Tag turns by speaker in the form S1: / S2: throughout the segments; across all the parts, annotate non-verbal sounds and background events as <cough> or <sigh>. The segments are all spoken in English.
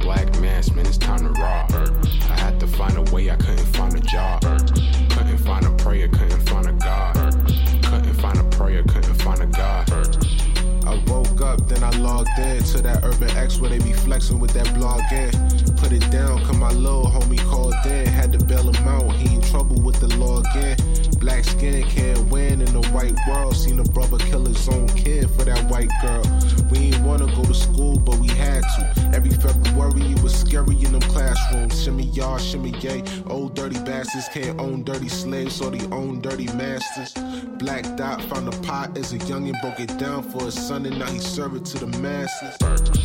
S1: Black mass, man, it's time to rock. I had to find a way, I couldn't find a job. Couldn't find a prayer, couldn't find a God. Couldn't find a prayer, couldn't find a God.
S2: I woke up, then I logged in to that Urban X where they be flexing with that blog in. Put it down, cause my little homie called in. Had to bail him out, he in trouble with the law again. Black skin can't win in the white world. Seen a brother kill his own kid for that white girl. We ain't wanna go to school, but we had to. Every February it was scary in them classrooms. Shimmy y'all, shimmy yay. Old dirty bastards can't own dirty slaves or they own dirty masters. Black Dot found a pot as a youngin', broke it down for his son, and now he serve it to the masses.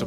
S2: a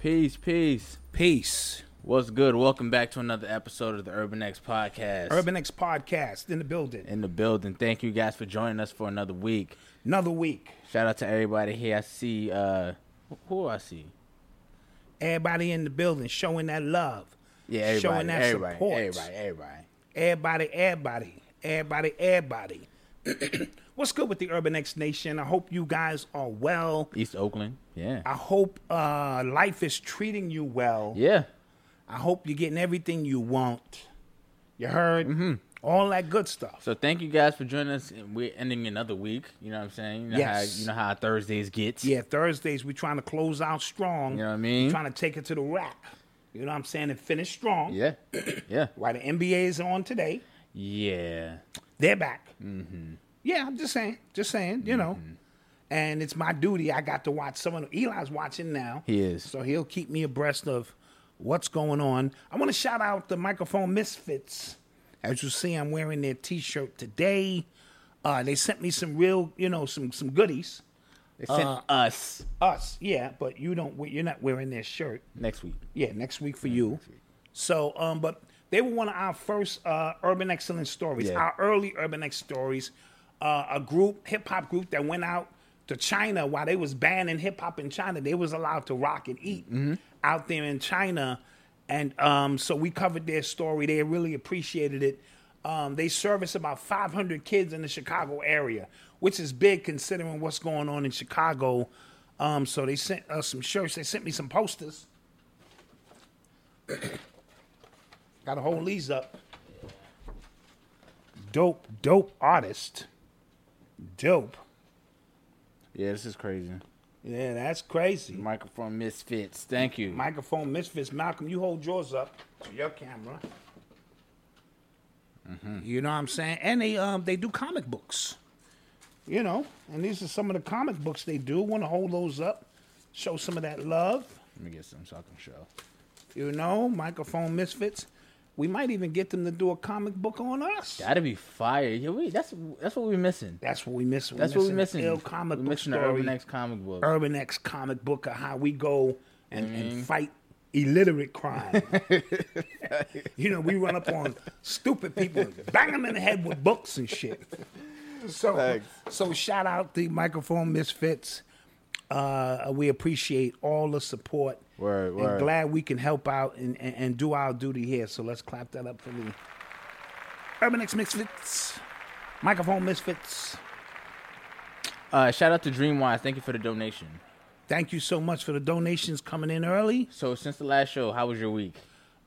S3: Peace, peace.
S4: Peace.
S3: What's good? Welcome back to another episode of the Urban X Podcast.
S4: Urban X Podcast in the building.
S3: in the building. Thank you guys for joining us for another week.
S4: Another week.
S3: Shout out to everybody here. I see uh wh- who I see.
S4: Everybody in the building showing that love.
S3: Yeah, everybody.
S4: Showing that
S3: everybody,
S4: support.
S3: everybody, everybody.
S4: Everybody, everybody, everybody, everybody. <clears throat> What's good with the Urban X Nation? I hope you guys are well.
S3: East Oakland. Yeah.
S4: I hope uh, life is treating you well.
S3: yeah.
S4: I hope you're getting everything you want. You heard? Mm-hmm. All that good stuff.
S3: So thank you guys for joining us. And We're ending another week. You know what I'm saying? You know
S4: Yes.
S3: how you know how Thursdays gets.
S4: Yeah, Thursdays we trying to close out
S3: You
S4: strong.
S3: know what I mean?
S4: Trying to take it to the rack. You know what I'm saying? And finish strong.
S3: Yeah. Yeah.
S4: Why the NBA is on today?
S3: Yeah.
S4: They're back. Mm-hmm. Yeah, I'm just saying, just saying, you know.
S3: Mm-hmm.
S4: And it's my duty. I got to watch some of them. Eli's watching now.
S3: He is.
S4: So he'll keep me abreast of what's going on. I want to shout out the Microphone Misfits. As you see, I'm wearing their T-shirt today. Uh, they sent me some real, you know, some some goodies.
S3: They sent
S4: Uh,
S3: us
S4: Us, yeah, but you don't. we- You're not wearing their shirt.
S3: next week.
S4: Yeah, next week for you. So, um, but they were one of our first uh, urban excellence stories,
S3: Yeah.
S4: our early urban X stories. Uh, a group, hip hop group that went out to China while they was banning hip hop in China, they was allowed to rock and eat out there in China, and um, so we covered their story. They really appreciated it. Um, they service about 500 kids in the Chicago area, which is big considering what's going on in Chicago. Um, so they sent us some shirts. They sent me some posters. Got to hold these up. Dope, dope artist. Dope.
S3: Yeah, this is crazy.
S4: Yeah, that's crazy.
S3: Microphone misfits. Thank you.
S4: Microphone misfits. Malcolm, you hold yours up to your camera. Mm-hmm. You know what I'm saying? And they um they do comic books. You know, and these are some of the comic books they do. Want to hold those up, show some of that love.
S3: Let me get some so I can show.
S4: You know, microphone misfits. We might even get them to do a comic book on us.
S3: That'd be fire. Yeah, we, that's that's what we're missing.
S4: That's what we miss.
S3: That's what we're missing.
S4: Ill comic
S3: we're
S4: book
S3: missing
S4: story. Uh,
S3: the Urban X comic book.
S4: Urban X comic book of how we go and,
S3: Mm-hmm.
S4: and fight
S3: <laughs>
S4: illiterate crime. you know, we run up on stupid people, and bang them in the head with books and shit. So, so shout out the microphone misfits. Uh, we appreciate all the support.
S3: Word,
S4: and
S3: word.
S4: glad we can help out and, and, and do our duty here. So let's clap that up for the Urban X Misfits, Microphone Misfits.
S3: Uh, shout out to Dreamwise. Thank you for the donation.
S4: Thank you so much for the donations coming in early.
S3: So since the last show, how was your week?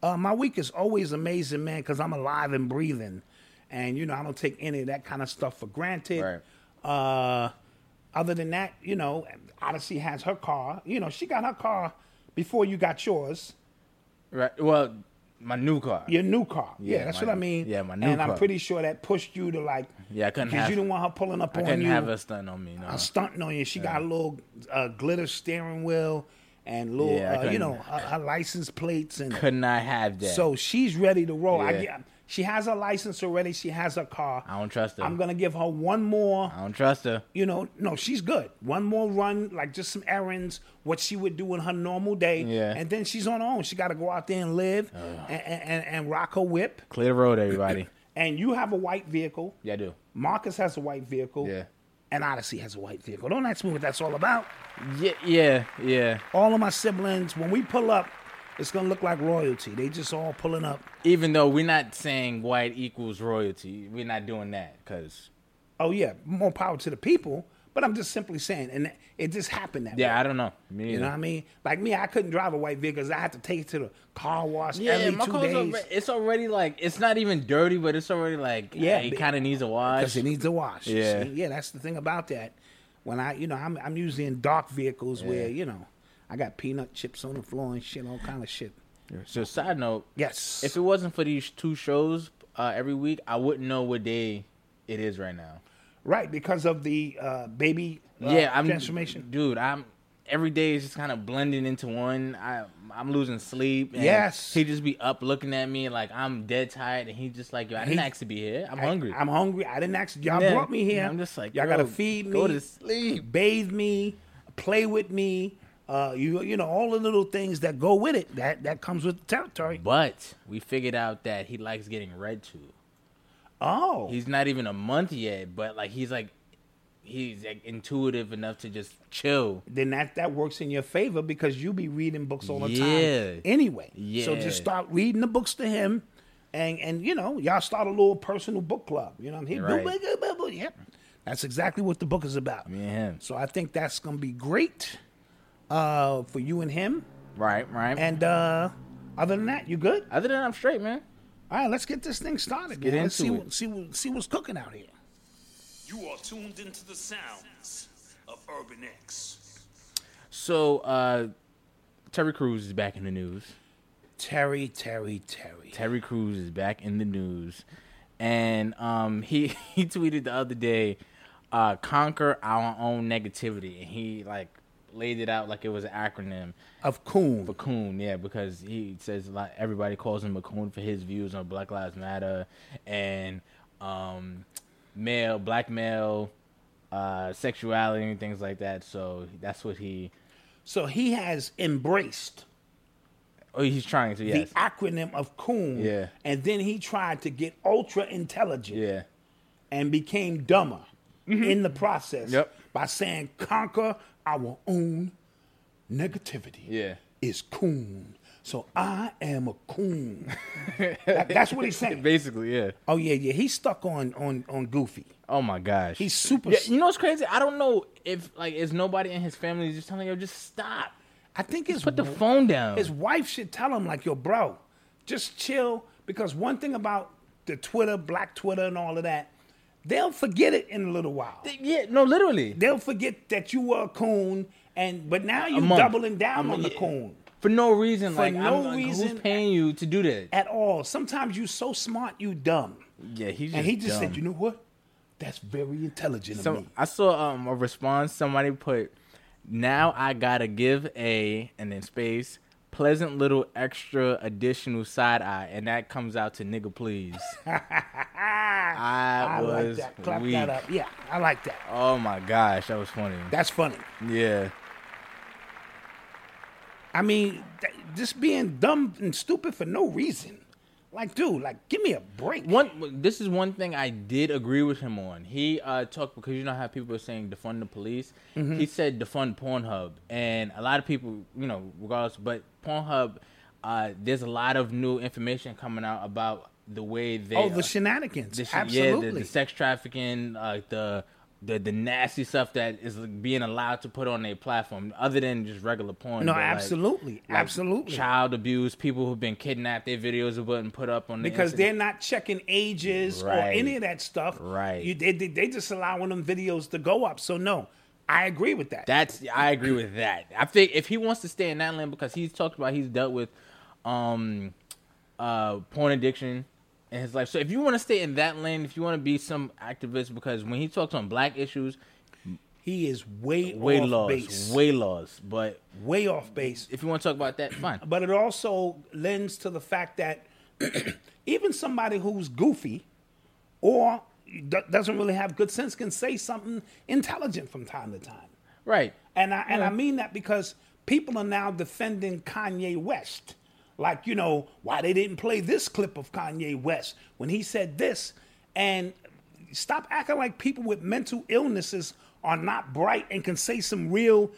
S4: Uh, my week is always amazing, man, because I'm alive and breathing. And, you know, I don't take any of that kind of stuff for granted. Uh, other than that, you know, Odyssey has her car. You know, she got her car before you got yours,
S3: Right. Well, my new car.
S4: your new car. Yeah,
S3: Yeah,
S4: that's
S3: my-
S4: what I mean.
S3: yeah, my new
S4: And I'm
S3: car.
S4: pretty sure that pushed you to, like,
S3: Yeah, I couldn't
S4: Because
S3: have-
S4: you didn't want her pulling up
S3: I
S4: on
S3: couldn't
S4: you. Uh,
S3: have a uh, stunt on me. No.
S4: I'm stunting on you. She got a little uh, glitter steering wheel and little,
S3: Yeah, I
S4: uh,
S3: couldn't-
S4: you know, her, her license
S3: <laughs>
S4: plates and
S3: Could not have that.
S4: So she's ready to roll. I
S3: Yeah.
S4: get, she has her license already. She has her car.
S3: I don't trust her.
S4: I'm gonna give her one more.
S3: I don't trust her.
S4: You know, no, she's good. One more run, like just some errands, what she would do in her normal day.
S3: Yeah.
S4: And then she's on her own. She got to go out there and live and, and, and- and rock her whip.
S3: Clear the road,
S4: <coughs>
S3: everybody.
S4: And you have a white vehicle.
S3: yeah, I do.
S4: Marcus has a white vehicle.
S3: Yeah.
S4: And Odyssey has a white vehicle. Don't ask me what that's all about.
S3: Yeah, yeah, yeah.
S4: All of my siblings, when we pull up, it's gonna look like royalty. They just all pulling up.
S3: Even though we're not saying white equals royalty, we're not doing that because
S4: Oh yeah, more power to the people. But I'm just simply saying, and it just happened that way.
S3: yeah, I don't know. Me
S4: You
S3: neither.
S4: know what I mean? Like me, I couldn't drive a white vehicle because I had to take it to the car wash
S3: Yeah,
S4: every
S3: my
S4: two
S3: car's
S4: days.
S3: already, it's already like it's not even dirty, but it's already like yeah,
S4: Yeah,
S3: it
S4: but-
S3: kind of needs a wash.
S4: because it needs a wash. you
S3: Yeah.
S4: see? yeah, that's the thing about that. When I, you know, I'm I'm usually in dark vehicles where you know I got peanut chips on the floor and shit, all kind of shit.
S3: so side note,
S4: Yes.
S3: if it wasn't for these two shows uh, every week, I wouldn't know what day it is right now.
S4: right, because of the uh, baby uh,
S3: yeah, I'm
S4: transformation.
S3: dude. I'm every day is just kind of blending into one. I I'm losing sleep. And
S4: Yes.
S3: he just be up looking at me like I'm dead tired, and he just like, yo, I didn't
S4: He-
S3: ask to be here. I'm hungry.
S4: I, am hungry. I didn't ask y'all
S3: Yeah.
S4: brought me here.
S3: I'm just like,
S4: y'all gotta
S3: yo,
S4: feed me,
S3: go to sleep.
S4: bathe me, play with me. Uh, you you know all the little things that go with it. That that comes with the territory.
S3: but we figured out that he likes getting read to.
S4: Oh,
S3: he's not even a month yet, but like he's like he's like intuitive enough to just chill.
S4: then that that works in your favor because you be reading books all the
S3: Yeah.
S4: time anyway. So
S3: Yeah.
S4: just start reading the books to him, and and you know y'all start a little personal book club. You know what I mean?
S3: Right.
S4: Yep, that's exactly what the book is about.
S3: Me and him.
S4: So I think that's gonna be great uh, for you and him.
S3: Right, right. And
S4: And uh, other than that, you good?
S3: other than that, I'm straight, man.
S4: All right, let's get this thing started.
S3: get
S4: man. Let's see,
S3: into
S4: what- see what- see what's cooking out here.
S5: You are tuned into the sounds of Urban X.
S3: So uh Terry Crews is back in the news.
S4: Terry, Terry, Terry.
S3: Terry Crews is back in the news. And um <laughs> he he tweeted the other day, uh conquer our own negativity and he like laid it out like it was an acronym.
S4: Of Coon.
S3: for Coon, yeah, because he says like everybody calls him a coon for his views on Black Lives Matter and um, male, black male, uh, sexuality and things like that. So that's what he.
S4: So he has embraced
S3: Oh, he's trying to. Yes.
S4: the acronym of Coon.
S3: Yeah.
S4: And then he tried to get ultra intelligent
S3: yeah. Mm-hmm.
S4: and became dumber in the process
S3: Yep.
S4: by saying, conquer our own negativity.
S3: Yeah.
S4: Is Coon. So I am a
S3: <laughs>
S4: Coon. That- that's what he's saying.
S3: Basically, yeah.
S4: Oh yeah, yeah. He's stuck on on on Goofy.
S3: Oh my gosh.
S4: He's super.
S3: Yeah, you know what's crazy? I don't know if like is nobody in his family is just telling him just stop,
S4: I think his
S3: put the phone down.
S4: his wife should tell him like, yo, bro, just chill. Because one thing about the Twitter, Black Twitter, and all of that, they'll forget it in a little while.
S3: yeah. No, literally.
S4: They'll forget that you were a coon, and but now you're
S3: month.
S4: doubling down
S3: A
S4: on the
S3: month.
S4: coon
S3: For no reason.
S4: For
S3: like
S4: no
S3: I'm, like,
S4: reason.
S3: Who's paying you to do that?
S4: at all. Sometimes you so smart you dumb.
S3: yeah. He's
S4: and he just
S3: dumb.
S4: said, you know what? That's very intelligent of
S3: Some
S4: me.
S3: I saw um a response somebody put. Now I gotta give a and then space pleasant little extra additional side eye, and that comes out to nigga please. I,
S4: <laughs> I like
S3: was
S4: that. Clap
S3: weak.
S4: that up. Yeah, I like that.
S3: Oh my gosh, that was funny.
S4: That's funny.
S3: yeah,
S4: I mean, th- just being dumb and stupid for no reason. Like, dude, like, give me a break.
S3: one. This is one thing I did agree with him on. He uh, talked because you know how people are saying defund the police.
S4: Mm-hmm.
S3: He said defund Pornhub, and a lot of people, you know, regardless, but Pornhub, uh, there's a lot of new information coming out about the way they
S4: oh, the
S3: uh,
S4: shenanigans.
S3: the sh-
S4: Absolutely.
S3: Yeah, the, the sex trafficking, uh, the the the nasty stuff that is being allowed to put on their platform, other than just regular porn.
S4: no,
S3: but, like,
S4: absolutely.
S3: like
S4: absolutely.
S3: Child abuse, people who've been kidnapped, their videos are being put up on the
S4: because
S3: Insta-
S4: they're not checking ages or
S3: Right.
S4: any of that stuff.
S3: Right.
S4: You, they, they, they just allowing them videos to go up. So, no, I agree with that.
S3: That's I agree with that. I think if he wants to stay in that lane because he's talked about he's dealt with um uh porn addiction in his life. So if you want to stay in that lane, if you want to be some activist because when he talks on black issues,
S4: he is way,
S3: way
S4: off
S3: laws,
S4: base.
S3: way laws, but
S4: way off base.
S3: if you want to talk about that, fine.
S4: but it also lends to the fact that <clears throat> even somebody who's goofy or do- doesn't really have good sense can say something intelligent from time to time.
S3: Right.
S4: And I and I mean that because people are now defending Kanye West. Like, you know, why they didn't play this clip of Kanye West when he said this and stop acting like people with mental illnesses are not bright and can say some real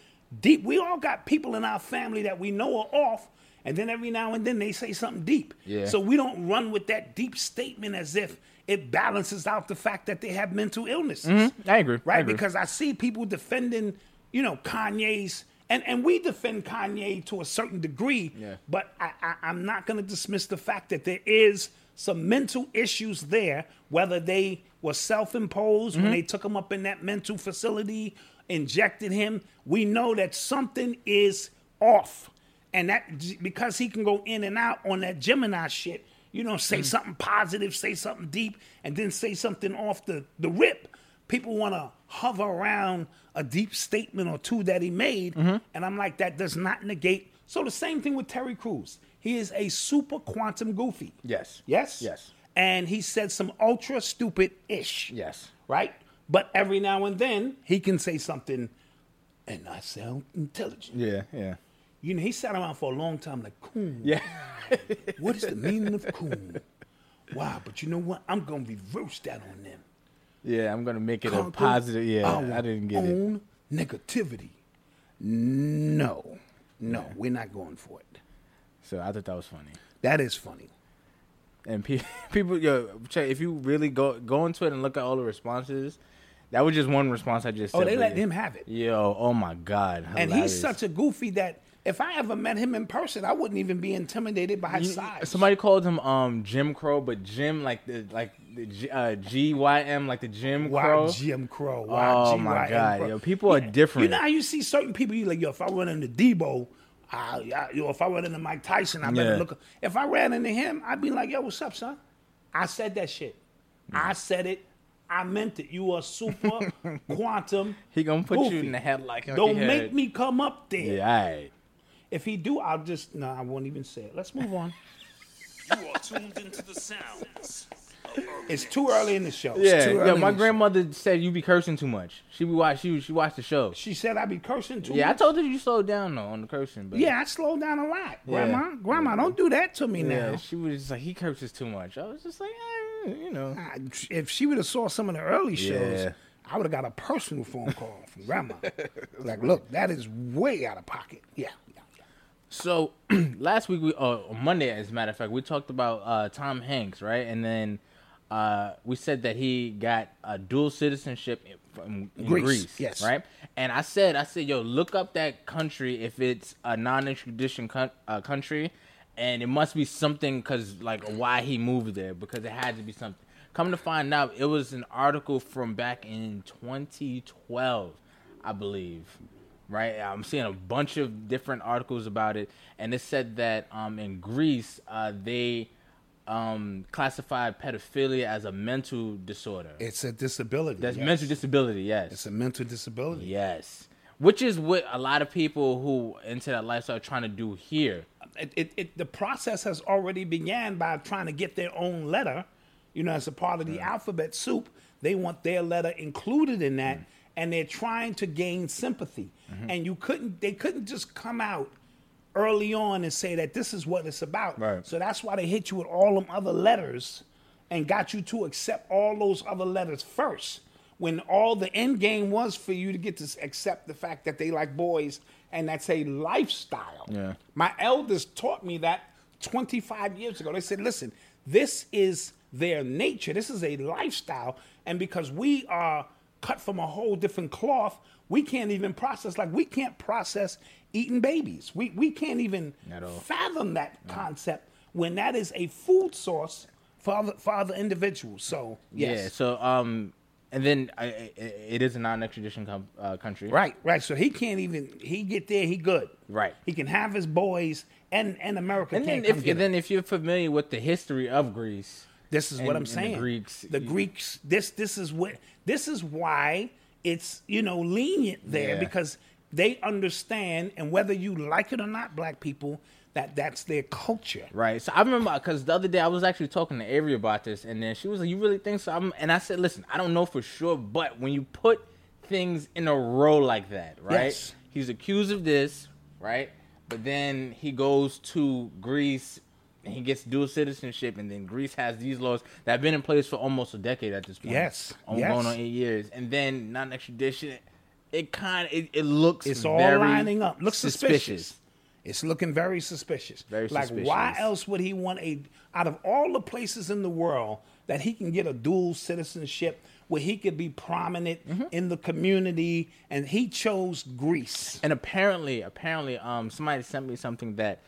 S4: deep. We all got people in our family that we know are off and then every now and then they say something deep.
S3: Yeah.
S4: So we don't run with that deep statement as if it balances out the fact that they have mental illnesses
S3: I agree.
S4: right? Because I see people defending, you know, Kanye's, and and we defend Kanye to a certain degree.
S3: Yeah.
S4: But I, I, I'm not going to dismiss the fact that there is some mental issues there, whether they were self-imposed when they took him up in that mental facility, injected him. We know that something is off, and that because he can go in and out on that Gemini shit. You know, say something positive, say something deep, and then say something off the, the rip people want to hover around a deep statement or two that he made and i'm like that does not negate so the same thing with terry Crews. he is a super quantum goofy
S3: Yes.
S4: yes
S3: Yes.
S4: and he said some ultra stupid ish
S3: Yes.
S4: right but every now and then he can say something and i sound intelligent
S3: Yeah. Yeah.
S4: you know he sat around for a long time like coon
S3: Yeah.
S4: what is the meaning of coon wow but you know what i'm gonna reverse that on them
S3: <laughs> Yeah. I'm gonna make it a
S4: conquer
S3: positive. Yeah.
S4: our
S3: I didn't get it.
S4: own negativity. No, no, we're not going for it.
S3: So I thought that was funny.
S4: That is funny.
S3: And pe- <laughs> people, yo, check if you really go go into it and look at all the responses. That was just one response I just.
S4: Oh,
S3: said,
S4: they
S3: but-
S4: let him have it,
S3: Yo, oh my God!
S4: and he's
S3: hilarious.
S4: such a goofy that if I ever met him in person, I wouldn't even be intimidated by his
S3: You-
S4: size.
S3: Somebody called him um Jim Crow, but Jim like the like the G- uh, G Y M like the Jim
S4: Why
S3: Crow.
S4: Jim Crow? Why
S3: oh
S4: G.Y.M.
S3: my God!
S4: Crow?
S3: Yo, people are different.
S4: You know how you see certain people, you like, yo, if I run into Debo, I, I, yo, if I run into Mike Tyson, I better
S3: Yeah.
S4: look. If I ran into him, I'd be like, yo, what's up, son? I said that shit. I said it. I meant it. You
S3: <laughs>
S4: are super quantum.
S3: he gonna put you
S4: goofy.
S3: in the headlock. like,
S4: Don't
S3: yeah.
S4: make me come up there.
S3: Yeah, all right.
S4: If he do, I'll just no. I won't even say it. Let's move on.
S5: You are tuned into the sounds of urban
S4: It's
S3: <laughs>
S5: X.
S4: too early in the show. It's
S3: Yeah,
S4: too
S3: yo,
S4: early
S3: my
S4: in the show.
S3: grandmother said you be cursing too much. She be watch she she watched the show.
S4: She said I be cursing too.
S3: Yeah, I
S4: much.
S3: told her you slowed down though on the cursing. But
S4: Yeah, I slow down a lot, Grandma. Grandma, don't do that to me
S3: yeah,
S4: now.
S3: she was just like he curses too much. I was just like, eh, you know,
S4: I- if she would have saw some of the early shows,
S3: Yeah.
S4: I would have got a personal phone call from <laughs> grandma. like, look, that is way out of pocket. Yeah, yeah, yeah.
S3: So <clears throat> last week we uh, on Monday, as a matter of fact, we talked about uh, Tom Hanks, right? And then uh, we said that he got a dual citizenship in, from in
S4: Greece,
S3: Greece,
S4: yes.
S3: right? And I said, I said, yo, look up that country if it's a non-extradition con- uh, country, and it must be something because like why he moved there because it had to be something. Come to find out, it was an article from back in 2012, I believe. Right, I'm seeing a bunch of different articles about it, and it said that um, in Greece uh, they um, classified pedophilia as a mental disorder.
S4: It's a disability.
S3: That's
S4: yes.
S3: mental disability. Yes.
S4: It's a mental disability.
S3: Yes. which is what a lot of people who into that lifestyle are trying to do here.
S4: it, it, it, the process has already began by trying to get their own letter. You know, as a part of the alphabet soup, they want their letter included in that, and they're trying to gain sympathy. And you couldn't, they couldn't just come out early on and say that this is what it's about.
S3: Right.
S4: So that's why they hit you with all them other letters, and got you to accept all those other letters first. When all the end game was for you to get to s- accept the fact that they like boys, and that's a lifestyle.
S3: Yeah.
S4: My elders taught me that 25 years ago. They said, listen, this is their nature, this is a lifestyle. And because we are cut from a whole different cloth, we can't even process, like, we can't process eating babies. We, we can't even
S3: At all.
S4: fathom that concept when that is a food source for other, for other individuals. So, yes.
S3: Yeah. So um, and then I, I, it is a non-extradition com- uh, country.
S4: Right, right. So he can't even, he get there, he good.
S3: Right.
S4: He can have his boys and, and America
S3: And
S4: can't
S3: then
S4: come
S3: if
S4: get him.
S3: then if you're familiar with the history of Greece,
S4: This is
S3: and-
S4: what I'm
S3: and the
S4: saying.
S3: Greeks,
S4: the
S3: you-
S4: Greeks. This this is what this is why it's you know lenient there
S3: Yeah.
S4: because they understand and whether you like it or not, black people that that's their culture.
S3: Right. So I remember because the other day I was actually talking to Avery about this, and then she was like, "You really think so?" I'm, and I said, "Listen, I don't know for sure, but when you put things in a row like that, right?
S4: Yes.
S3: He's accused of this, right? But then he goes to Greece." And he gets dual citizenship, and then Greece has these laws that have been in place for almost a decade at this point.
S4: Yes,
S3: Almost
S4: yes.
S3: going on eight years, and then not an extradition. It kind of it, it looks
S4: It's all
S3: very
S4: lining up. Looks suspicious. It's looking very suspicious.
S3: Very
S4: like
S3: suspicious.
S4: why else would he want a out of all the places in the world that he can get a dual citizenship where he could be prominent
S3: Mm-hmm.
S4: in the community and he chose Greece.
S3: And apparently, apparently, um, somebody sent me something that,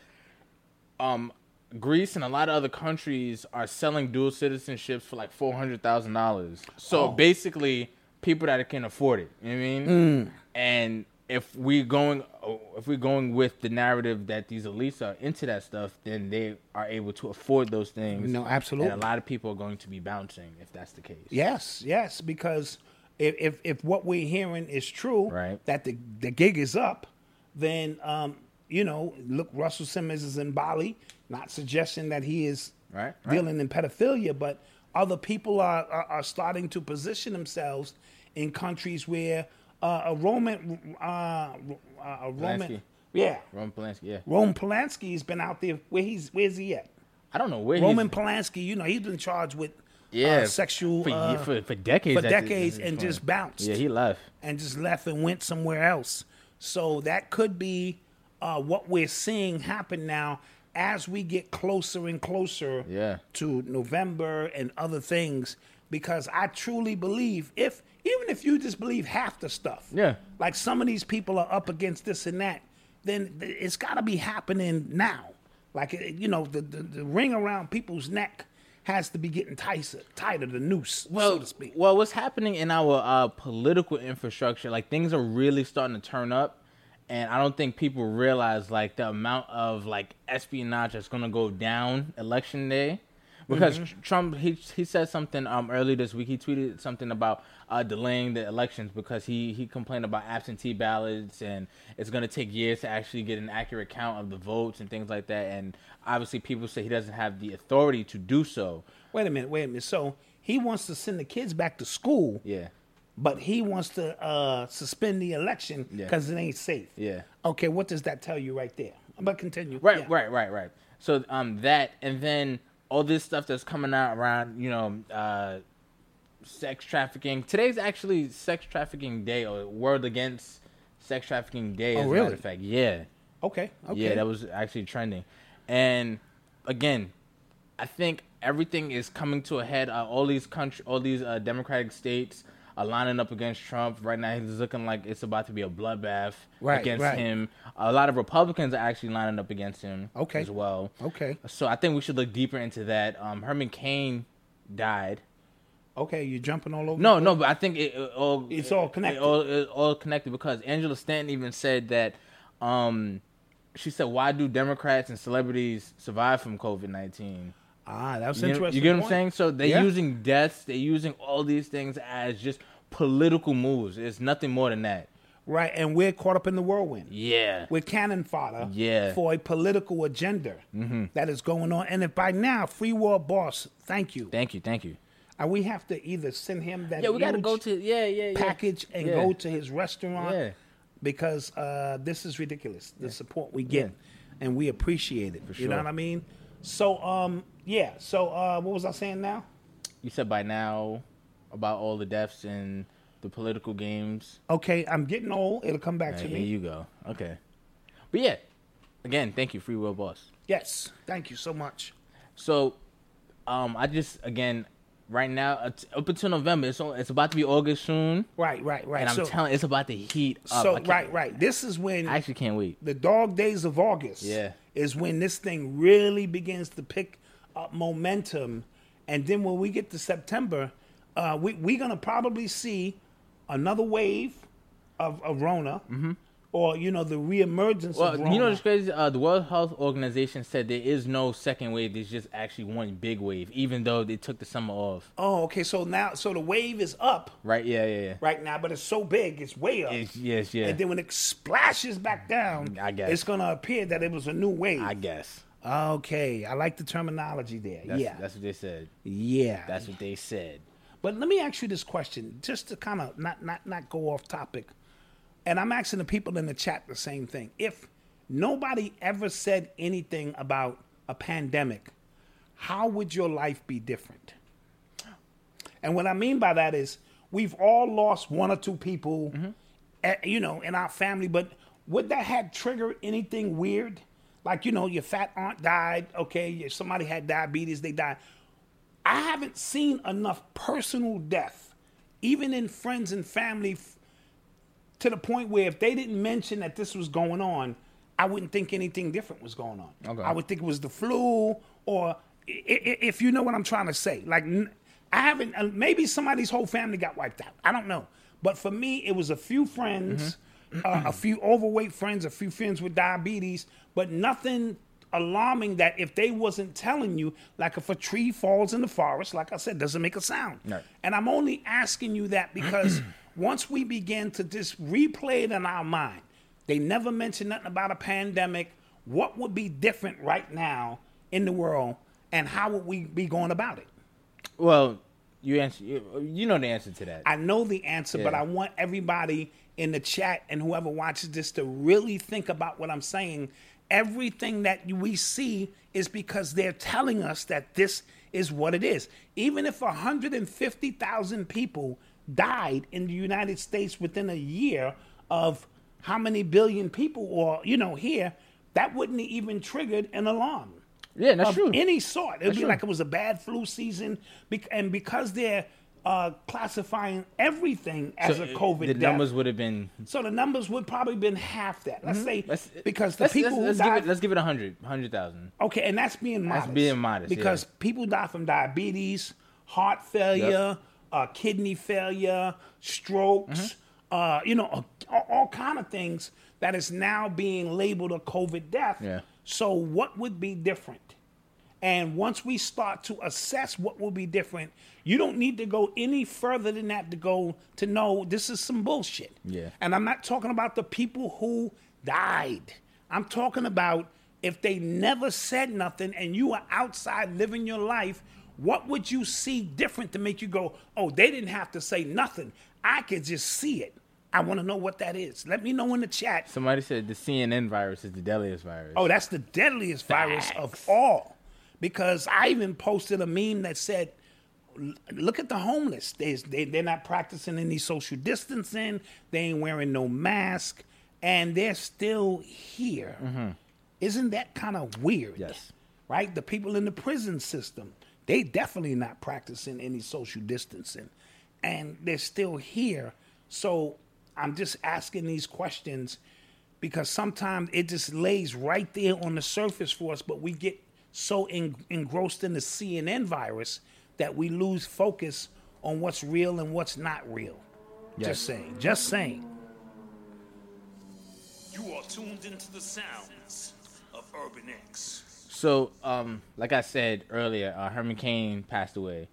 S3: um, Greece and a lot of other countries are selling dual citizenships for like four hundred thousand dollars. So
S4: Oh.
S3: basically, people that can afford it. You know what I mean?
S4: Mm.
S3: And if we going, uh, if we're going with the narrative that these elites are into that stuff, then they are able to afford those things.
S4: No, absolutely.
S3: And a lot of people are going to be bouncing if that's the case.
S4: Yes, yes, because if if, if what we're hearing is true,
S3: Right.
S4: that the the gig is up, then um, you know, look, Russell Simmons is in Bali. Not suggesting that he is
S3: Right, right.
S4: dealing in pedophilia, but other people are are, are starting to position themselves in countries where uh, a Roman, uh, uh, a Roman,
S3: Polanski.
S4: yeah,
S3: Roman Polanski. Yeah,
S4: Rome Polanski's been out there. Where he's where's he at?
S3: I don't know where
S4: Roman
S3: he's,
S4: Polanski, you know, he's been charged with
S3: yeah
S4: uh, sexual
S3: for, ye-
S4: uh,
S3: for, for decades
S4: for
S3: at this-
S4: decades
S3: this
S4: and
S3: point.
S4: just bounced
S3: Yeah, he left.
S4: and just left and went somewhere else. So that could be uh, what we're seeing happen now as we get closer and closer
S3: Yeah.
S4: to November and other things. Because I truly believe if even if you just believe half the stuff,
S3: Yeah.
S4: like some of these people are up against this and that, then th- it's got to be happening now. Like it- you know, the, the the ring around people's neck has to be getting tighter, tighter the noose, so to speak.
S3: Well, what's happening in our uh, political infrastructure, like things are really starting to turn up, and I don't think people realize like the amount of like espionage that's going to go down election day. Because
S4: Mm-hmm.
S3: Tr- Trump, he he said something um earlier this week. He tweeted something about uh, delaying the elections because he he complained about absentee ballots and it's going to take years to actually get an accurate count of the votes and things like that. And obviously, people say he doesn't have the authority to do so.
S4: Wait a minute, wait a minute. So he wants to send the kids back to school,
S3: Yeah.
S4: but he wants to uh, suspend the election
S3: Yeah.
S4: because it ain't safe.
S3: Yeah.
S4: Okay, what does that tell you right there? But continue.
S3: Right,
S4: Yeah.
S3: right, right, right. So um that and then all this stuff that's coming out around, you know, uh sex trafficking. Today's actually sex trafficking day or World Against Sex Trafficking Day
S4: Oh,
S3: as a
S4: really?
S3: matter of fact. Yeah.
S4: Okay. Okay.
S3: Yeah, that was actually trending. And again, I think everything is coming to a head. Uh, all these country, all these uh, democratic states are lining up against Trump right now. He's looking like it's about to be a bloodbath
S4: Right,
S3: against
S4: right.
S3: him. A lot of Republicans are actually lining up against him.
S4: Okay.
S3: as well.
S4: Okay.
S3: so I think we should look deeper into that. Um, Herman Cain died.
S4: okay. You're jumping all over.
S3: No, no, but I think it, it all
S4: It's all
S3: it-
S4: connected.
S3: It all, it all connected because Angela Stanton even said that. Um, she said, "Why do Democrats and celebrities survive from COVID nineteen?
S4: Ah, that was
S3: You, know-
S4: interesting.
S3: you get what I'm
S4: point.
S3: saying? So they're
S4: Yeah.
S3: using deaths, they're using all these things as just political moves. It's nothing more than that.
S4: right? And we're caught up in the whirlwind.
S3: Yeah.
S4: We're cannon fodder
S3: Yeah. Mm-hmm.
S4: for a political agenda that is going on. And if by now, Free World Boss, thank you.
S3: Thank you, thank you.
S4: And we have to either send him that
S3: Yeah, we gotta
S4: huge
S3: go to yeah, yeah, yeah.
S4: package and
S3: Yeah.
S4: go to his restaurant
S3: Yeah.
S4: because uh, this is ridiculous. The support we get and we appreciate it. You know
S3: sure.
S4: what I mean? So um yeah. So uh, what was I saying now?
S3: You said by now about all the deaths and the political games.
S4: Okay, I'm getting old. It'll come back
S3: All
S4: to
S3: right,
S4: me.
S3: here you go. Okay, but yeah, again, thank you, Free Will Boss.
S4: Yes. Thank you so much.
S3: So, um, I just again right now uh, t- up until November, it's on, it's about to be August soon,
S4: Right. Right. Right.
S3: and I'm
S4: so,
S3: telling it's about to heat up. I
S4: so
S3: can't-
S4: right. Right. This is when
S3: I actually can't wait.
S4: the dog days of August
S3: Yeah.
S4: is when this thing really begins to pick up momentum. And then when we get to September, uh, we, we're going to probably see another wave of, of Rona or, you know, the reemergence
S3: Mm-hmm. Well,
S4: of Rona.
S3: you know what's crazy? Uh, the World Health Organization said there is no second wave. There's just actually one big wave, even though they took the summer off.
S4: oh, okay. So now, so the wave is up
S3: Right? Yeah, yeah, yeah.
S4: right now, but it's so big, it's way up.
S3: Yes, yes, yeah.
S4: And then when it splashes back down,
S3: I guess.
S4: it's going to appear that it was a new wave.
S3: I guess.
S4: Okay. I like the terminology there.
S3: That's,
S4: yeah.
S3: That's what they said.
S4: yeah.
S3: That's what they said.
S4: But let me ask you this question, just to kind of not not not go off topic. And I'm asking the people in the chat the same thing. If nobody ever said anything about a pandemic, how would your life be different? And what I mean by that is we've all lost one or two people, eh, you know, in our family. But would that have triggered anything weird? Like you know, your fat aunt died. Okay, if somebody had diabetes, they died. I haven't seen enough personal death, even in friends and family, f- to the point where if they didn't mention that this was going on, I wouldn't think anything different was going on.
S3: Okay.
S4: I would think it was the flu, or i- i- if you know what I'm trying to say. Like, n- I haven't, uh, maybe somebody's whole family got wiped out. I don't know. But for me, it was a few friends, uh, a few overweight friends, a few friends with diabetes, but nothing alarming that if they wasn't telling you, like if a tree falls in the forest, like I said, doesn't make a sound.
S3: Right.
S4: And I'm only asking you that because once we begin to just replay it in our mind, they never mentioned nothing about a pandemic. What would be different right now in the world, and how would we be going about it?
S3: Well, you answer. You, you know the answer to that.
S4: I know the answer, but
S3: Yeah.
S4: I want everybody in the chat and whoever watches this to really think about what I'm saying. Everything that we see is because they're telling us that this is what it is. Even if 150,000 people died in the United States within a year of how many billion people, or, you know, here, that wouldn't even triggered an alarm
S3: yeah, that's
S4: of
S3: true.
S4: any sort. It'd be
S3: true.
S4: like it was a bad flu season, bec- and because they're uh, classifying everything
S3: So,
S4: as a
S3: uh,
S4: COVID
S3: The
S4: death,
S3: numbers would have been.
S4: so the numbers would probably been half that. Let's say
S3: Let's, uh,
S4: because the
S3: let's,
S4: people
S3: let's, let's
S4: who died,
S3: give it. Let's give it a hundred. Hundred thousand.
S4: okay, and that's being modest.
S3: being modest,
S4: because
S3: yeah.
S4: people die from diabetes, heart failure, uh, kidney failure, strokes.
S3: Mm-hmm.
S4: Uh, you know, all, all kind of things that is now being labeled a COVID death.
S3: Yeah.
S4: So, what would be different? And once we start to assess what will be different, you don't need to go any further than that to go to know this is some bullshit.
S3: Yeah.
S4: And I'm not talking about the people who died. I'm talking about if they never said nothing and you were outside living your life, what would you see different to make you go, oh, they didn't have to say nothing? I could just see it. I want to know what that is. Let me know in the chat.
S3: Somebody said the CNN virus is the deadliest virus.
S4: Oh, that's the deadliest virus of all. Because I even posted a meme that said, "L- "Look at the homeless. There's, they they're not practicing any social distancing. They ain't wearing no mask, and they're still here. not that kind of weird?
S3: Yes.
S4: Right. The people in the prison system, they definitely not practicing any social distancing, and they're still here. So I'm just asking these questions because sometimes it just lays right there on the surface for us, but we get so en- engrossed in the CNN virus that we lose focus on what's real and what's not real. Just saying. Just saying.
S5: You are tuned into the sounds of Urban X.
S3: So, um, like I said earlier, uh, Herman Cain passed away.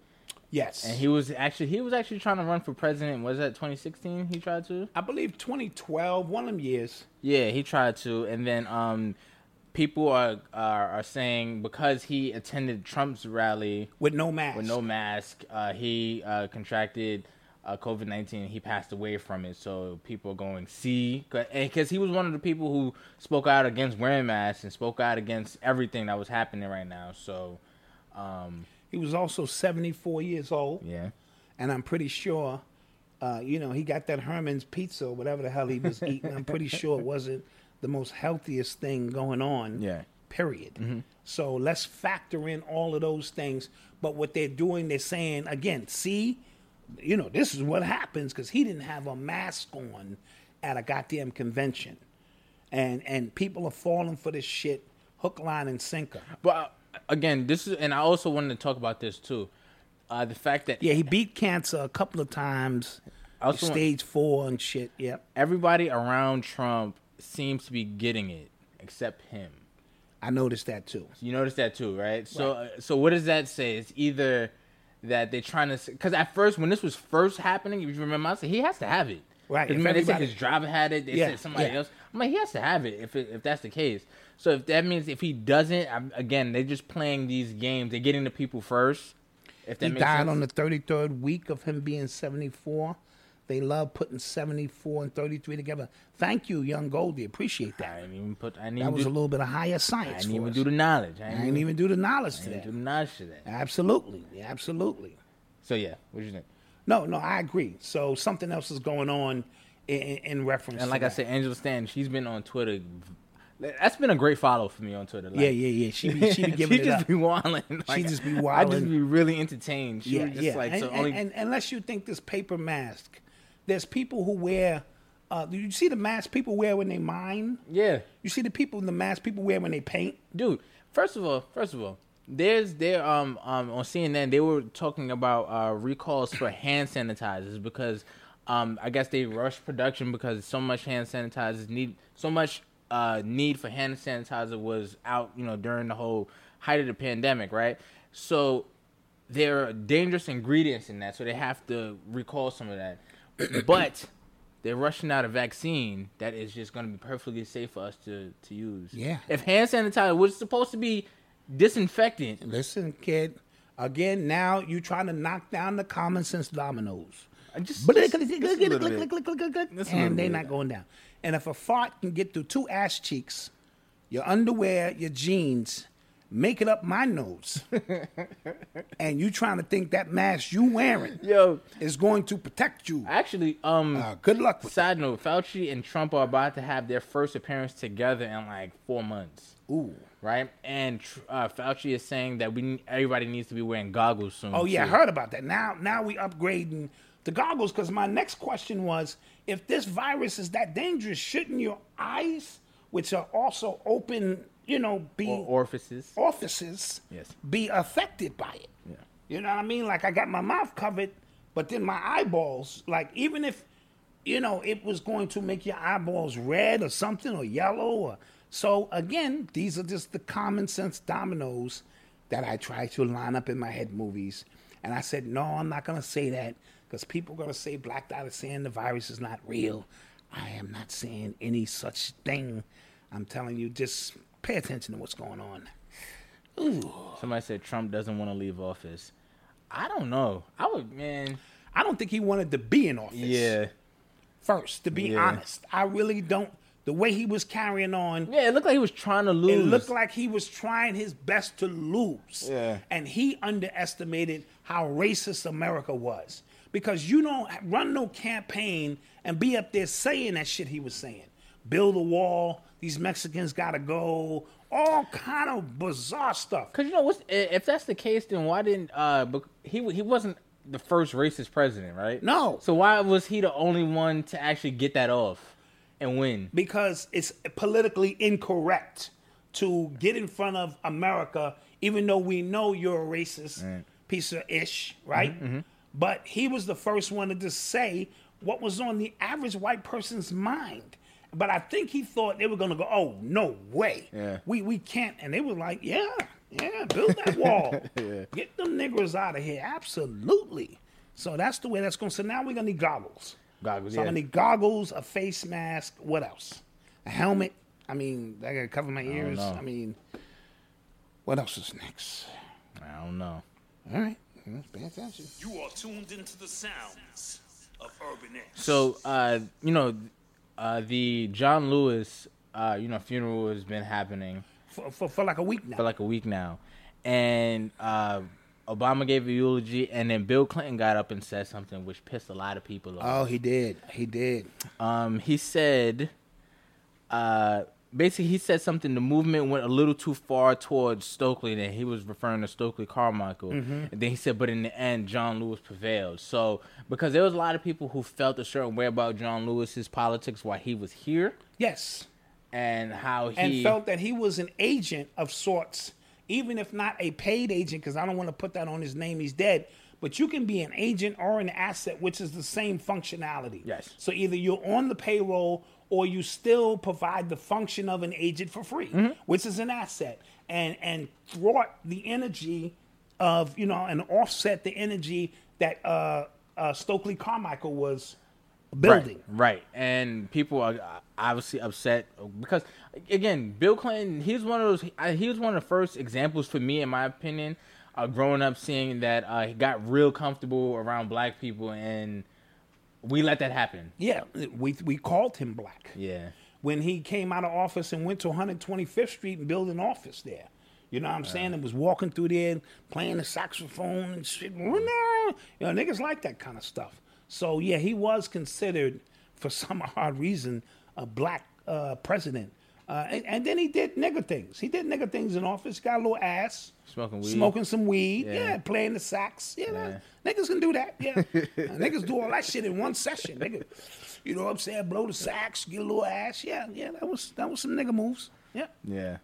S4: Yes.
S3: And he was actually he was actually trying to run for president. Was that 2016? He tried to.
S4: I believe 2012, one of them years.
S3: Yeah, he tried to, and then um, people are are, are saying because he attended Trump's rally
S4: With no mask.
S3: with no mask, uh, he uh, contracted uh, COVID nineteen. He passed away from it. So people are going see, because he was one of the people who spoke out against wearing masks and spoke out against everything that was happening right now. So
S4: He was also 74 years old.
S3: yeah,
S4: And I'm pretty sure, uh, you know, he got that Herman's pizza or whatever the hell he was eating. I'm
S3: <laughs>
S4: pretty sure it wasn't the most healthiest thing going on.
S3: Yeah. Mm-hmm.
S4: Period. So let's factor in all of those things. But what they're doing, they're saying, again, see, you know, this is what happens because he didn't have a mask on at a goddamn convention. And and people are falling for this shit hook, line, and sinker.
S3: but uh, again, this is, and I also wanted to talk about this too. Uh, the fact that
S4: Yeah, he beat cancer a couple of times.
S3: also want-
S4: stage four and shit. Yep.
S3: everybody around Trump seems to be getting it except him.
S4: I noticed that too.
S3: You notice that too, right? So, uh, so what does that say? It's either that they're trying to, because at first when this was first happening, if you remember, I said he has to have it,
S4: Right, if
S3: Remember, they said
S4: everybody-
S3: his driver had it. They
S4: Yeah,
S3: said somebody
S4: yeah.
S3: else. I'm like, he has to have it if it, if that's the case. So if that means if he doesn't, I'm, again, they're just playing these games. They're getting the people first. If that
S4: He
S3: makes
S4: died
S3: sense.
S4: on the 33rd week of him being 74. They love putting 74 and 33 together. Thank you, young Goldie. Appreciate
S3: I
S4: that.
S3: didn't even put. I didn't
S4: That
S3: even,
S4: was
S3: do,
S4: a little bit of higher
S3: I
S4: science.
S3: didn't
S4: for
S3: even
S4: us.
S3: do the knowledge. I
S4: I didn't even do the knowledge to
S3: I didn't
S4: that.
S3: do the knowledge to that.
S4: Absolutely. Yeah, absolutely.
S3: So yeah, what do you think?
S4: No, no, I agree. So something else is going on in, in, in reference
S3: And
S4: to
S3: like I
S4: that.
S3: said, Angela Stan, she's been on Twitter. That's been a great follow for me on Twitter. Like,
S4: yeah, yeah, yeah. She be, <laughs> she be giving
S3: <laughs> she
S4: it
S3: just
S4: up.
S3: be wilding.
S4: just be
S3: I just
S4: wildin'.
S3: be really entertained. She was just like
S4: and,
S3: so
S4: and-
S3: only.
S4: and unless you think this paper mask, there's people who wear. Uh, do you see the mask people wear when they mine?
S3: yeah,
S4: You see the people the mask people wear when they paint.
S3: dude. First of all, first of all, there's there um um on CNN they were talking about uh recalls for hand sanitizers because um I guess they rushed production because so much hand sanitizers need so much uh need for hand sanitizer was out you know during the whole height of the pandemic right so there are dangerous ingredients in that, so they have to recall some of that. <clears throat> but they're rushing out a vaccine that is just going to be perfectly safe for us to, to use.
S4: Yeah.
S3: If hand sanitizer was supposed to be disinfectant,
S4: Listen, kid. Again, now you trying to knock down the common sense dominoes.
S3: I just,
S4: But
S3: just, just a little bit. Just a little
S4: and they're
S3: bit.
S4: not going down. And if a fart can get through two ass cheeks, your underwear, your jeans, make it up my
S3: <laughs>
S4: nose, and you trying to think that mask you wearing
S3: Yo,
S4: is going to protect you.
S3: actually, um,
S4: Uh, good luck with
S3: side note: Fauci and Trump are about to have their first appearance together in like four months.
S4: Ooh.
S3: Right, and tr- uh, Fauci is saying that we need- everybody needs to be wearing goggles soon.
S4: Oh yeah, I
S3: too.
S4: heard about that. Now now we upgrading the goggles because my next question was if this virus is that dangerous, shouldn't your eyes, which are also open, you know, be
S3: Or orifices.
S4: orifices,
S3: Yes.
S4: be affected by it?
S3: Yeah.
S4: You know what I mean? Like I got my mouth covered, but then my eyeballs, like even if you know it was going to make your eyeballs red or something or yellow or so again, these are just the common sense dominoes that I try to line up in my head movies. And I said, no, I'm not gonna say that because people are gonna say Black Dot is saying the virus is not real. I am not saying any such thing. I'm telling you, just pay attention to what's going on.
S3: Somebody said Trump doesn't want to leave office. I don't know. I would, man.
S4: I don't think he wanted to be in office. first, to be
S3: Yeah.
S4: honest. I really don't. The way he was carrying on,
S3: Yeah, it looked like he was trying to lose.
S4: it looked like he was trying his best to lose.
S3: Yeah.
S4: And he underestimated how racist America was. Because you don't run no campaign and be up there saying that shit he was saying. Build a wall, these Mexicans gotta go, all kind of bizarre stuff.
S3: Cause you know what's i- if that's the case, then why didn't uh? But he wa- he wasn't the first racist president, right?
S4: No.
S3: So why was he the only one to actually get that off and win?
S4: because it's politically incorrect to get in front of America, even though we know you're a racist piece of ish, right?
S3: Mm-hmm,
S4: But he was the first one to just say what was on the average white person's mind. But I think he thought they were gonna go. Oh no way.
S3: Yeah.
S4: We we can't. And they were like, yeah, yeah, build
S3: <laughs>
S4: that wall. Get them niggers out of here. Absolutely. So that's the way that's going. to So now we're gonna need goggles.
S3: Goggles,
S4: So I'm
S3: yeah.
S4: gonna need goggles, a face mask. What else? A helmet. I mean, I gotta cover my ears.
S3: know.
S4: I mean, what else is next?
S3: I don't know.
S4: All right. Mm, Pay attention.
S5: You are tuned into the sounds of Urban X.
S3: So uh, you know, uh, the John Lewis, uh, you know, funeral has been happening
S4: For, for, for like a week now.
S3: for like a week now, and uh, Obama gave a eulogy, and then Bill Clinton got up and said something which pissed a lot of people off.
S4: oh, he did. He did.
S3: um, he said, uh, basically, he said something. The movement went a little too far towards Stokely, and he was referring to Stokely Carmichael.
S4: Mm-hmm.
S3: And then he said, but in the end, John Lewis prevailed. So, because there was a lot of people who felt a certain way about John Lewis's politics while he was here,
S4: Yes.
S3: and how he
S4: and felt that he was an agent of sorts, even if not a paid agent, because I don't want to put that on his name. He's dead. But you can be an agent or an asset, which is the same functionality.
S3: Yes.
S4: So either you're on the payroll or you still provide the function of an agent for free,
S3: Mm-hmm.
S4: which is an asset, and and thwart the energy of you know and offset the energy that uh, uh, Stokely Carmichael was building.
S3: Right, right. And people are uh, obviously upset because, again, Bill Clinton. He was one of those. I- He was one of the first examples for me, in my opinion, uh, growing up, seeing that uh, he got real comfortable around black people, and we let that happen.
S4: Yeah, we we called him black.
S3: Yeah,
S4: when he came out of office and went to 125th Street and built an office there. You know what I'm saying? And was walking through there and playing the saxophone and shit. You know, niggas like that kind of stuff. So yeah, he was considered for some <laughs> odd reason a black uh, president. Uh, and, and then he did nigger things. He did nigger things in office. Got a little ass.
S3: Smoking weed.
S4: Smoking some weed.
S3: Yeah.
S4: Yeah, playing the sax. Yeah, niggas can do that.
S3: <laughs>
S4: Yeah, Uh, niggas do all that shit in one session. Nigga, you know what I'm saying? Blow the sax, get a little ass. Yeah, yeah, that was that was some nigga moves. Yeah,
S3: yeah.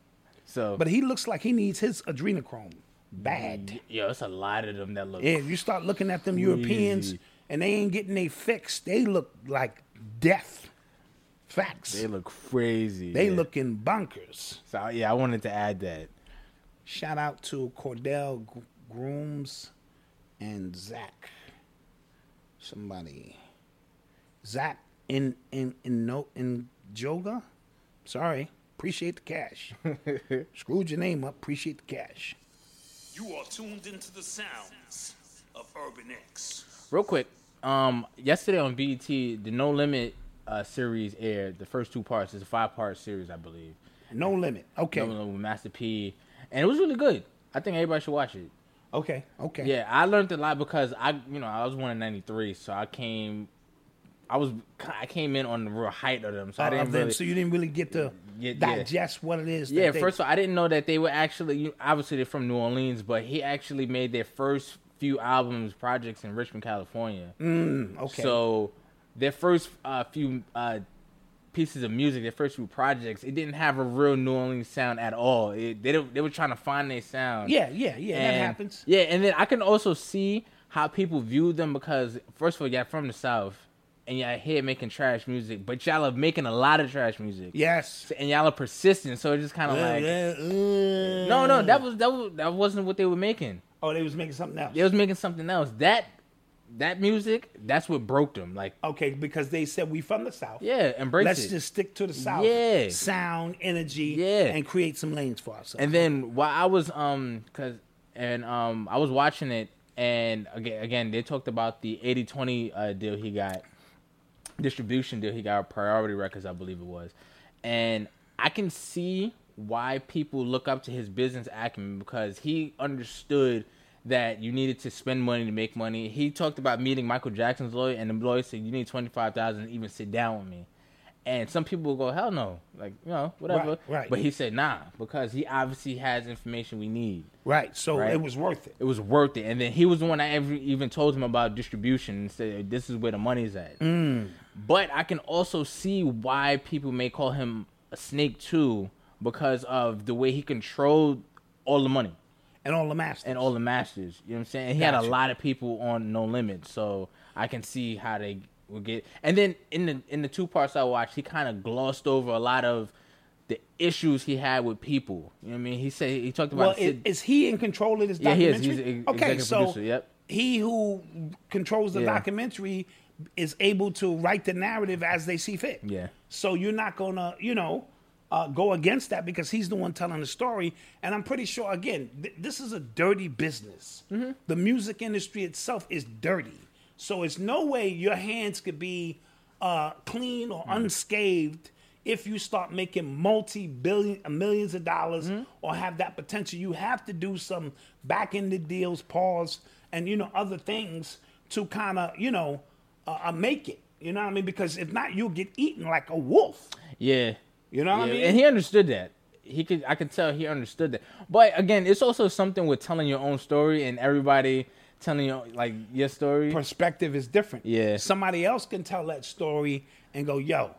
S3: So,
S4: but he looks like he needs his adrenochrome bad.
S3: yo, it's a lot of them that look.
S4: Yeah, if you start looking at them Europeans and they ain't getting they fix, they look like death. Facts.
S3: They
S4: They,
S3: look crazy. yeah.
S4: looking bonkers.
S3: So yeah, I wanted to add that.
S4: Shout out to Cordell Gr- Grooms and Zach. Somebody. Zach in in in no in Joga. Sorry. Appreciate
S3: <laughs>
S4: the cash. Screwed your name up. Appreciate the cash.
S5: You are tuned into the sounds of Urban X.
S3: Real quick, um, yesterday on BET, the No Limit uh, series aired. The first two parts. It's a five part series, I believe.
S4: No limit. Okay.
S3: Double with Master P, and it was really good. I think everybody should watch it.
S4: Okay. Okay.
S3: Yeah, I learned a lot because I, you know, I was one in '93, so I came, I was, I came in on the real height of them, so I
S4: Uh, Of
S3: didn't
S4: them,
S3: really.
S4: so you didn't really get to
S3: Yeah, yeah.
S4: digest what it is. that
S3: yeah,
S4: they-
S3: first of all, I didn't know that they were actually, you, obviously they're from New Orleans, but he actually made their first few albums, projects in Richmond, California.
S4: Mm, okay.
S3: So their first uh, few uh, pieces of music, their first few projects, it didn't have a real New Orleans sound at all. It, they don't- they were trying to find their sound.
S4: yeah, yeah, yeah. that
S3: And-
S4: happens.
S3: Yeah, and then I can also see how people view them because first of all, y'all from the south, and y'all here making trash music, but y'all are making a lot of trash music.
S4: Yes. Uh,
S3: and y'all are persistent, so it's just kind of like. No,
S4: No,
S3: no, that was that was that wasn't what they were making.
S4: uh. Oh, they was making something else.
S3: They was making something else. That that music, that's what broke them. Like,
S4: Okay, because they said we from the south.
S3: yeah, embrace
S4: Let's
S3: it.
S4: just stick to the south.
S3: Yeah.
S4: Sound, energy,
S3: Yeah.
S4: and create some lanes for ourselves.
S3: And then while I was um cause and um I was watching it and again again they talked about the 80-20 uh, deal he got distribution deal he got with priority records I believe it was. And I can see why people look up to his business acumen because he understood that you needed to spend money to make money. He talked about meeting Michael Jackson's lawyer and the lawyer said you need 25,000 to even sit down with me. And some people will go, hell no, like you know, whatever.
S4: Right, right.
S3: But he said nah because he obviously has information we need.
S4: right, so
S3: Right.
S4: it was worth it.
S3: It was worth it. And then he was the one I ever even told him about distribution and said this is where the money's at. But I can also see why people may call him a snake too because of the way he controlled all the money
S4: And all the masters.
S3: and all the masters. You know what I'm saying? And he had a
S4: Gotcha.
S3: lot of people on No Limit, so I can see how they will get. And then in the in the two parts I watched, he kind of glossed over a lot of the issues he had with people. You know what I mean? He said he talked about
S4: Well, is,
S3: Sid-
S4: is he in control of this
S3: Yeah, he is.
S4: documentary?
S3: He's the ex-
S4: okay,
S3: executive
S4: so
S3: producer, yep.
S4: he who controls the
S3: Yeah.
S4: documentary is able to write the narrative as they see fit.
S3: Yeah.
S4: So you're not gonna, you know, uh, go against that because he's the one telling the story. And I'm pretty sure, again, th- this is a dirty business. The music industry itself is dirty. So it's no way your hands could be uh, clean or unscathed if you start making multi billion millions of dollars or have that potential. You have to do some back in the deals, pause, and you know other things to kind of you know uh, uh, make it. You know what I mean? Because if not, you'll get eaten like a wolf.
S3: Yeah.
S4: You know what I
S3: Yeah,
S4: mean?
S3: And he understood that. He could I could tell he understood that. But again, it's also something with telling your own story and everybody telling your like your story.
S4: perspective is different.
S3: Yeah.
S4: Somebody else can tell that story and go, yo,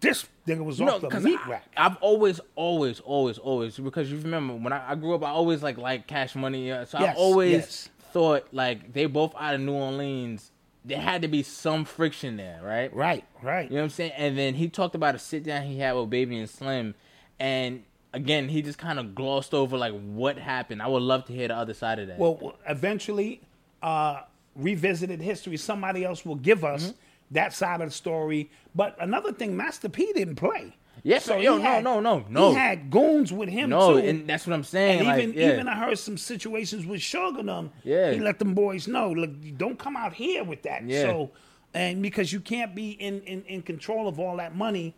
S4: this nigga was off the meat
S3: I,
S4: rack.
S3: I've always, always, always, always because you remember when I, I grew up, I always like like Cash Money, uh, so I
S4: Yes,
S3: always
S4: yes.
S3: thought like they both out of New Orleans, there had to be some friction there, right?
S4: right, right.
S3: You know what I'm saying? And then he talked about a sit down he had with Baby and Slim, and again he just kind of glossed over like what happened. I would love to hear the other side of that.
S4: Well, w- eventually, uh, revisited history. Somebody else will give us
S3: Mm-hmm.
S4: that side of the story. But another thing, Master P didn't play.
S3: Yes,
S4: so
S3: yo,
S4: he
S3: no,
S4: had-
S3: no, no, no.
S4: He had goons with him
S3: no,
S4: too.
S3: and that's what I'm saying.
S4: And
S3: like,
S4: even
S3: yeah.
S4: even I heard some situations with Shogun. Um,
S3: Yeah.
S4: he let them boys know, look, you don't come out here with that.
S3: Yeah.
S4: So, and because you can't be in, in in control of all that money,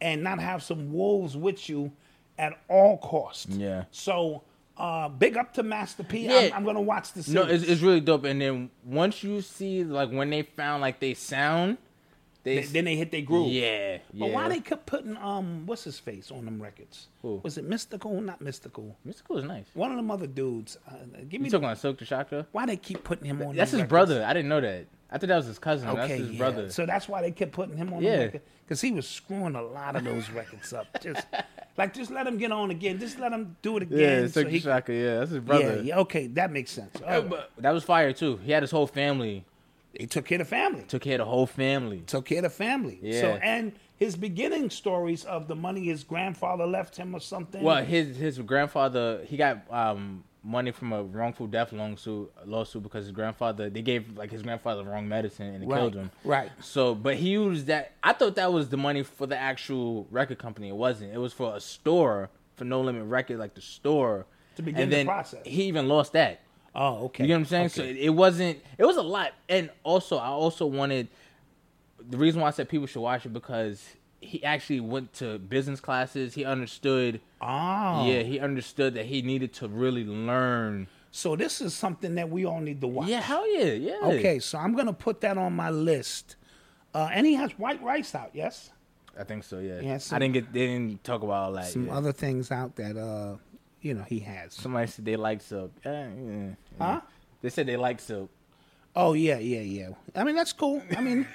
S4: and not have some wolves with you at all costs.
S3: Yeah.
S4: So, uh, big up to Master P. am
S3: Yeah.
S4: I'm gonna watch the series.
S3: No, it's, it's really dope. And then once you see like when they found like they sound, they,
S4: then they hit their groove.
S3: yeah,
S4: But
S3: yeah.
S4: why they kept putting um what's his face on them records? Was it mystical? Not mystical.
S3: Mystical is nice.
S4: One of them other dudes. Uh, give me
S3: You
S4: the,
S3: talking about Silk the Chakra?
S4: why they keep putting him on.
S3: That's his
S4: them records?
S3: brother. I didn't know that. I thought that was his cousin.
S4: Okay,
S3: That's his
S4: yeah.
S3: brother.
S4: So that's why they kept putting him on
S3: Yeah.
S4: the record because he was screwing a lot of those records up. Just
S3: <laughs>
S4: like just let him get on again. Just let him do it again.
S3: yeah,
S4: so
S3: Silk
S4: he-
S3: the Chakra. Yeah, that's his
S4: yeah,
S3: brother.
S4: yeah, okay, that makes sense. All right.
S3: But that was fire too. He had his whole family.
S4: He took care of the family.
S3: Took care of the whole family.
S4: took care of the family. So
S3: Yeah.
S4: and his beginning stories of the money his grandfather left him or something.
S3: Well, his his grandfather he got um money from a wrongful death lawsuit lawsuit because his grandfather they gave like his grandfather the wrong medicine and it
S4: Right,
S3: killed him.
S4: right.
S3: So, but he used that. I thought that was the money for the actual record company. It wasn't. It was for a store for No Limit Record, like the store.
S4: To begin
S3: and
S4: the
S3: then
S4: process.
S3: He even lost that.
S4: Oh, okay.
S3: You get what I'm saying? So
S4: Okay.
S3: it, it wasn't. It was a lot, and also I also wanted the reason why I said people should watch it because he actually went to business classes. He understood.
S4: Oh.
S3: Yeah, he understood that he needed to really learn.
S4: So this is something that we all need to watch.
S3: Yeah, hell yeah, yeah.
S4: Okay, so I'm gonna put that on my list. Uh, and he has white rice out, yes?
S3: I think so. Yeah.
S4: Yeah, some-
S3: I didn't get. They didn't talk about all that.
S4: some
S3: yeah.
S4: other things out that uh you know he has.
S3: Somebody said they like soap. Yeah, yeah,
S4: Huh?
S3: They said they like soap.
S4: Oh yeah, yeah, yeah. I mean that's cool.
S3: <laughs>
S4: I mean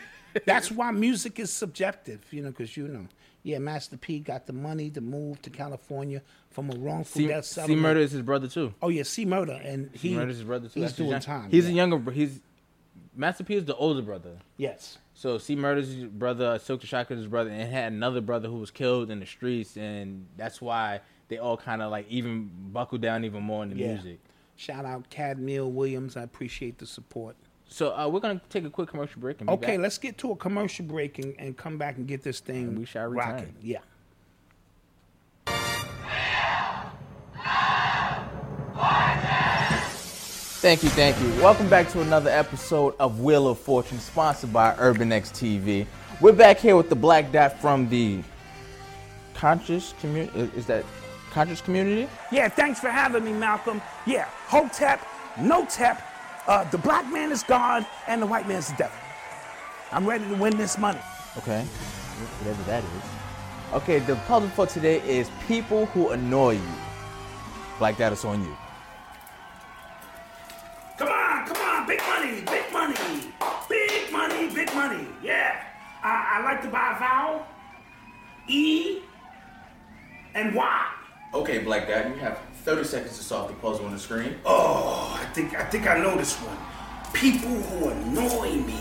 S4: that's why music is subjective, you know, because you know. Yeah, Master P got the money to move to California from a wrongful
S3: C,
S4: death
S3: C
S4: settlement.
S3: Murder is his brother too.
S4: Oh yeah, C murder, and he
S3: C Murder is his brother too.
S4: He's
S3: That's his
S4: doing
S3: young-
S4: time.
S3: He's
S4: yeah.
S3: a younger. br- He's Master P is the older brother.
S4: Yes.
S3: So C murders his brother, uh, Silk the Shocker his brother, and had another brother who was killed in the streets, and that's why they all kind of like even buckle down even more in the
S4: Yeah.
S3: music.
S4: Shout out Cadmill Williams. I appreciate the support.
S3: So uh, we're gonna take a quick commercial break. And be
S4: Okay,
S3: back.
S4: let's get to a commercial break and, and come back and get this thing
S3: we shall return.
S4: rocking. Yeah.
S3: Thank you, thank you. Welcome back to another episode of Wheel of Fortune, sponsored by Urban X TV. We're back here with the Black Dot from the Conscious Community. Is that Conscious Community?
S4: Yeah, thanks for having me, Malcolm. Yeah, Hotep, no tap. Uh, the black man is God and the white man's the devil. I'm ready to win this money.
S3: Okay. Whatever that is. Okay, the puzzle for today is people who annoy you. Black Dot is on you.
S4: Come on, come on, big money, big money, big money, big money. Yeah, I, I like to buy a vowel, E, and Y.
S3: Okay, Black Dot, you have 30 seconds to solve the puzzle on the screen.
S4: Oh, I think I think I know this one. People who annoy me.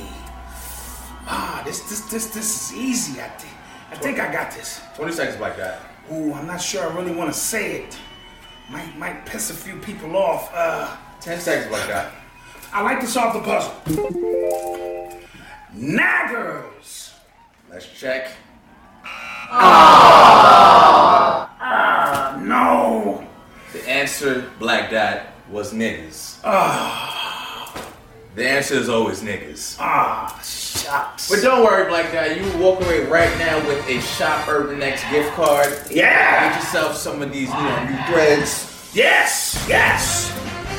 S4: Ah, Nah, this this this this is easy. I think I think I got this.
S6: 20 seconds, Black Guy.
S4: Ooh, I'm not sure I really want to say it. Might might piss a few people off. Uh,
S6: 10 seconds, Black Guy.
S4: I like to solve the puzzle. Naggers.
S6: Let's check.
S4: No.
S6: The answer, Black Dot, was niggas. The answer is always niggas.
S4: Ah, shucks.
S6: But don't worry, Black Dot, you walk away right now with a Shop Urban X gift card.
S4: Yeah.
S6: Get yourself some of these, you know, new threads.
S4: Yes, yes.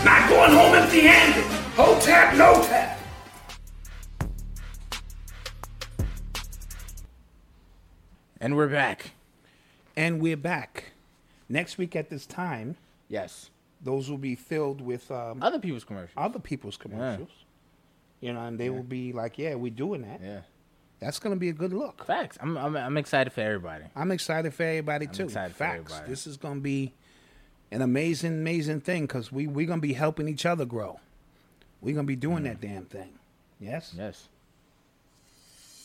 S4: Not going home empty-handed. Ho tap, no tap.
S3: And we're back.
S4: And we're back. Next week at this time,
S3: Yes.
S4: those will be filled with um,
S3: Other people's commercials.
S4: other people's commercials. You know, and they will be like, "Yeah, we're doing that.
S3: Yeah.
S4: That's gonna be a good look."
S3: Facts. I'm, I'm, I'm excited for everybody.
S4: I'm excited for everybody too.
S3: excited for
S4: Facts.
S3: everybody.
S4: This is gonna be an amazing, amazing thing because we we're gonna be helping each other grow. We're gonna be doing
S3: Mm-hmm.
S4: that damn thing. Yes.
S3: Yes.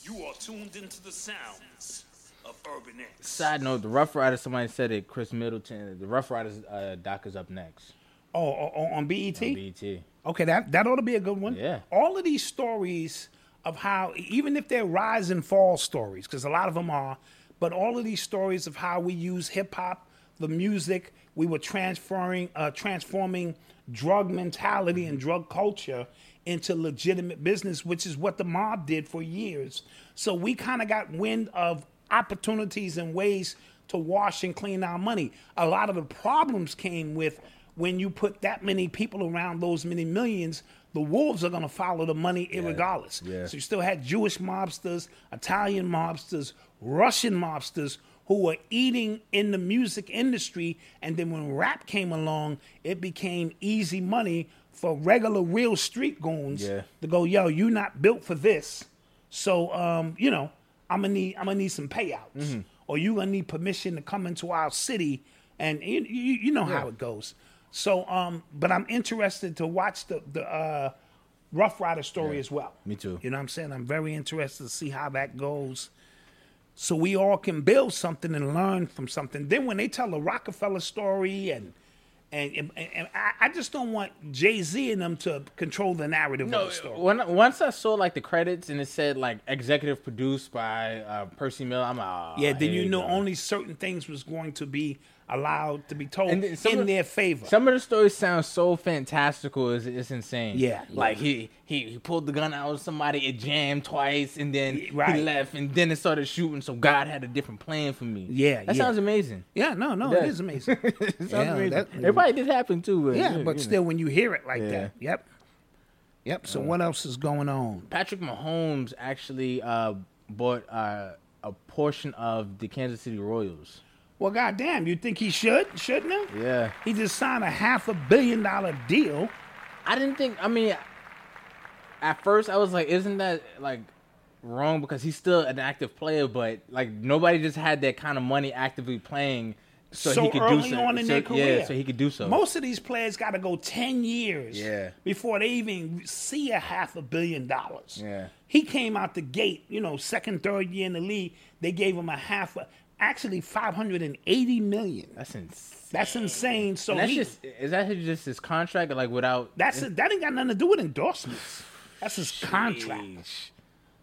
S5: You are tuned into the sounds of Urban X.
S3: Side note: The Rough Riders. Somebody said it. Chris Middleton. The Rough Riders uh, doc is up next.
S4: Oh, oh, oh, on BET.
S3: BT.
S4: Okay, that that ought to be a good one.
S3: E Yeah.
S4: All of these stories of how, even if they're rise and fall stories, because a lot of them are, but all of these stories of how we use hip hop, the music, we were transferring, uh, transforming drug mentality and drug culture into legitimate business, which is what the mob did for years. So we kind of got wind of opportunities and ways to wash and clean our money. A lot of the problems came with when you put that many people around those many millions, the wolves are going to follow the money irregardless. So you still had Jewish mobsters, Italian mobsters, Russian mobsters who were eating in the music industry. And then when rap came along, it became easy money for regular, real street goons
S3: Yeah.
S4: to go, yo, you not built for this. So, um, you know, I'm gonna need I'm gonna need some payouts,
S3: Mm-hmm.
S4: or you gonna need permission to come into our city, and you you, you know how it goes. So, um, but I'm interested to watch the the uh, Rough Rider story as well.
S3: Me too.
S4: You know what I'm saying? I'm very interested to see how that goes. So we all can build something and learn from something. Then when they tell the Rockefeller story and and, and, and I, I just don't want Jay Z and them to control the narrative of the story.
S3: When once I saw like the credits and it said like executive produced by uh, Percy Miller, I'm like, oh,
S4: Yeah, then you know
S3: only.
S4: only certain things was going to be allowed to be told
S3: And then some
S4: in
S3: of-
S4: their favor.
S3: Some of the stories sound so fantastical. It's, it's insane.
S4: Yeah.
S3: Like he, he he pulled the gun out of somebody, it jammed twice, and then
S4: Right.
S3: he left, and then it started shooting. So God had a different plan for me.
S4: Yeah,
S3: That
S4: yeah.
S3: sounds amazing.
S4: yeah, no, no,
S3: Yeah.
S4: it is
S3: <laughs>
S4: amazing.
S3: It sounds
S4: Yeah,
S3: amazing.
S4: that-
S3: it probably did happen too. But
S4: Mm. yeah,
S3: you
S4: but
S3: know.
S4: still, when you hear it like
S3: Yeah.
S4: that, yep, yep. So what else is going on?
S3: Patrick Mahomes actually uh, bought uh, a portion of the Kansas City Royals.
S4: Well, goddamn, you think he should? Shouldn't he?
S3: Yeah.
S4: He just signed a half a billion dollar deal.
S3: I didn't think. I mean, at first I was like, "Isn't that like wrong?" Because he's still an active player, but like nobody just had that kind of money actively playing, so, he could do
S4: early
S3: so.
S4: on in
S3: so-
S4: their career.
S3: Yeah, so he could do so.
S4: Most of these players got to go ten years
S3: Yeah.
S4: before they even see a half a billion dollars.
S3: Yeah.
S4: he came out the gate, you know, second, third year in the league, they gave him a half, a, actually five hundred and eighty million.
S3: that's insane.
S4: That's insane. So
S3: And that's
S4: he,
S3: just is that his- just his contract or like without
S4: that's that ain't got nothing to do with endorsements. That's his contract.
S3: Sheesh.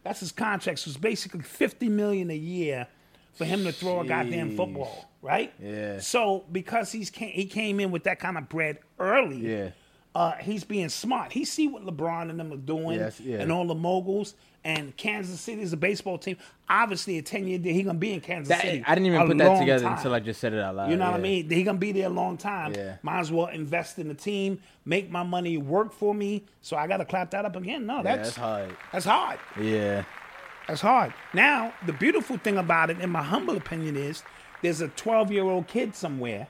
S4: That's his contract. So it's basically fifty million a year for him to throw a goddamn
S3: Jeez.
S4: football, right?
S3: Yeah.
S4: So because he's came, he came in with that kind of bread early.
S3: Yeah.
S4: Uh, he's being smart. He see what LeBron and them are doing,
S3: Yes, yeah.
S4: and all the moguls. And Kansas City is a baseball team. Obviously, a ten year deal, he gonna be in Kansas
S3: That-
S4: City.
S3: I didn't even
S4: a
S3: put that
S4: long
S3: together
S4: time.
S3: until I just said it out loud.
S4: You know what I
S3: yeah.
S4: mean? He gonna be there a long time.
S3: Yeah.
S4: Might as well invest in the team, make my money work for me. So I gotta clap that up again. No,
S3: Yeah,
S4: that's
S3: that's hard.
S4: That's hard.
S3: Yeah.
S4: That's hard. Now, the beautiful thing about it, in my humble opinion, is there's a 12 year old kid somewhere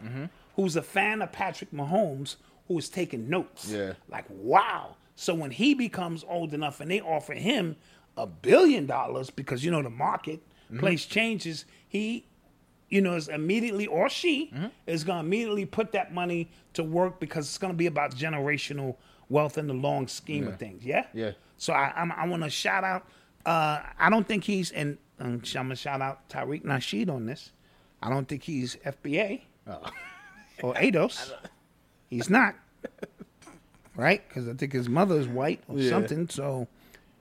S4: who's a fan of Patrick Mahomes who is taking notes.
S3: Yeah.
S4: Like, wow. So when he becomes old enough and they offer him a billion dollars because, you know, the market place changes, he, you know, is immediately, or she is going to immediately put that money to work because it's going to be about generational wealth in the long scheme of things. Yeah?
S3: Yeah.
S4: So I, I'm, I want to shout out Uh, I don't think he's and um, sh- I'm gonna shout out Tariq Nasheed on this. I don't think he's FBA or <laughs> ADOS. He's not, right? Because I think his mother is white or something. So,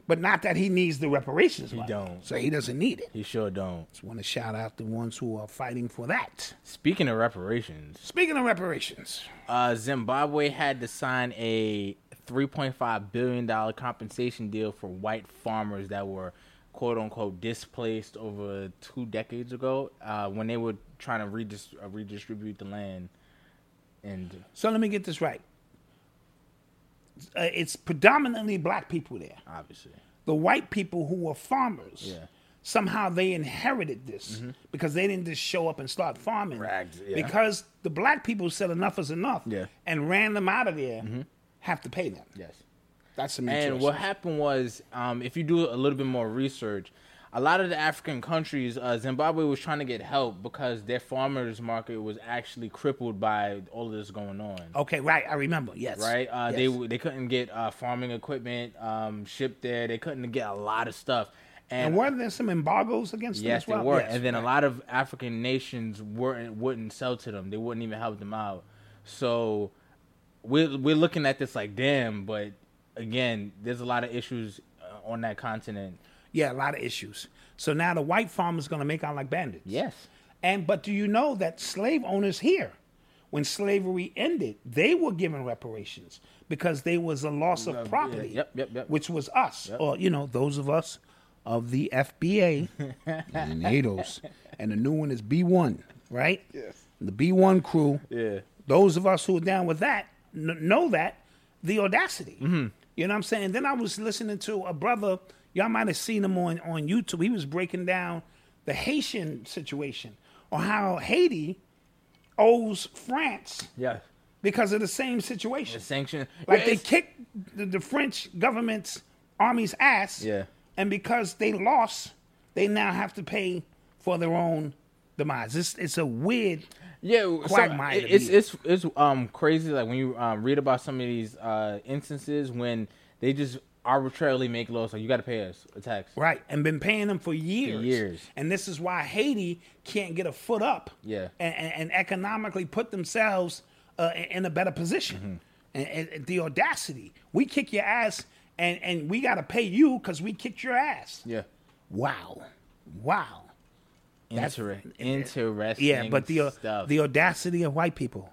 S4: but not that he needs the reparations. He
S3: don't.
S4: So he doesn't need it.
S3: He sure don't.
S4: Just want to shout out the ones who are fighting for that.
S3: Speaking of reparations,
S4: Speaking of reparations,
S3: uh, Zimbabwe had to sign a 3.5 billion dollar compensation deal for white farmers that were quote unquote displaced over two decades ago uh, when they were trying to redis- uh, redistribute the land. And
S4: so let me get this right. Uh, it's predominantly black people there.
S3: obviously,
S4: the white people who were farmers.
S3: Yeah. Mm-hmm.
S4: Somehow they inherited this because they didn't just show up and start farming.
S3: Rags, yeah.
S4: Because the black people said enough is enough
S3: Yeah.
S4: and ran them out of there, have to pay them.
S3: yes.
S4: That's some
S3: And
S4: interesting.
S3: what happened was, um, if you do a little bit more research, a lot of the African countries, uh, Zimbabwe was trying to get help because their farmers market was actually crippled by all of this going on.
S4: okay, right. I remember. Yes.
S3: Right? Uh, They
S4: Yes.
S3: w- they couldn't get uh, farming equipment um, shipped there. They couldn't get a lot of stuff.
S4: And
S3: And,
S4: were there some embargoes against
S3: yes,
S4: them as well?
S3: they were.
S4: Yes,
S3: and then
S4: right.
S3: a lot of African nations weren't wouldn't sell to them. They wouldn't even help them out. So we're we're looking at this like damn, but again, there's a lot of issues uh, on that continent.
S4: Yeah, a lot of issues. So now the white farmer's going to make out like bandits.
S3: Yes.
S4: And but do you know that slave owners here, when slavery ended, they were given reparations because they was a loss of property.
S3: yep, yep, yep.
S4: Which was us, or you know, those of us of the
S3: <laughs>
S4: FBA and NATO's, and the new one is B one, right? Yes. The B one crew. Yeah. Those of us who are down with that kn- know that the audacity.
S3: Mm-hmm.
S4: You know what I'm saying? Then I was listening to a brother. Y'all might have seen him on on YouTube. He was breaking down the Haitian situation or how Haiti owes France
S3: Yeah.
S4: because of the same situation.
S3: The sanction.
S4: Like they
S3: Yes.
S4: kicked the, the French government's army's ass.
S3: Yeah.
S4: And because they lost, they now have to pay for their own demise. It's it's a weird.
S3: Yeah, so
S4: quagmire
S3: it-
S4: to
S3: it's
S4: be in.
S3: it's it's um crazy. Like when you um, read about some of these uh instances when they just arbitrarily make laws, like you got to pay us a tax.
S4: Right, and been paying them for years.
S3: years.
S4: And this is why Haiti can't get a foot up.
S3: Yeah.
S4: And, and, and economically put themselves uh, in- in a better position.
S3: Mm-hmm.
S4: And, and- and the audacity. We kick your ass, and, and we got to pay you because we kicked your ass.
S3: Yeah.
S4: Wow. Wow. That's-
S3: Inter- interesting.
S4: Yeah, but the uh,
S3: stuff.
S4: the audacity of white people.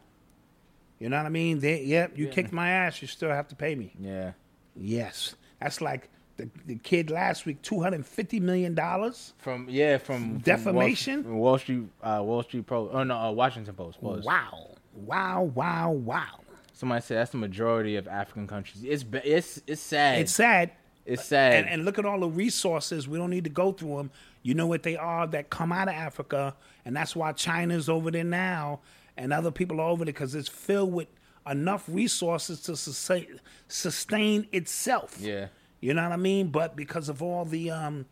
S4: You know what I mean? They, yep, you kicked my ass. You still have to pay me.
S3: yeah.
S4: Yes, that's like the, the kid last week, two hundred fifty million dollars.
S3: From yeah, from
S4: Defamation?
S3: from Wall, Street, uh, Wall Street Pro, oh no, uh, Washington Post. Post.
S4: Wow, wow, wow, wow.
S3: Somebody said that's the majority of African countries. It's ba- it's it's sad.
S4: It's sad,
S3: It's sad.
S4: and and look at all the resources. We don't need to go through them. You know what they are that come out of Africa, and that's why China's over there now, and other people are over there because it's filled with enough resources to sustain sustain itself.
S3: Yeah.
S4: You know what I mean? But because of all the um,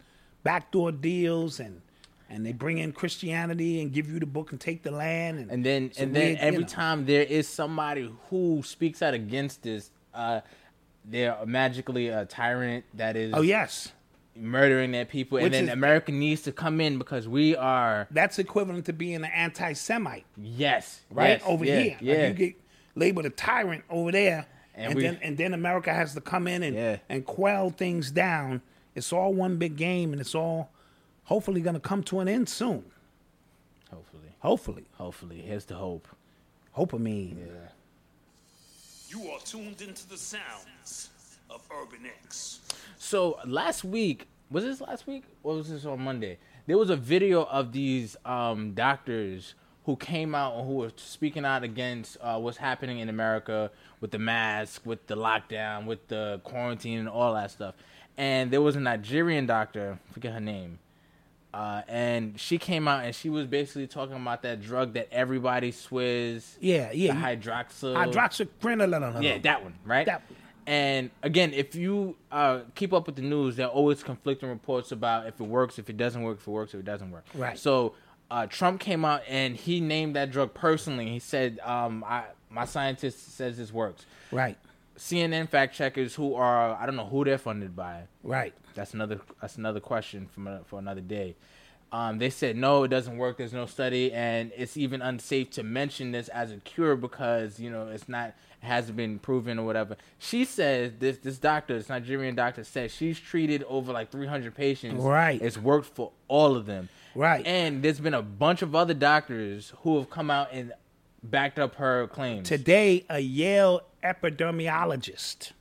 S4: backdoor deals and and they bring in Christianity and give you the book and take the land and
S3: And then
S4: it's a
S3: and then
S4: weird, you
S3: every
S4: know.
S3: time there is somebody who speaks out against this, uh, they're magically a tyrant that is
S4: Oh yes.
S3: murdering their people,
S4: Which
S3: and then
S4: is-
S3: America needs to come in because we are
S4: That's equivalent to being an anti Semite,
S3: yes
S4: right?
S3: yes,
S4: over
S3: yeah,
S4: here.
S3: yeah.
S4: Like you get labeled a tyrant over there. And,
S3: And we-
S4: then and then America has to come in and,
S3: Yeah.
S4: and quell things down. It's all one big game and it's all hopefully gonna come to an end soon.
S3: hopefully,
S4: Hopefully.
S3: hopefully, here's the hope.
S4: Hope I mean
S5: You are tuned into the sounds of Urban X.
S3: So last week was this last week? Or was this on Monday? There was a video of these um, doctors who came out and who were speaking out against uh, what's happening in America with the mask, with the lockdown, with the quarantine, and all that stuff. And there was a Nigerian doctor, forget her name, uh, and she came out and she was basically talking about that drug that everybody swears,
S4: Yeah, yeah.
S3: the hydroxyl,
S4: Hydroxycrinoline.
S3: yeah, that one, right?
S4: Uh-huh. That one.
S3: And again, if you uh, keep up with the news, there are always conflicting reports about if it works, if it doesn't work, if it works, if it doesn't work.
S4: Right.
S3: So uh, Trump came out and he named that drug personally. He said, um, I, "My scientist says this works."
S4: Right.
S3: CNN fact checkers who are I don't know who they're funded by.
S4: Right.
S3: That's another that's another question from a, for another day. Um, they said no, it doesn't work. There's no study, and it's even unsafe to mention this as a cure because you know it's not it hasn't been proven or whatever. She says this this doctor, this Nigerian doctor, says she's treated over like 300 patients.
S4: Right.
S3: it's worked for all of them.
S4: Right.
S3: and there's been a bunch of other doctors who have come out and backed up her claims.
S4: Today, a Yale epidemiologist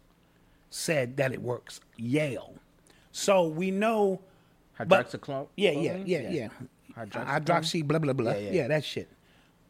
S4: said that it works. Yale. So we know. but-
S3: Hydroxychloroquine.
S4: Yeah, yeah, yeah, yeah.
S3: Hydroxychloroquine?
S4: Hydroxy, blah, blah, blah. Yeah,
S3: yeah.
S4: that shit.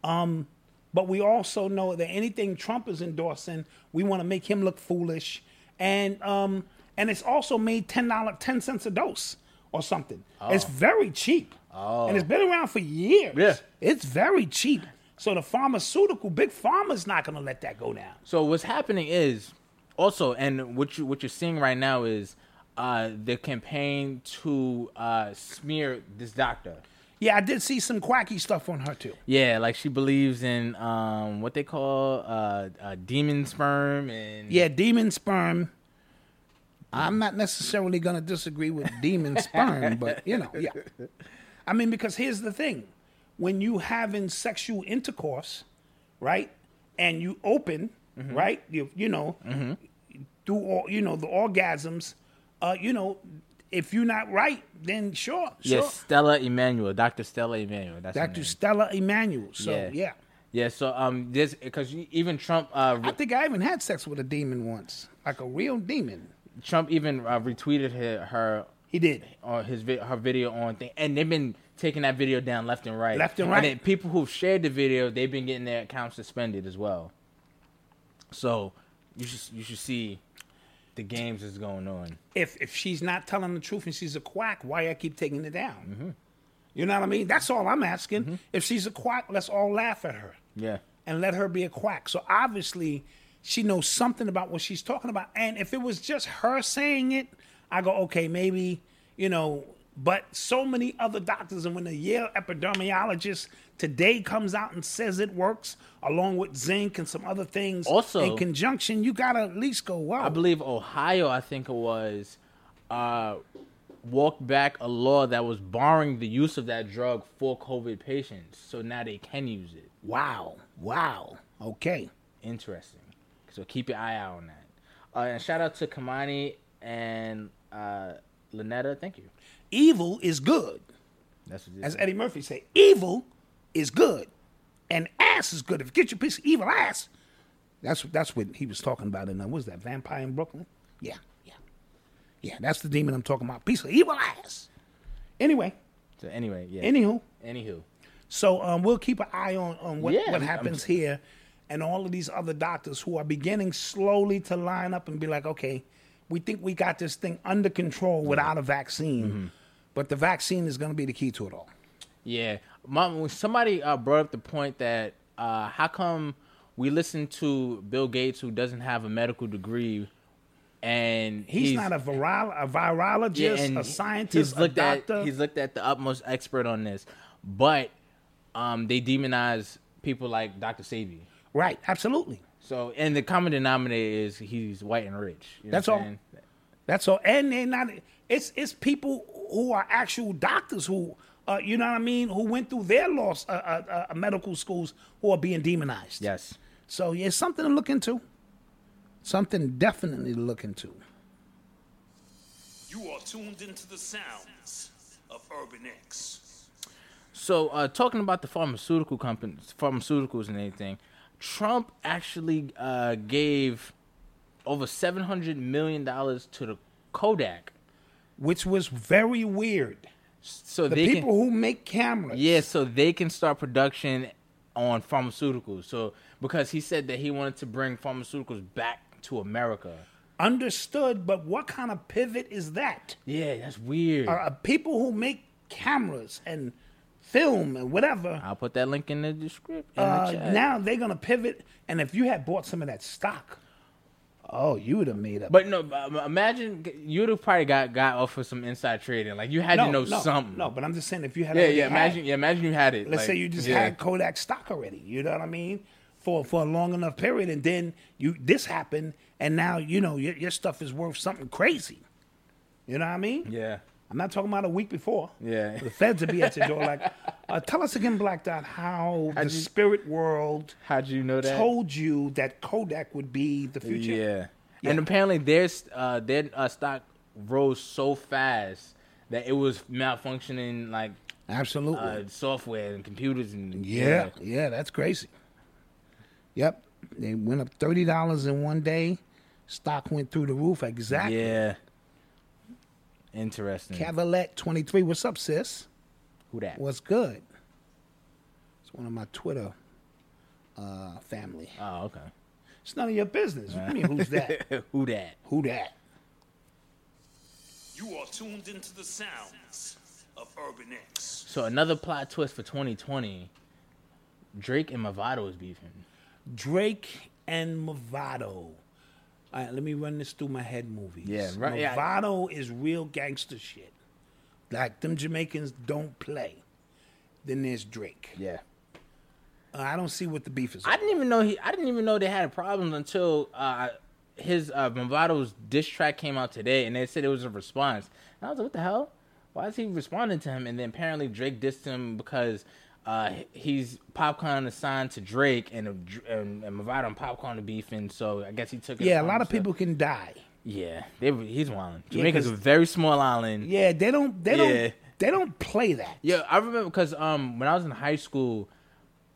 S4: Um, but we also know that anything Trump is endorsing, we want to make him look foolish. And um, and it's also made ten dollar ten cents a dose or something. It's very cheap. Oh. And it's been around for years.
S3: Yeah.
S4: It's very cheap. So the pharmaceutical, big pharma's not gonna let that go down.
S3: So what's happening is also, and what you what you're seeing right now is uh, the campaign to uh, smear this doctor.
S4: Yeah, I did see some quacky stuff on her too.
S3: Yeah, like she believes in um, what they call uh, uh, demon sperm and
S4: Yeah, demon sperm. I'm not necessarily going to disagree with demon sperm, but you know, yeah. I mean, because here's the thing: when you having sexual intercourse, right, and you open, right, you you know, through all you know the orgasms, uh, you know, if you're not right, then sure,
S3: Yeah,
S4: sure.
S3: Stella Emanuel, Doctor Stella Emanuel. That's her
S4: Dr.
S3: name.
S4: Stella Emanuel. So
S3: Mm-hmm. Yeah.
S4: yeah.
S3: Yeah, so um, this because even Trump uh,
S4: I think I even had sex with a demon once, like a real demon.
S3: Trump even uh, retweeted her, her
S4: He did.
S3: or uh, his vi- her video on thing, and they've been taking that video down left and right,
S4: Left and right.
S3: then people who've shared the video, they've been getting their accounts suspended as well. So you should you should see the games that's going on.
S4: if if she's not telling the truth and she's a quack, why I keep taking it down? Mm-hmm. You know what I mean? That's all I'm asking.
S3: Mm-hmm.
S4: If she's a quack, let's all laugh at her
S3: Yeah,
S4: and let her be a quack. So obviously, she knows something about what she's talking about. And if it was just her saying it, I go, okay, maybe you know. But so many other doctors, and when the Yale epidemiologist today comes out and says it works, along with zinc and some other things,
S3: Also-
S4: in conjunction, you gotta at least go. Wow,
S3: I believe Ohio, I think it was, uh, walked back a law that was barring the use of that drug for COVID patients, so now they can use it.
S4: wow, wow. Okay.
S3: Interesting. So keep your eye out on that. Uh, and shout out to Kamani and uh, Lynetta. Thank you.
S4: evil is good.
S3: That's what it is.
S4: As Eddie Murphy said, evil is good. And ass is good. If you get your piece of evil ass, that's that's what he was talking about. And uh, what was that vampire in Brooklyn? Yeah, yeah, yeah. That's the demon I'm talking about. Piece of evil ass. Anyway,
S3: So anyway, yeah.
S4: anywho,
S3: Anywho.
S4: so um, we'll keep an eye on on what,
S3: Yeah, I'm-
S4: what
S3: I'm-
S4: happens here, and all of these other doctors who are beginning slowly to line up and be like, okay, we think we got this thing under control without a vaccine,
S3: Mm-hmm.
S4: but the vaccine is going to be the key to it all.
S3: Yeah, Mom. when Somebody uh, brought up the point that uh, how come we listen to Bill Gates, who doesn't have a medical degree, and
S4: He's, not a, viral, a virologist,
S3: yeah, and
S4: a scientist,
S3: He's looked
S4: a
S3: at
S4: doctor.
S3: he's looked at the utmost expert on this, but um, they demonize people like Dr. Sebi.
S4: right, absolutely.
S3: So, and the common denominator is he's white and rich. You know
S4: That's
S3: what I'm
S4: all.
S3: saying?
S4: That's all. And they're not. It's it's people who are actual doctors who, uh, you know what I mean, who went through their laws, uh, uh, uh, medical schools, who are being demonized.
S3: Yes.
S4: So yeah, it's something to look into. Something definitely to look into.
S5: You are tuned into the sounds of Urban X.
S3: So, uh, talking about the pharmaceutical companies, pharmaceuticals and anything, Trump actually uh, gave over seven hundred million dollars to the Kodak,
S4: Which was very weird.
S3: so
S4: The
S3: they
S4: people
S3: can
S4: who make cameras.
S3: yeah, so they can start production on pharmaceuticals. So because he said that he wanted to bring pharmaceuticals back to America.
S4: Understood, but what kind of pivot is that?
S3: Yeah, that's weird.
S4: Are, are people who make cameras and film and whatever
S3: I'll put that link in the description.
S4: Uh, now they're gonna pivot, and if you had bought some of that stock, oh, you would have made up.
S3: But no, but um, imagine you'd have probably got got offered some inside trading. Like you had to know
S4: no,
S3: something.
S4: No, but I'm just saying if you had.
S3: Yeah,
S4: already
S3: yeah.
S4: had-
S3: Imagine, yeah. Imagine you had it.
S4: Let's
S3: like,
S4: say you just
S3: yeah.
S4: had Kodak stock already. You know what I mean? for for a long enough period, and then you this happened, and now you know your, your stuff is worth something crazy. You know what I mean?
S3: <laughs> Yeah.
S4: I'm not talking about a week before.
S3: Yeah.
S4: The feds would be at your door like, uh, tell us again, Black Dot, how the spirit world
S3: How'd you know that?
S4: told you that Kodak would be the future.
S3: Yeah. And apparently their uh, their uh, stock rose so fast that it was malfunctioning like
S4: Absolutely.
S3: uh, software and computers and
S4: yeah, yeah, that's crazy. Yep. They went up thirty dollars in one day. Stock went through the roof
S3: yeah.
S4: exactly.
S3: Yeah. Interesting.
S4: Cavalet twenty three. Mm-hmm. What's up, sis?
S3: Who that?
S4: What's good? It's one of my Twitter uh, family.
S3: Oh,
S4: It's none of your business. What do you mean, who's
S3: <laughs>
S4: that?
S3: okay. <laughs> Who that?
S4: Who that?
S5: You are tuned into the sounds of Urban X.
S3: So another plot twist for 2020. Drake and Movado is beefing.
S4: Drake and Movado. All right, let me run this through my head movies.
S3: Yeah, right, yeah.
S4: Movado is real gangster shit. Like them Jamaicans don't play. Then there's Drake.
S3: Yeah.
S4: Uh, I don't see what the beef is.
S3: I didn't even know he. I didn't even know they had a problem until uh, his uh, Movado's diss track came out today, and they said it was a response. And I was like, "What the hell? Why is he responding to him?" And then apparently Drake dissed him because uh, he's Popcorn assigned to Drake, and, and, and Movado and Popcorn are beefing. So I guess he took. it
S4: yeah, a
S3: upon
S4: lot of
S3: himself-
S4: people can die.
S3: Yeah, they, he's wilding. Jamaica's
S4: 'cause-
S3: a very small island.
S4: Yeah, they don't. They
S3: Yeah.
S4: don't. They don't play that.
S3: Yeah, I remember because um when I was in high school,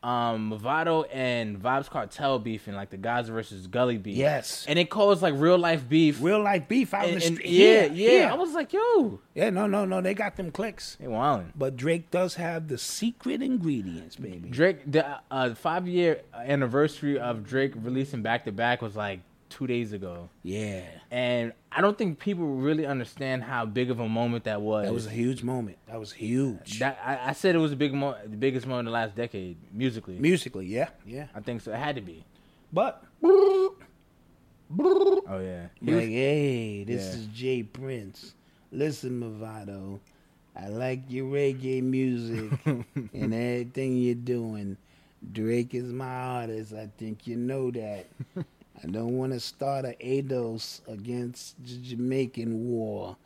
S3: um Movado and Vibes Cartel beefing like the guys versus Gully beef.
S4: Yes.
S3: and it caused like real life beef.
S4: Real life beef out in
S3: and,
S4: the
S3: and-
S4: street.
S3: yeah, yeah,
S4: yeah.
S3: I was like, yo,
S4: yeah, no, no, no. They got them clicks.
S3: they wildin'.
S4: But Drake does have the secret ingredients, baby.
S3: Drake, the uh, five year anniversary of Drake releasing back to back was like two days ago,
S4: Yeah,
S3: and I don't think people really understand how big of a moment that was.
S4: that was a huge moment. That was huge.
S3: That- I, I said it was the big mo- the biggest moment in the last decade musically.
S4: Musically, yeah, yeah.
S3: I think so. It had to be. <laughs>
S4: But
S3: Oh yeah. He was-
S4: like, hey, this
S3: Yeah.
S4: is Jay Prince. Listen, Movado, I like your
S3: <laughs>
S4: reggae music and everything you're doing. Drake is my artist. I think you
S3: <laughs>
S4: know that. I don't want to start a ADOS against the Jamaican war.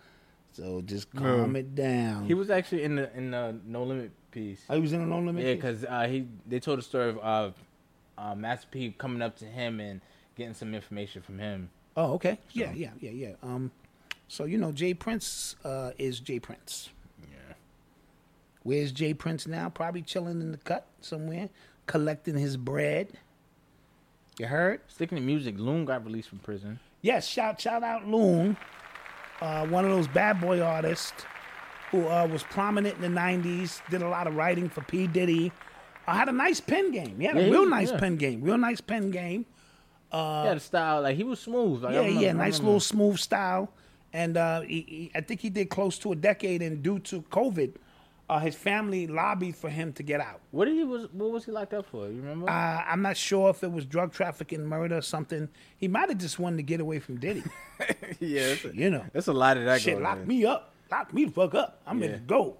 S4: So just calm it down.
S3: He was actually in the in the No Limit piece.
S4: I was in a long limit.
S3: Oh, Yeah,
S4: piece?
S3: because uh, he they told a story of uh, uh, Master P coming up to him and getting some information from him.
S4: Oh, okay. Yeah, yeah, yeah, yeah. Um, so you know, Jay Prince uh, is Jay Prince. Yeah. Where's Jay Prince now? Probably chilling in the cut somewhere, collecting his bread. You heard?
S3: Sticking to music, Loon got released from prison.
S4: Yes. Shout shout out Loon, uh, one of those bad boy artists who uh, was prominent in the '90s. Did a lot of writing for P Diddy. I had a nice pen game. He had
S3: Yeah,
S4: a
S3: he-
S4: real nice
S3: yeah.
S4: pen game. Real nice pen game.
S3: he had a style like he was smooth. Like, I
S4: Yeah,
S3: remember-
S4: yeah,
S3: I
S4: nice
S3: remember.
S4: little smooth style. And uh, he, he, I think he did close to a decade. And due to COVID, uh, his family lobbied for him to get out.
S3: What did he was? What was he locked up for? You remember?
S4: Uh, I'm not sure if it was drug trafficking, murder, or something. He might have just wanted to get away from Diddy.
S3: <laughs> yeah, that's
S4: you know,
S3: that's a lot of that.
S4: shit,
S3: going
S4: lock
S3: on.
S4: me up, lock me the fuck up. I'm ready
S3: Yeah.
S4: to go.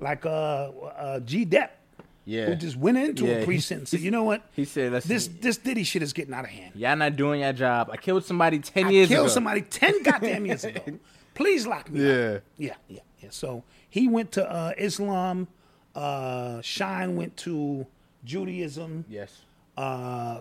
S4: Like uh, uh, G Dep,
S3: Yeah,
S4: who just went into
S3: Yeah,
S4: a
S3: he-
S4: precinct. So you know what?
S3: he said, "Listen,
S4: this this Diddy shit is getting out of hand.
S3: y'all not doing your job. I killed somebody ten
S4: I
S3: years
S4: killed
S3: ago.
S4: somebody ten goddamn years ago.
S3: <laughs>
S4: Please lock me
S3: Yeah.
S4: up. Yeah, yeah, yeah. So he went to uh, Islam. Uh, Shine went to Judaism.
S3: Yes.
S4: Uh,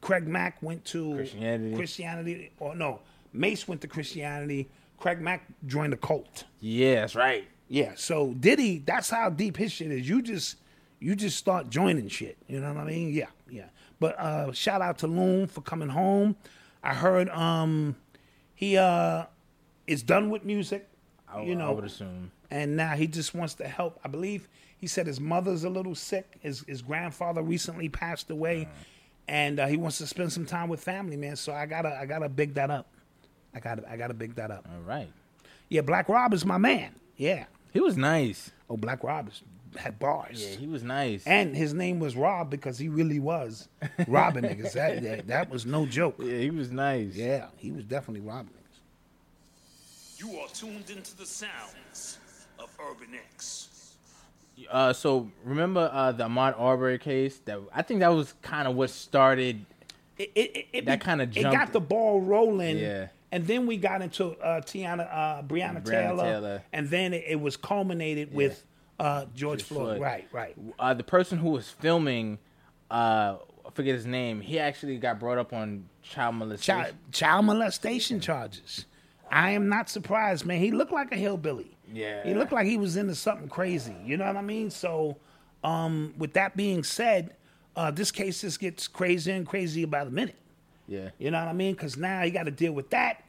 S4: Craig Mack went to
S3: Christianity.
S4: Christianity, or no, Mace went to Christianity. Craig Mack joined the cult.
S3: Yeah, that's right.
S4: Yeah. So Diddy, that's how deep his shit is. You just you just start joining shit. You know what I mean? Yeah, yeah. But uh shout out to Loon for coming home. I heard um he uh is done with music.
S3: I,
S4: you know,
S3: I would assume.
S4: and now he just wants to help. I believe he said his mother's a little sick. His his grandfather recently passed away,
S3: Uh-huh.
S4: and uh, he wants to spend some time with family, man. So I gotta I gotta big that up. I gotta I gotta big that up.
S3: All right.
S4: Yeah, Black Rob is my man. Yeah,
S3: He was nice.
S4: Oh, Black Rob is, had bars.
S3: Yeah, he was nice.
S4: and his name was Rob because he really was robbing niggas. <laughs> That, that, that was no joke.
S3: yeah, he was nice.
S4: Yeah, he was definitely robbing niggas.
S5: You are tuned into the sounds of Urban X.
S3: Uh, so remember uh, the Ahmaud Arbery case? That I think that was kind of what started.
S4: it, it, it, it
S3: That
S4: be-
S3: kinda
S4: it got
S3: jumped-
S4: the ball rolling.
S3: Yeah.
S4: And then we got into uh, Tiana, uh, Breonna,
S3: Breonna
S4: Taylor,
S3: Taylor.
S4: and then it, it was culminated with uh, George, Floyd.
S3: Floyd.
S4: Right, right.
S3: Uh, the person who was filming, uh, I forget his name. He actually got brought up on child molestation.
S4: Child, child molestation charges. I am not surprised, man. He looked like a hillbilly.
S3: Yeah.
S4: He looked like he was into something crazy. You know what I mean? So, um, with that being said, uh, this case just gets crazier and crazy about a minute.
S3: Yeah.
S4: You know what I mean? Because now you got to deal with that.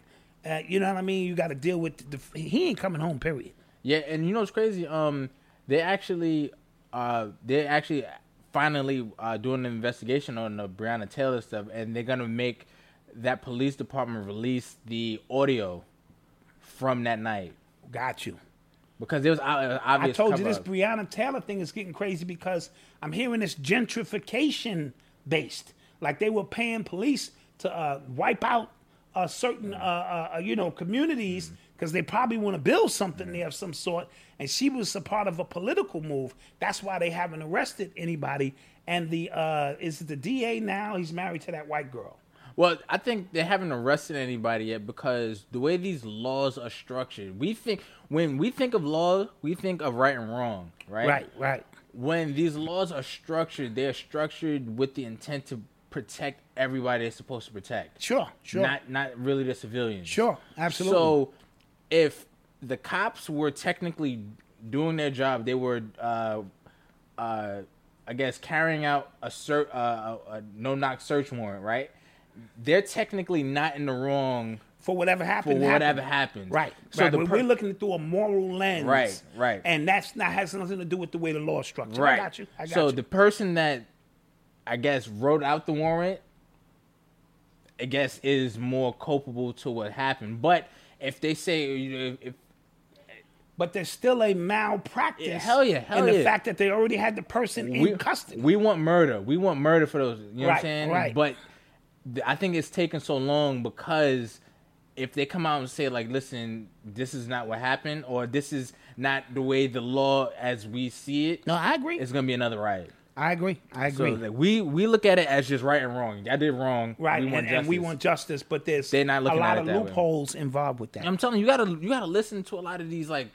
S4: Uh, you know what I mean? You got to deal with the. He ain't coming home. Period.
S3: Yeah, and you know what's crazy? Um, they actually, uh, they actually finally uh, doing an investigation on the Breonna Taylor stuff, and they're gonna make that police department release the audio from that night
S4: Got you.
S3: because there was o- uh,
S4: I
S3: obvious.
S4: told you this
S3: cover-up.
S4: Breonna Taylor thing is getting crazy because I'm hearing this gentrification based. Like they were paying police to uh, wipe out uh,
S3: Mm.
S4: certain, uh, uh, you know, communities because they probably want to build something there of some sort. And she was a part of a political move. That's why they haven't arrested anybody. And the uh, is it the DA now? He's married to that white girl.
S3: Well, I think they haven't arrested anybody yet because the way these laws are structured, we think when we think of law, we think of right and wrong, right?
S4: Right, right.
S3: when these laws are structured, they're structured with the intent to protect everybody they're supposed to protect.
S4: Sure, sure.
S3: Not not really the civilians.
S4: Sure, absolutely.
S3: So if the cops were technically doing their job, they were uh uh I guess carrying out a ser- uh, a, a no knock search warrant, right? They're technically not in the wrong
S4: for whatever happened.
S3: For whatever
S4: happened.
S3: happened.
S4: Right.
S3: So
S4: right.
S3: the
S4: We're-
S3: per-
S4: we're looking through a moral lens.
S3: Right, right.
S4: And that's not has nothing to do with the way the law is structured.
S3: Right.
S4: I got you. I got
S3: so
S4: you.
S3: the person that I guess wrote out the warrant, I guess is more culpable to what happened. But if they say you know, if
S4: but there's still a malpractice.
S3: Yeah, hell yeah, hell
S4: in the
S3: yeah.
S4: fact that they already had the person
S3: we
S4: in custody.
S3: we want murder, we want murder for those. You know what
S4: Right,
S3: I'm saying?
S4: right.
S3: But th- I think it's taken so long because if they come out and say like, listen, this is not what happened, or this is not the way the law as we see it,
S4: no, I agree.
S3: it's gonna be another riot.
S4: I agree. I
S3: So
S4: agree.
S3: like, we we look at it as just right and wrong. I did wrong.
S4: right.
S3: We want
S4: and, and we
S3: justice.
S4: want justice, but there's
S3: They're not
S4: a
S3: looking
S4: lot
S3: at it
S4: of
S3: that way.
S4: loopholes involved with that.
S3: I'm telling you, you gotta you gotta listen to a lot of these like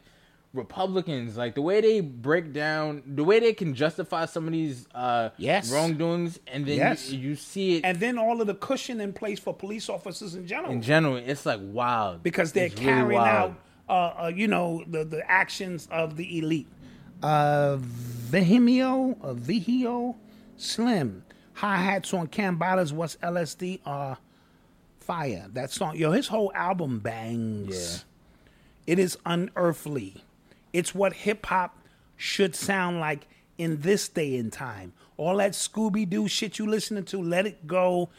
S3: Republicans, like the way they break down, the way they can justify some of these uh,
S4: Yes.
S3: wrongdoings, and then
S4: Yes.
S3: you, you see it
S4: and then all of the cushion in place for police officers in general.
S3: in general. It's like wow,
S4: because they're
S3: It's really
S4: carrying
S3: wild.
S4: out, uh, uh, you know, the, the actions of the elite. Uh, Vihimio, uh, Vihio Slim, hi hats on Cambadas, what's LSD? Uh, fire. That song, yo, his whole album bangs. It is unearthly. It's what hip hop should sound like in this day and time. All that Scooby Doo shit you listening to, let it go.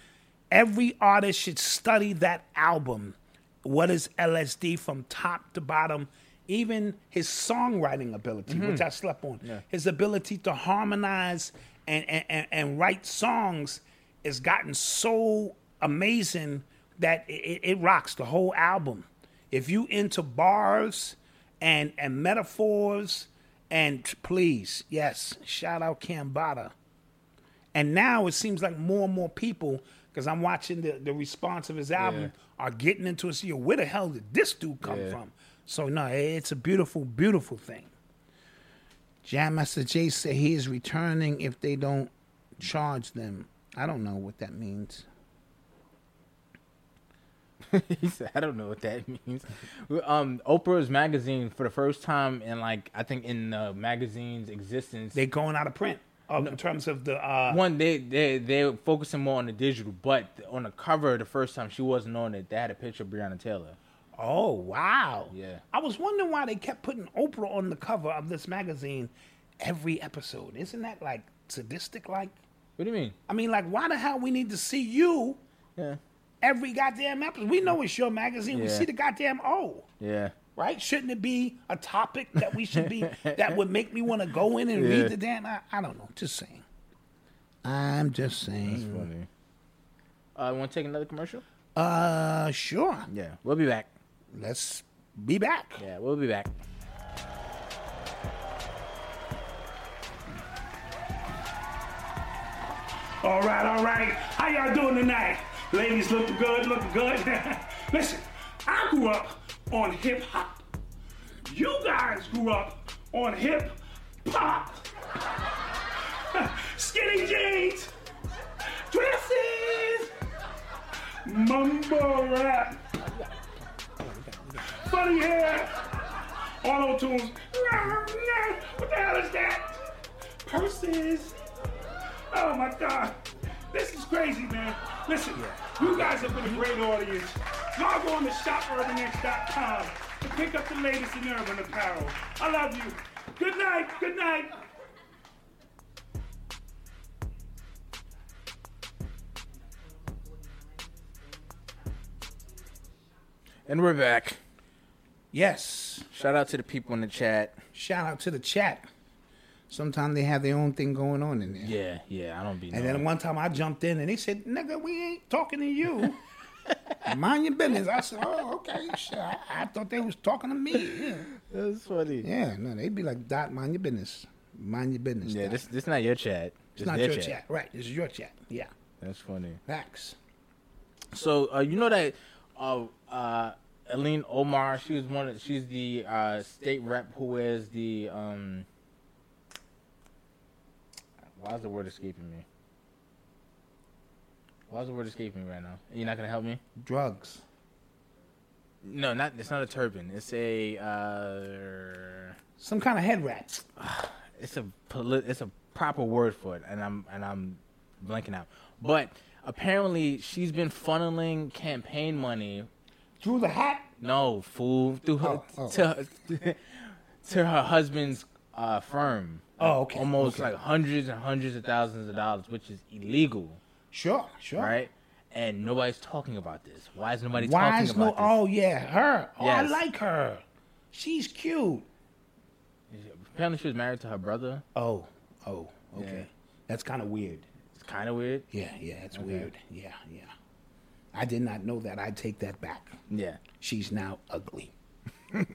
S4: Every artist should study that album. What is LSD from top to bottom? Even his songwriting ability, which I slept on, his ability to harmonize and, and, and, and write songs has gotten so amazing that it, it- it rocks the whole album. If you into bars and and metaphors and t- please, yes, shout out Cambada. And now it seems like more and more people, because I'm watching the, the response of his album, are getting into it. So, yo, where the hell did this dude come from? So, no, i- it's a beautiful, beautiful thing. Jam Master Jay said he is returning if they don't charge them. I don't know what that means.
S3: <laughs> He said, I don't know what that <laughs> means. Um, Oprah's magazine for the first time in like I think in the magazine's existence,
S4: They're going out of print uh, in terms of the. Uh,
S3: one they they they're focusing more on the digital, but on the cover the first time she wasn't on it. They had a picture of Breonna Taylor.
S4: Oh wow!
S3: Yeah.
S4: I was wondering why they kept putting Oprah on the cover of this magazine every episode. Isn't that like sadistic? Like,
S3: What do you mean?
S4: I mean, like, why the hell we need to see you
S3: Yeah,
S4: every goddamn episode? We know it's your magazine. We
S3: Yeah.
S4: see the goddamn O,
S3: yeah.
S4: right? Shouldn't it be a topic that we should
S3: <laughs>
S4: be that would make me want to go in and read the damn? I, I don't know. Just saying. I'm just saying.
S3: Funny. Uh, want to take another commercial?
S4: Uh, sure.
S3: Yeah, we'll be back.
S4: Let's be back.
S3: Yeah, we'll be back.
S4: All right, all right. How y'all doing tonight? Ladies look good, look good. <laughs> Listen, I grew up on hip hop. You guys grew up on hip hop. <laughs> Skinny jeans, dresses, mumble rap, funny hair, auto tunes. What the hell is that? Purses. Oh my God. This is crazy, man. Listen, you guys have been a great audience. Y'all go on to shopurbanx.com to pick up the latest in urban apparel. I love you. Good night. Good night.
S3: And we're back.
S4: Yes.
S3: Shout out to the people in the chat.
S4: Shout out to the chat. Sometimes they have their own thing going on in there.
S3: Yeah, yeah, I don't be.
S4: And then one time I jumped in and they said, nigga, we ain't talking
S3: <laughs>
S4: to you. Mind your business. I said, oh, okay. Shit, I, I thought they was talking to me. Yeah.
S3: that's funny. Yeah,
S4: Yeah, no, they'd be like, Dot, mind your business. Mind your business. Dot.
S3: this this not your chat.
S4: it's not your chat. Right, this is your chat. Yeah,
S3: That's funny.
S4: facts.
S3: So uh, you know that uh, uh, Aline Omar, she was one of she's the uh, state rep who wears the um. Why's the word escaping me? Why's the word escaping me right now? You're not gonna help me?
S4: Drugs.
S3: No, not it's not a turban. It's a uh,
S4: Some kind of head wrap.
S3: it's a poli- it's a proper word for it, and I'm and I'm blanking out. But apparently, she's been funneling campaign money
S4: Drew the hat.
S3: No, fool. Through her,
S4: Oh, oh.
S3: To, <laughs> to her husband's uh, firm.
S4: Oh, okay,
S3: Almost
S4: okay.
S3: like hundreds and hundreds of thousands of dollars, which is illegal,
S4: Sure, sure.
S3: right? And nobody's talking about this. Why is nobody
S4: Why
S3: talking
S4: is no?
S3: about
S4: Oh yeah, her. Oh, I
S3: Yes.
S4: like her. She's cute.
S3: this? Apparently, she was married to her brother.
S4: Oh, oh, okay.
S3: Yeah.
S4: That's kind of weird.
S3: It's kind of weird.
S4: Yeah, yeah, that's weird. Yeah, yeah. I did not know that. I take that back.
S3: Yeah.
S4: She's now ugly.
S3: <laughs>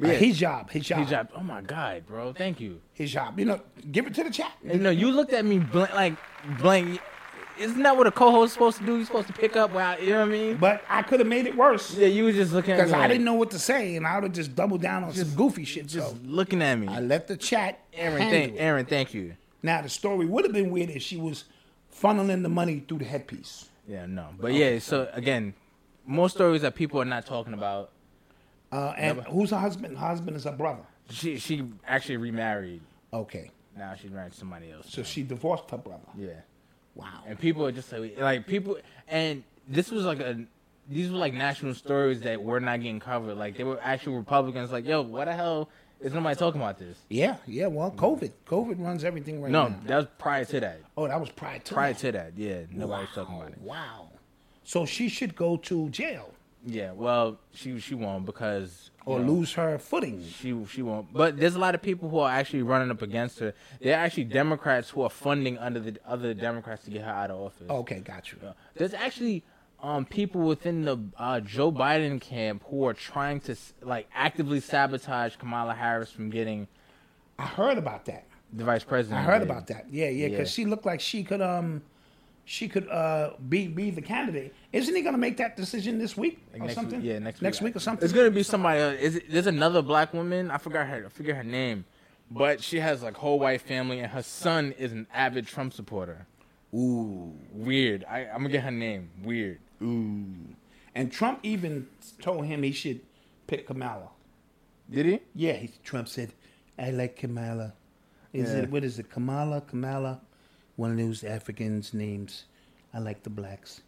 S4: Uh,
S3: Yeah.
S4: his job. His job.
S3: He dropped. Oh my god, bro! Thank you.
S4: His job. You know, give it to the chat.
S3: You know, you looked at me blank, like blank. Isn't that what a co-host is supposed to do? You're supposed to pick up. Wow, you know what I mean?
S4: But I could have made it worse.
S3: Yeah, you was just looking at me.
S4: Because I
S3: like-
S4: didn't know what to say, and I would have just doubled down on some goofy shit.
S3: Just
S4: so
S3: looking at me.
S4: I let the chat.
S3: Aaron,
S4: handle
S3: thank
S4: it.
S3: Aaron, thank you.
S4: Now the story would have been weird if she was funneling the money through the headpiece.
S3: Yeah, no, but yeah. So again, more stories that people are not talking about.
S4: Uh, and who's her husband? Her husband is her brother.
S3: She she actually remarried.
S4: Okay,
S3: Now she's married to somebody else.
S4: so she divorced her brother.
S3: yeah,
S4: Wow.
S3: and people are just like like people, and this was like a these were like national stories that were not getting covered. Like they were actual Republicans. Like yo, what the hell is nobody talking about this?
S4: Yeah, yeah. Well, COVID. COVID runs everything right
S3: Mm. No,
S4: now.
S3: that was prior to that.
S4: Oh, that was prior to
S3: Prior
S4: that.
S3: to that, yeah, nobody's talking
S4: Wow,
S3: about it.
S4: Wow. So she should go to jail
S3: Yeah, well, she she won because you
S4: or
S3: know,
S4: lose her footing.
S3: She she won't. But there's a lot of people who are actually running up against her. They're actually Democrats who are funding under the other Democrats to get her out of office.
S4: Okay, got you.
S3: There's actually um people within the uh, Joe Biden camp who are trying to s- like actively sabotage Kamala Harris from getting
S4: I heard about that.
S3: the vice president.
S4: I heard
S3: gig.
S4: about that. Yeah, yeah, because
S3: Yeah.
S4: she looked like she could um she could uh be be the candidate. Isn't he gonna make that decision this week or
S3: Like next
S4: something?
S3: Week, yeah, next week.
S4: next week or something.
S3: It's gonna be somebody. Else. Is it, there's another black woman? I forgot her. I forget her name, but she has like whole white family, and her son is an avid Trump supporter. Ooh, weird. I, I'm gonna get her name. Weird.
S4: and Trump even told him he should pick Kamala.
S3: Did he?
S4: Yeah, he, Trump said, "I like Kamala." Is
S3: Yeah.
S4: it what is it? Kamala, Kamala, one of those Africans' names. I like the blacks.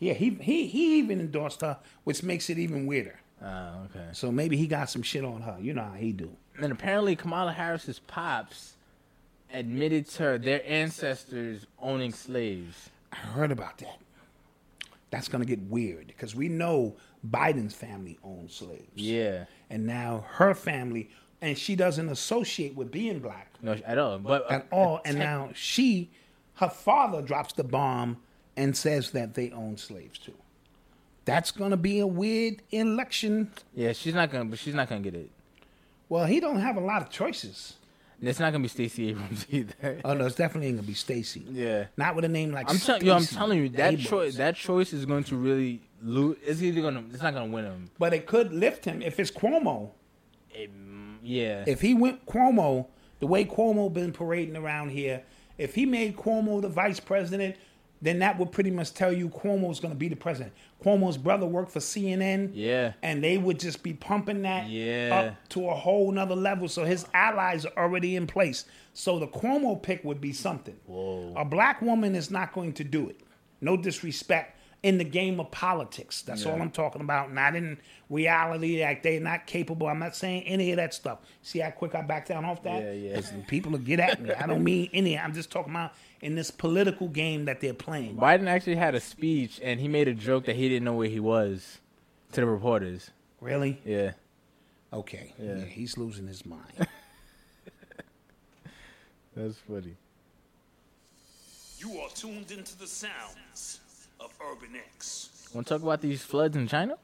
S4: Yeah, he he he even endorsed her, which makes it even weirder.
S3: Oh, okay.
S4: So maybe he got some shit on her. You know how he do.
S3: And apparently, Kamala Harris's pops admitted to their ancestors owning slaves.
S4: I heard about that. That's gonna get weird because we know Biden's family owned slaves.
S3: Yeah.
S4: and now her family, and she doesn't associate with being black
S3: No, at all. But
S4: at all. And now she, her father drops the bomb and says that they own slaves too. That's gonna be a weird election.
S3: yeah, she's not gonna. But she's not gonna get it.
S4: Well, he don't have a lot of choices.
S3: And it's not gonna be Stacey Abrams <laughs> either.
S4: Oh no, it's definitely gonna be Stacy.
S3: Yeah.
S4: Not with a name like
S3: I'm telling you, I'm
S4: Stacey
S3: telling you that
S4: Abrams.
S3: choice, that choice is going to really lose. It's either gonna, it's not gonna win him.
S4: But it could lift him if it's Cuomo.
S3: Yeah,
S4: If he went Cuomo, the way Cuomo been parading around here, if he made Cuomo the vice president, then that would pretty much tell you Cuomo's going to be the president. Cuomo's brother worked for CNN.
S3: Yeah.
S4: And they would just be pumping that
S3: Yeah.
S4: up to a whole nother level. So his allies are already in place. So the Cuomo pick would be something. Whoa. A black woman is not going to do it. No disrespect in the game of politics. That's all I'm talking about. Not in reality. Like they're not capable. I'm not saying any of that stuff. See how quick I back down off that?
S3: Yeah, yeah.
S4: 'Cause People will get at me. I don't mean any. I'm just talking about in this political game that they're playing.
S3: Biden actually had a speech and he made a joke that he didn't know where he was to the reporters.
S4: Really?
S3: Yeah,
S4: Okay. Yeah. he's losing his mind.
S3: that's funny.
S5: You are tuned into the sounds of Urban X.
S3: Want to talk about these floods in China?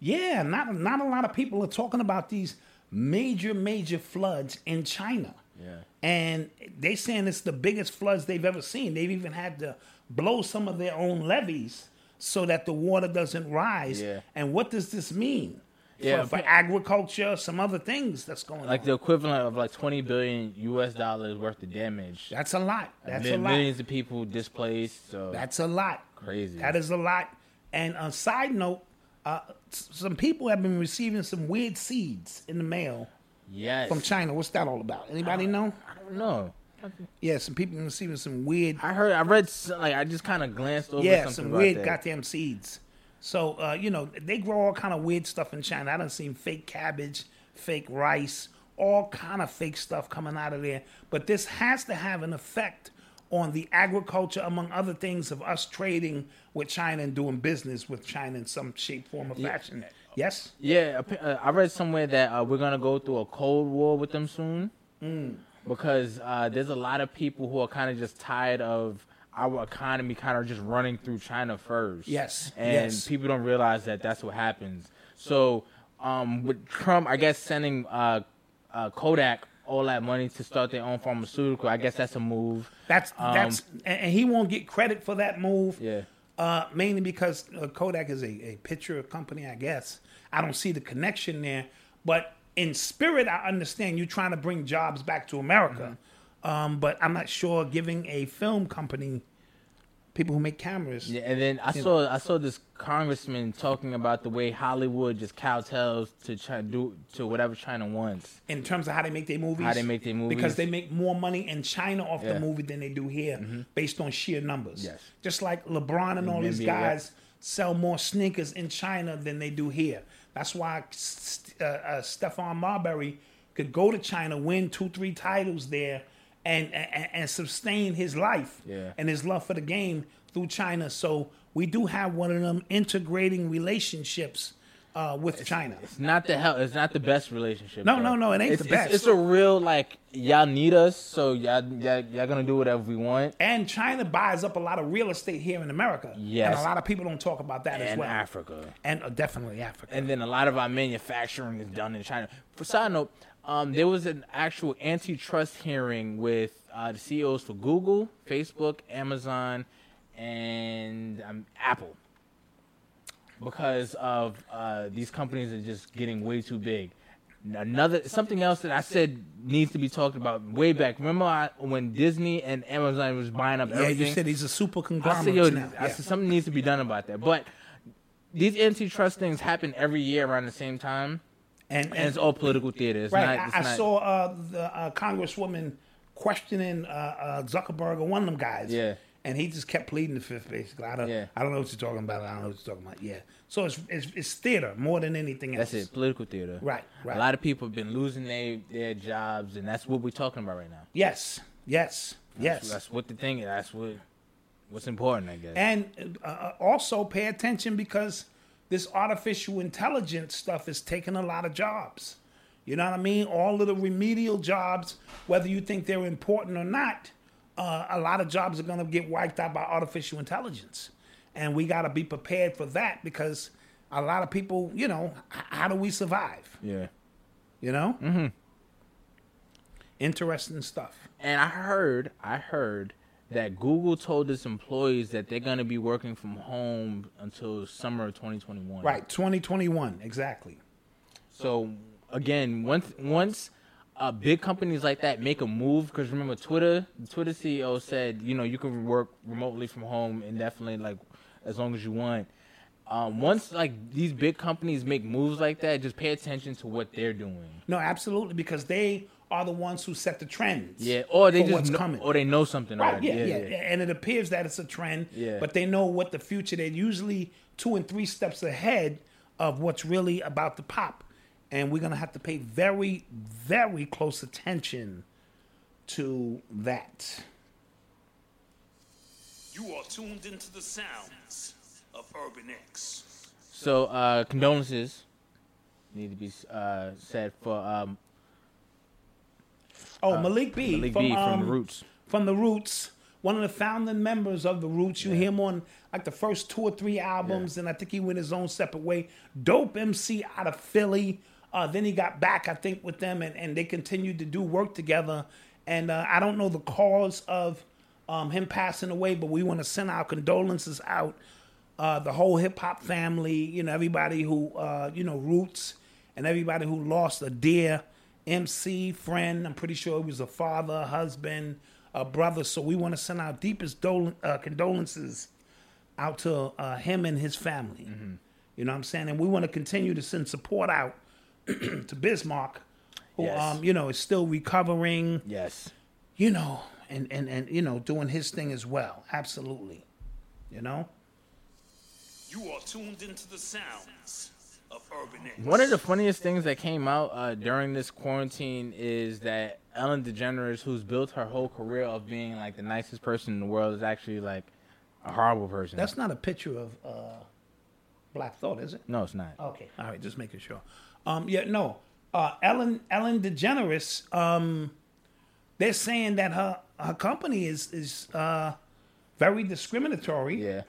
S4: yeah, not not a lot of people are talking about these major major floods in China.
S3: Yeah.
S4: And they saying it's the biggest floods they've ever seen. They've even had to blow some of their own levees so that the water doesn't rise.
S3: Yeah.
S4: And what does this mean?
S3: Yeah,
S4: for, for
S3: but-
S4: agriculture, some other things that's going
S3: Like
S4: on.
S3: the equivalent of like 20 billion U.S. dollars worth of damage.
S4: that's a lot. That's a
S3: Mil-
S4: lot.
S3: Millions of people displaced. So
S4: That's a lot.
S3: Crazy.
S4: That is a lot. And a side note, uh, s- some people have been receiving some weird seeds in the mail
S3: yes.
S4: from China. What's that all about? Anybody know?
S3: I don't know.
S4: Yeah, some people been receiving some weird,
S3: I heard. I read. s- Like I just kind of glanced over.
S4: yeah,
S3: something
S4: some
S3: about
S4: weird
S3: that.
S4: goddamn seeds. So uh, you know they grow all kind of weird stuff in China. I done seen fake cabbage, fake rice, all kind of fake stuff coming out of there. But this has to have an effect on the agriculture, among other things, of us trading with China and doing business with China in some shape, form, or fashion. Yes.
S3: Yeah, appa- uh, I read somewhere that uh, we're gonna go through a cold war with them soon,
S4: Mm.
S3: because uh, there's a lot of people who are kind of just tired of our economy kind of just running through China first.
S4: Yes,
S3: and
S4: yes.
S3: people don't realize that that's what happens. So, um, with Trump, I guess sending uh, uh, Kodak all that money to start their own pharmaceutical, I guess that's a move.
S4: That's that's and and he won't get credit for that move.
S3: Um, Yeah.
S4: Uh, mainly because uh, Kodak is a, a picture company, I guess. I don't see the connection there, but in spirit, I understand you trying to bring jobs back to America.
S3: Mm-hmm.
S4: Um, but I'm not sure giving a film company people who make cameras.
S3: Yeah, and then I saw I saw this congressman talking about the way Hollywood just cowtails to China, do to whatever China wants.
S4: in terms of how they make their movies.
S3: How they make their movies.
S4: Because they make more money in China off
S3: Yeah. Mm-hmm.
S4: the movie than they do here based on sheer numbers.
S3: Yes.
S4: Just like LeBron and all these
S3: NBA, yeah.
S4: guys sell more sneakers in China than they do here. That's why S- uh, uh, Stefan Marbury could go to China, win two, three titles there, and, and, and sustain his life
S3: Yeah.
S4: and his love for the game through China. So we do have one of them integrating relationships uh, with China.
S3: It's not the hell. It's not the best relationship.
S4: No,
S3: though.
S4: no, no, it ain't
S3: It's-
S4: the
S3: it's-
S4: best.
S3: It's, a real like y'all need us, so y'all y'all, y'all gonna do whatever we want.
S4: And China buys up a lot of real estate here in America.
S3: Yes.
S4: And a lot of people don't talk about that as
S3: And
S4: well.
S3: Africa,
S4: And uh, definitely Africa.
S3: and then a lot of our manufacturing is done in China. For side note, um, there was an actual antitrust hearing with uh, the CEOs for Google, Facebook, Amazon, and um, Apple. because of uh, these companies are just getting way too big. Another something else that I said needs to be talked about way back. Remember I, when Disney and Amazon was buying up
S4: yeah,
S3: everything?
S4: you said he's a super
S3: I
S4: conglomerate
S3: said, yo,
S4: now.
S3: I
S4: Yeah.
S3: said something needs to be done about that. But these antitrust things happen every year around the same time,
S4: and,
S3: and it's all political theater. It's
S4: right,
S3: not, it's
S4: I, I
S3: not,
S4: saw uh, the uh, Congresswoman questioning uh, uh, Zuckerberg or one of them guys.
S3: Yeah.
S4: And he just kept pleading the fifth, basically. I don't,
S3: Yeah.
S4: I don't know what you're talking about. I don't know what you're talking about. Yeah. So it's it's, it's theater more than anything else.
S3: That's it, political theater.
S4: Right, right.
S3: A lot of people have been losing their, their jobs, and that's what we're talking about right now.
S4: Yes. Yes. Yes.
S3: That's what the thing is. That's what what's important, I guess.
S4: And uh, also pay attention because this artificial intelligence stuff is taking a lot of jobs. You know what I mean? All of the remedial jobs, whether you think they're important or not, uh, a lot of jobs are going to get wiped out by artificial intelligence. And we got to be prepared for that because a lot of people, you know, h- how do we survive?
S3: yeah.
S4: You know? Mm-hmm. Interesting stuff.
S3: And I heard, I heard that Google told its employees that they're gonna be working from home until summer of 2021.
S4: Right, 2021, exactly.
S3: So again, once once uh, big companies like that make a move, because remember Twitter, the Twitter CEO said, you know, you can work remotely from home indefinitely, like as long as you want. Um, once like these big companies make moves like that, just pay attention to what they're doing.
S4: No, absolutely, because they are the ones who set the trends.
S3: Yeah, or they
S4: for
S3: just
S4: what's
S3: know,
S4: coming.
S3: or they know something
S4: Right,
S3: already.
S4: yeah, yeah, yeah. And it appears that it's a trend,
S3: Yeah.
S4: but they know what the future. They're usually two and three steps ahead of what's really about to pop, and we're gonna have to pay very, very close attention to that.
S5: You are tuned into the sounds of Urban X.
S3: So uh, condolences need to be uh, said for um,
S4: Oh, Malik B.
S3: Uh, Malik B from
S4: um,
S3: the Roots.
S4: From the Roots, one of the founding members of the Roots. You hear him on like the first two or three albums, and I think he went his own separate way. Dope MC out of Philly. Uh, then he got back, I think, with them, and, and they continued to do work together. And uh, I don't know the cause of um, him passing away, but we want to send our condolences out. Uh, the whole hip hop family, you know, everybody who, uh, you know, Roots and everybody who lost a dear MC friend. I'm pretty sure he was a father, a husband, a brother. So we want to send our deepest dol- uh, condolences out to uh, him and his family. You know what I'm saying? And we want to continue to send support out <clears throat> to Bismarck, who,
S3: Yes.
S4: um, you know, is still recovering,
S3: Yes.
S4: you know, and, and, and, you know, doing his thing as well. Absolutely. You know?
S5: You are tuned into the sounds of Urban X.
S3: One of the funniest things that came out uh, during this quarantine is that Ellen DeGeneres, who's built her whole career of being like the nicest person in the world, is actually like a horrible person.
S4: That's not a picture of uh, Black Thought, is it?
S3: no, it's not.
S4: Okay. All right, just making sure. Um, yeah, no. Uh, Ellen Ellen DeGeneres. Um, they're saying that her her company is is uh, very discriminatory.
S3: Yeah,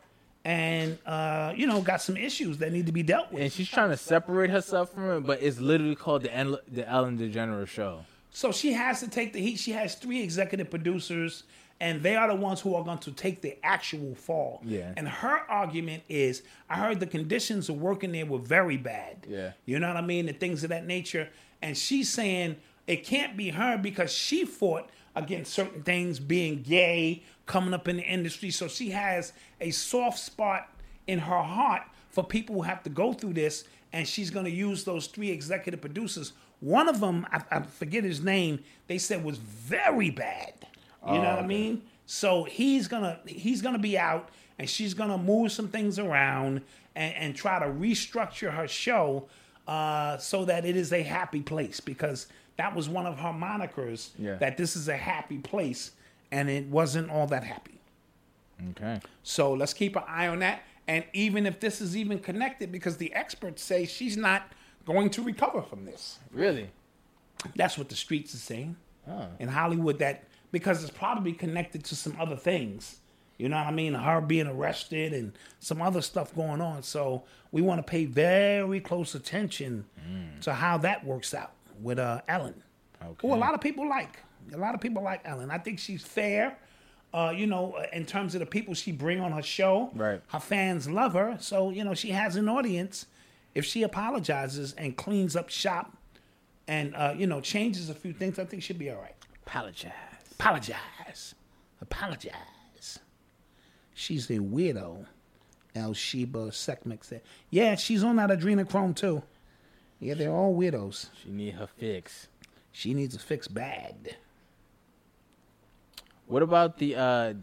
S4: And uh, you know, got some issues that need to be dealt with.
S3: and she's trying to separate herself from it, but it's literally called the El- the Ellen DeGeneres Show.
S4: So she has to take the heat. She has three executive producers, and they are the ones who are going to take the actual fall.
S3: Yeah.
S4: And her argument is, I heard the conditions of working there were very bad.
S3: Yeah.
S4: You know what I mean? The things of that nature. And she's saying it can't be her because she fought against certain things, being gay, coming up in the industry. So she has a soft spot in her heart for people who have to go through this. And she's going to use those three executive producers. One of them, I, I forget his name, they said was very bad. You know what I mean? So he's gonna he's gonna be out, and she's gonna move some things around and, and try to restructure her show uh, so that it is a happy place because that was one of her monikers
S3: Yeah.
S4: that this is a happy place, and it wasn't all that happy.
S3: Okay.
S4: So let's keep an eye on that. And even if this is even connected, because the experts say she's not going to recover from this.
S3: Really?
S4: That's what the streets are saying. In Hollywood, that because it's probably connected to some other things. You know what I mean? Her being arrested and some other stuff going on. So we want to pay very close attention to how that works out with uh, Ellen, who a lot of people like. A lot of people like Ellen. I think she's fair. Uh, you know, uh, in terms of the people she bring on her show,
S3: Right.
S4: Her fans love her, so you know she has an audience. If she apologizes and cleans up shop, and uh, you know changes a few things, I think she'll be all right.
S3: Apologize.
S4: Apologize, apologize. She's a weirdo. El Sheba Sekmek said, "Yeah, she's on that adrenochrome too. Yeah, they're all weirdos.
S3: She need her fix.
S4: She needs a fix bad.
S3: What about the uh,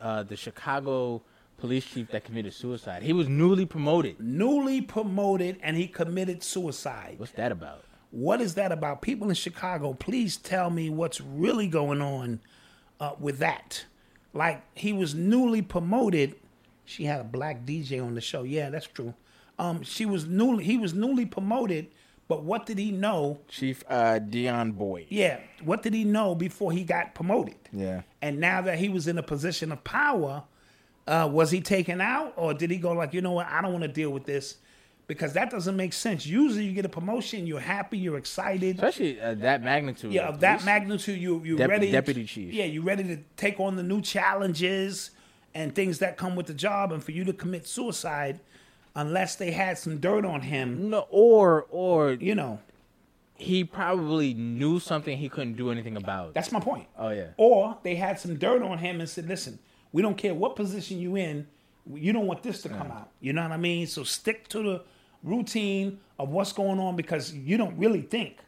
S3: uh, the Chicago police chief that committed suicide? He was newly promoted.
S4: Newly promoted, and he committed suicide.
S3: What's that about?
S4: What is that about? People in Chicago, please tell me what's really going on uh, with that. Like he was newly promoted. She had a black DJ on the show. Yeah, that's true. Um, she was newly he was newly promoted, but what did he know?
S3: Chief uh, Dion Boyd.
S4: Yeah, what did he know before he got promoted?
S3: Yeah.
S4: And now that he was in a position of power, uh, was he taken out or did he go like, you know what, I don't want to deal with this? because that doesn't make sense. Usually, you get a promotion, you're happy, you're excited.
S3: especially uh, that magnitude.
S4: Yeah,
S3: He's-
S4: of that magnitude, you you
S3: Dep-
S4: ready?
S3: deputy chief.
S4: Yeah, you ready to take on the new challenges and things that come with the job, and for you to commit suicide, unless they had some dirt on him,
S3: No, or or
S4: you know,
S3: he probably knew something he couldn't do anything about.
S4: that's my point.
S3: Oh, yeah.
S4: Or they had some dirt on him and said, "Listen, we don't care what position you in, you don't want this to come out." You know what I mean? So stick to the routine of what's going on because you don't really think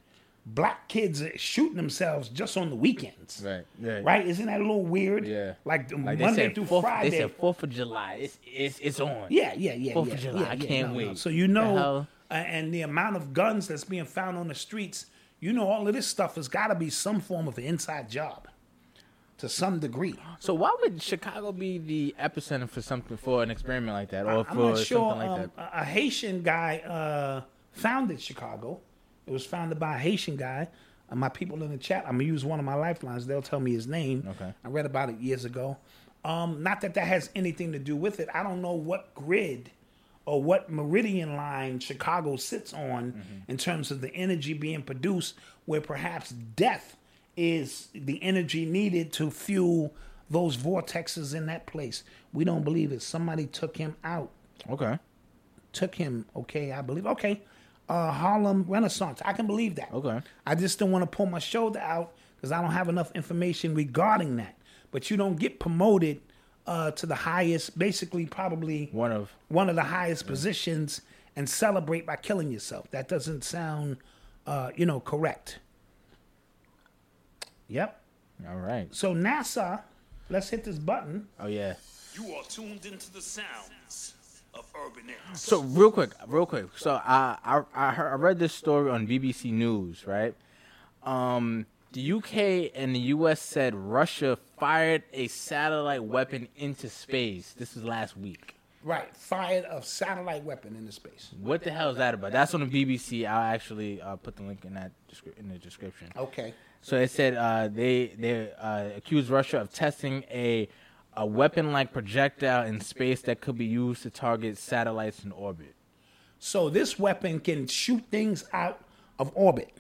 S4: black kids are shooting themselves just on the weekends.
S3: right. Yeah.
S4: Right? Isn't that a little weird?
S3: Yeah.
S4: Like, the
S3: Like
S4: Monday
S3: they said
S4: through
S3: fourth,
S4: Friday.
S3: They said Fourth of July. It's it's, it's on.
S4: yeah, yeah, yeah.
S3: Fourth
S4: yeah,
S3: of July,
S4: yeah,
S3: I
S4: yeah,
S3: can't
S4: no, no.
S3: wait.
S4: So you
S3: The
S4: know,
S3: hell?
S4: uh, and the amount of guns that's being found on the streets, you know, all of this stuff has got to be some form of inside job, to some degree.
S3: So why would Chicago be the epicenter for something for an experiment like that, or
S4: I'm
S3: for
S4: not sure.
S3: something like
S4: um, a a Haitian guy uh, founded Chicago. It was founded by a Haitian guy. Uh, my people in the chat, I'm gonna use one of my lifelines. They'll tell me his name.
S3: Okay.
S4: I read about it years ago. Um, not that that has anything to do with it. I don't know what grid or what meridian line Chicago sits on in terms of the energy being produced, where perhaps death is the energy needed to fuel those vortexes in that place. We don't believe it. Somebody took him out
S3: that? Okay.
S4: took him. Okay, I believe. Okay, uh, Harlem Renaissance. I can believe that.
S3: Okay.
S4: I just don't want to pull my shoulder out because I don't have enough information regarding that. But you don't get promoted uh, to the highest, basically probably
S3: One of
S4: one of the highest positions, and celebrate by killing yourself. That doesn't sound, uh, you know, correct. Yep.
S3: all right.
S4: So NASA, let's hit this button.
S3: Oh yeah.
S5: You are tuned into the sounds of Urban X.
S3: So real quick, real quick. So I I I, heard, I read this story on BBC News, right? Um, the UK and the US said Russia fired a satellite weapon into space. This was last week.
S4: Right. Fired a satellite weapon into space.
S3: What the hell is that about? That's on the BBC. I'll actually uh, put the link in that descri- in the description.
S4: Okay.
S3: So it said uh, they they uh, accused Russia of testing a a weapon-like projectile in space that could be used to target satellites in orbit.
S4: So this weapon can shoot things out of orbit.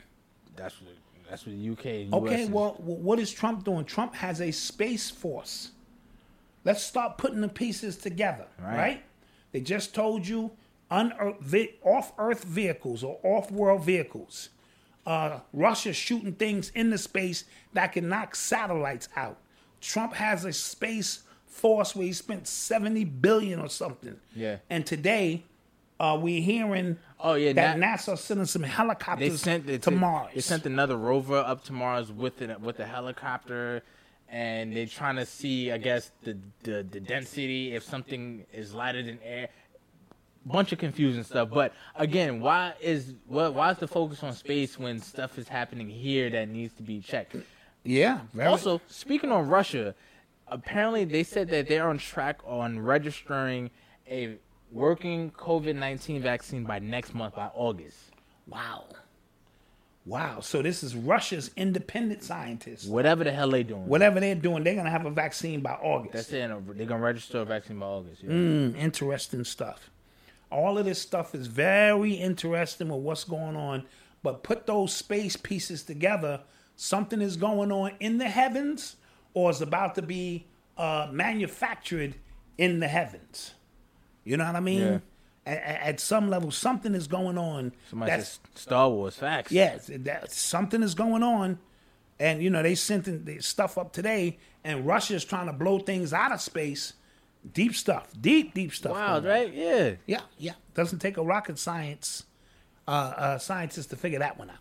S3: That's what that's what the UK and US
S4: Okay,
S3: is-
S4: well, w- what is Trump doing? Trump has a space force. Let's start putting the pieces together, right?
S3: Right.
S4: They just told you unearth, vi- off-Earth vehicles or off-world vehicles. Uh, Russia shooting things into space that can knock satellites out. Trump has a space force where he spent seventy billion or something.
S3: Yeah.
S4: And today, uh, we're hearing
S3: Oh, yeah,
S4: that
S3: Na-
S4: NASA sending some
S3: they
S4: helicopters
S3: sent it
S4: to Mars.
S3: They sent another rover up to Mars with it with a helicopter, and they're trying to see, I guess, the the, the density if something is lighter than air. Bunch of confusing stuff, but again, why is why, why is the focus on space when stuff is happening here that needs to be checked?
S4: yeah. very-
S3: Also, speaking on Russia, apparently they said that they're on track on registering a working COVID nineteen vaccine by next month by August.
S4: Wow. Wow. So this is Russia's independent scientists.
S3: Whatever the hell they doing.
S4: Whatever they're doing, they're gonna have a vaccine by August.
S3: That's it. and They're gonna register a vaccine by August. Yeah.
S4: Mm, interesting stuff. All of this stuff is very interesting with what's going on, but put those space pieces together. Something is going on in the heavens or is about to be uh, manufactured in the heavens. You know what I mean?
S3: Yeah.
S4: A- a- at some level, something is going on.
S3: Somebody says Star Wars facts.
S4: Yes, that, something is going on, and you know they sent in- the stuff up today, and Russia's trying to blow things out of space. Deep stuff, deep deep stuff.
S3: Wild,
S4: going on.
S3: right? Yeah.
S4: Yeah, yeah. Doesn't take a rocket science uh, uh, scientist to figure that one out.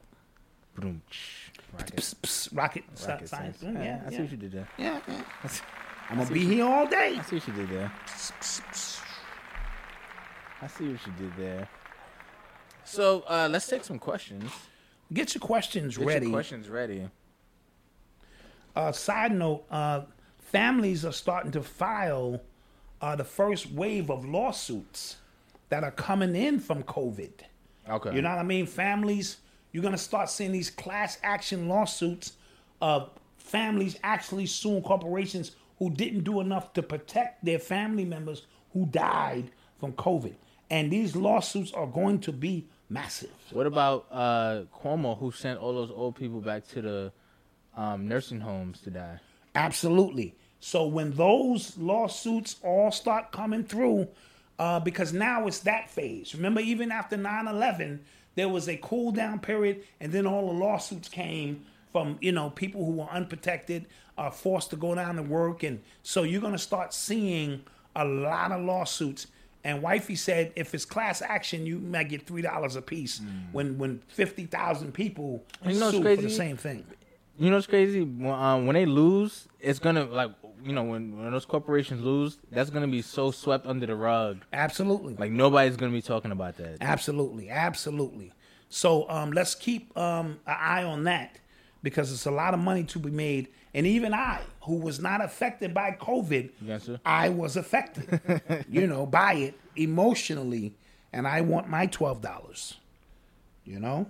S3: Boom. tsh, Rocket,
S4: Psst, psst, rocket, sci-
S3: rocket
S4: science.
S3: science.
S4: Mm,
S3: Yeah,
S4: yeah,
S3: I see
S4: yeah.
S3: what you did there.
S4: Yeah, yeah.
S3: <laughs>
S4: I'm gonna be here all day.
S3: I see what you did there. I see what you did there. So uh, let's take some questions.
S4: Get your questions
S3: Get
S4: ready.
S3: Your questions ready.
S4: uh, side note, uh, families are starting to file uh, the first wave of lawsuits that are coming in from COVID.
S3: Okay.
S4: You know what I mean? Families, you're going to start seeing these class action lawsuits of families actually suing corporations who didn't do enough to protect their family members who died from COVID. and these lawsuits are going to be massive.
S3: What about uh, Cuomo, who sent all those old people back to the um, nursing homes to die?
S4: Absolutely. So when those lawsuits all start coming through, uh, because now it's that phase. Remember, even after 9 11, there was a cool down period, and then all the lawsuits came from you know people who were unprotected, are forced to go down to work, and so you're gonna start seeing a lot of lawsuits. And Wifey said, if it's class action, you might get three dollars a piece when when fifty thousand people
S3: Mm. You know what's
S4: sue for the
S3: crazy?
S4: same thing.
S3: You know what's crazy? When, um, when they lose, it's gonna like you know when, when those corporations lose, that's gonna be so swept under the rug.
S4: Absolutely.
S3: Like nobody's gonna be talking about that.
S4: Absolutely, absolutely. So um, let's keep um, an eye on that because it's a lot of money to be made. And even I, who was not affected by COVID,
S3: Yes, sir.
S4: I was <laughs> affected, you know, by it emotionally. And I want my twelve dollars. You know,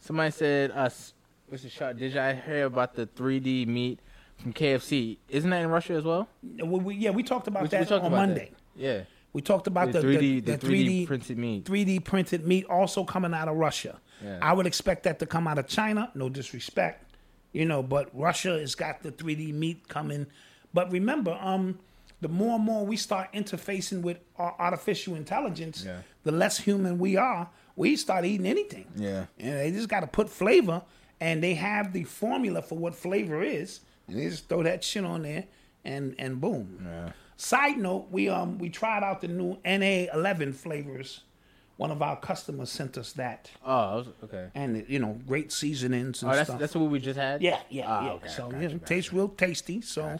S3: Somebody said, uh, s- Mr. Shaw, did y'all hear about the 3D meat from KFC? Isn't that in Russia as well?
S4: we, we, yeah, we talked about
S3: We- we
S4: that
S3: talked
S4: on
S3: about that.
S4: Monday.
S3: Yeah.
S4: We talked about the,
S3: The 3D
S4: the,
S3: the 3D printed meat.
S4: 3D printed meat also coming out of Russia.
S3: Yeah.
S4: I would expect that to come out of China. No disrespect, you know, but Russia has got the 3D meat coming. But remember, um, the more and more we start interfacing with our artificial intelligence,
S3: Yeah.
S4: the less human we are. We start eating anything.
S3: Yeah.
S4: and they just got to put flavor, and they have the formula for what flavor is, and they just throw that shit on there, and and boom. Side note, we um we tried out the new NA11 flavors. One of our customers sent us that,
S3: Oh, I was, okay.
S4: and you know, great seasonings and
S3: Oh, that's
S4: stuff.
S3: that's what we just had.
S4: yeah, yeah,
S3: Ah,
S4: yeah.
S3: okay,
S4: so
S3: gotcha,
S4: yeah, it
S3: gotcha.
S4: tastes real tasty. So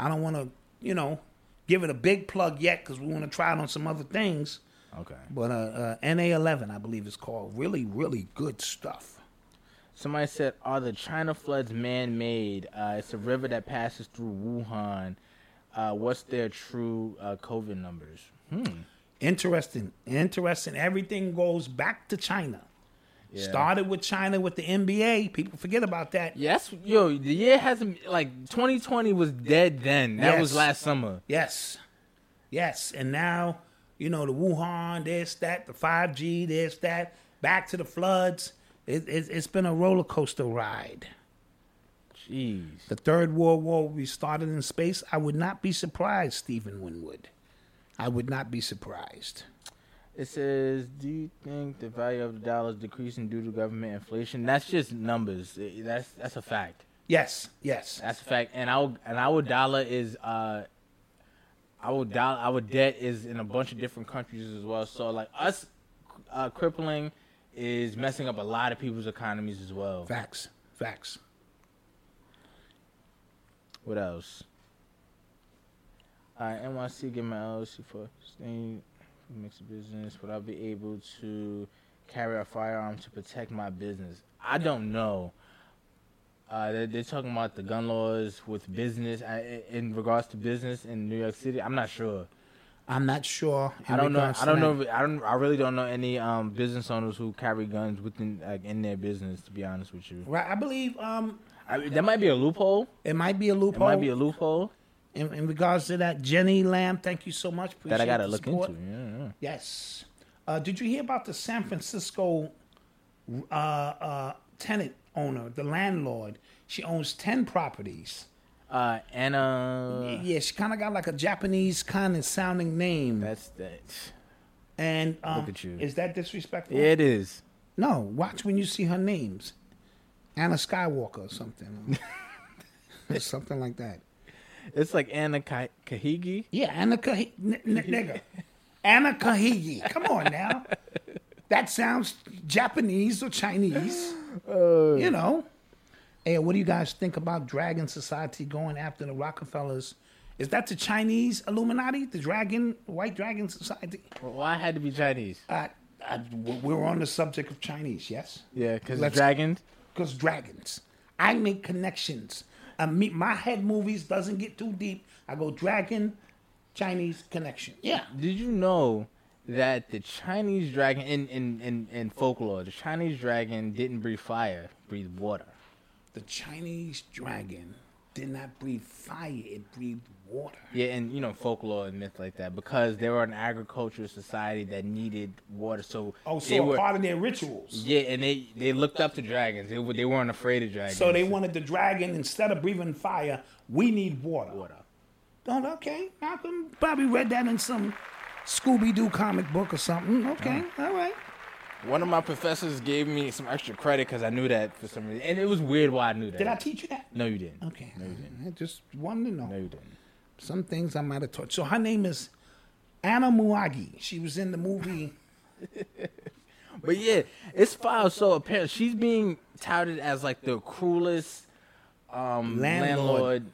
S4: I don't want to, you know, give it a big plug yet because we want to try it on some other things.
S3: Okay.
S4: But uh, uh, NA11, I believe it's called. Really, really good stuff.
S3: Somebody said, "Are the China floods man-made? Uh, it's a river that passes through Wuhan. Uh, what's their true uh, COVID numbers?"
S4: Interesting, interesting. Everything goes back to China. Started with China with the NBA. People forget about that.
S3: Yes, yo, the year hasn't like 2020 was dead then. That was
S4: Yes.
S3: last summer.
S4: Yes. Yes. And now, you know, the Wuhan, this, that, the 5G, this, that, back to the floods. It, it, it's been a roller coaster ride.
S3: Jeez,
S4: The Third World War will be started in space. I would not be surprised, Stephen Winwood. I would not be surprised.
S3: it says, "Do you think the value of the dollar is decreasing due to government inflation?" That's just numbers. It- That's that's a fact.
S4: Yes, yes.
S3: That's a fact. And our and our dollar is uh our dollar our debt is in a bunch of different countries as well. So like us uh, crippling is messing up a lot of people's economies as well.
S4: Facts, facts.
S3: What else? Uh, NYC get my LLC for staying in mix of business. Would I be able to carry a firearm to protect my business? I don't know. Uh, they're, they're talking about the gun laws with business uh, I, i- in regards to business in New York City. I'm not sure.
S4: I'm not sure. in
S3: I don't know.
S4: regards
S3: I
S4: to
S3: don't
S4: that.
S3: know. if- I don't. I really don't know any um, business owners who carry guns within like in their business. To be honest with you,
S4: Right. I believe um,
S3: I, that might be a loophole.
S4: it might be a
S3: It
S4: loophole.
S3: might be a loophole
S4: in, in regards to that. Jenny Lamb, thank you so much.
S3: that I
S4: Appreciate
S3: gotta
S4: the
S3: look
S4: support.
S3: into. Yeah, yeah.
S4: Yes. Uh, did you hear about the San Francisco uh, uh, tenant owner, the landlord? She owns 10 properties.
S3: Uh, Anna.
S4: yeah, she kind of got like a Japanese kind of sounding name.
S3: That's that.
S4: and um,
S3: at you.
S4: Is that disrespectful?
S3: Yeah, it is.
S4: No, watch when you see her names Anna Skywalker
S3: <laughs>
S4: or something. Or something like that.
S3: It's like Anna Ka- Kahigi.
S4: Yeah, Anna Kahigi. N- n- nigga. Anna Kahigi. Come on now. That sounds Japanese or Chinese.
S3: Uh.
S4: you know. Hey, what do you guys think about Dragon Society going after the Rockefellers? Is that the Chinese Illuminati? The Dragon, White Dragon Society?
S3: Well, Why it had to be Chinese?
S4: Uh, I, we're on the subject of Chinese, yes?
S3: Yeah, because
S4: Let's-
S3: dragons.
S4: because dragons. I make connections. I meet my head movies doesn't get too deep. I go dragon, Chinese connection. Yeah.
S3: Did you know that the Chinese dragon in, in, in, in folklore, the Chinese dragon didn't breathe fire, breathe water.
S4: The Chinese dragon. did not breathe fire; it breathed water.
S3: Yeah, and you know folklore and myth like that because they were an agricultural society that needed water. So
S4: Oh, so
S3: they
S4: a
S3: were,
S4: part of their rituals.
S3: yeah, and they they looked up to dragons. They were, they weren't afraid of dragons.
S4: So they wanted the dragon instead of breathing fire. We need water.
S3: water.
S4: Oh, okay. Malcolm probably read that in some Scooby Doo comic book or something. Okay,
S3: Uh-huh.
S4: all right.
S3: One of my professors gave me some extra credit because I knew that for some reason, and it was weird why I knew that.
S4: Did I teach you that?
S3: No, you didn't.
S4: Okay. I just wanted to know.
S3: No, you didn't.
S4: Some things I might have taught. So her name is Anna Muagi. She was in the movie.
S3: But yeah, it's foul. So apparently, she's being touted as like the cruelest um, landlord.
S4: Landlord.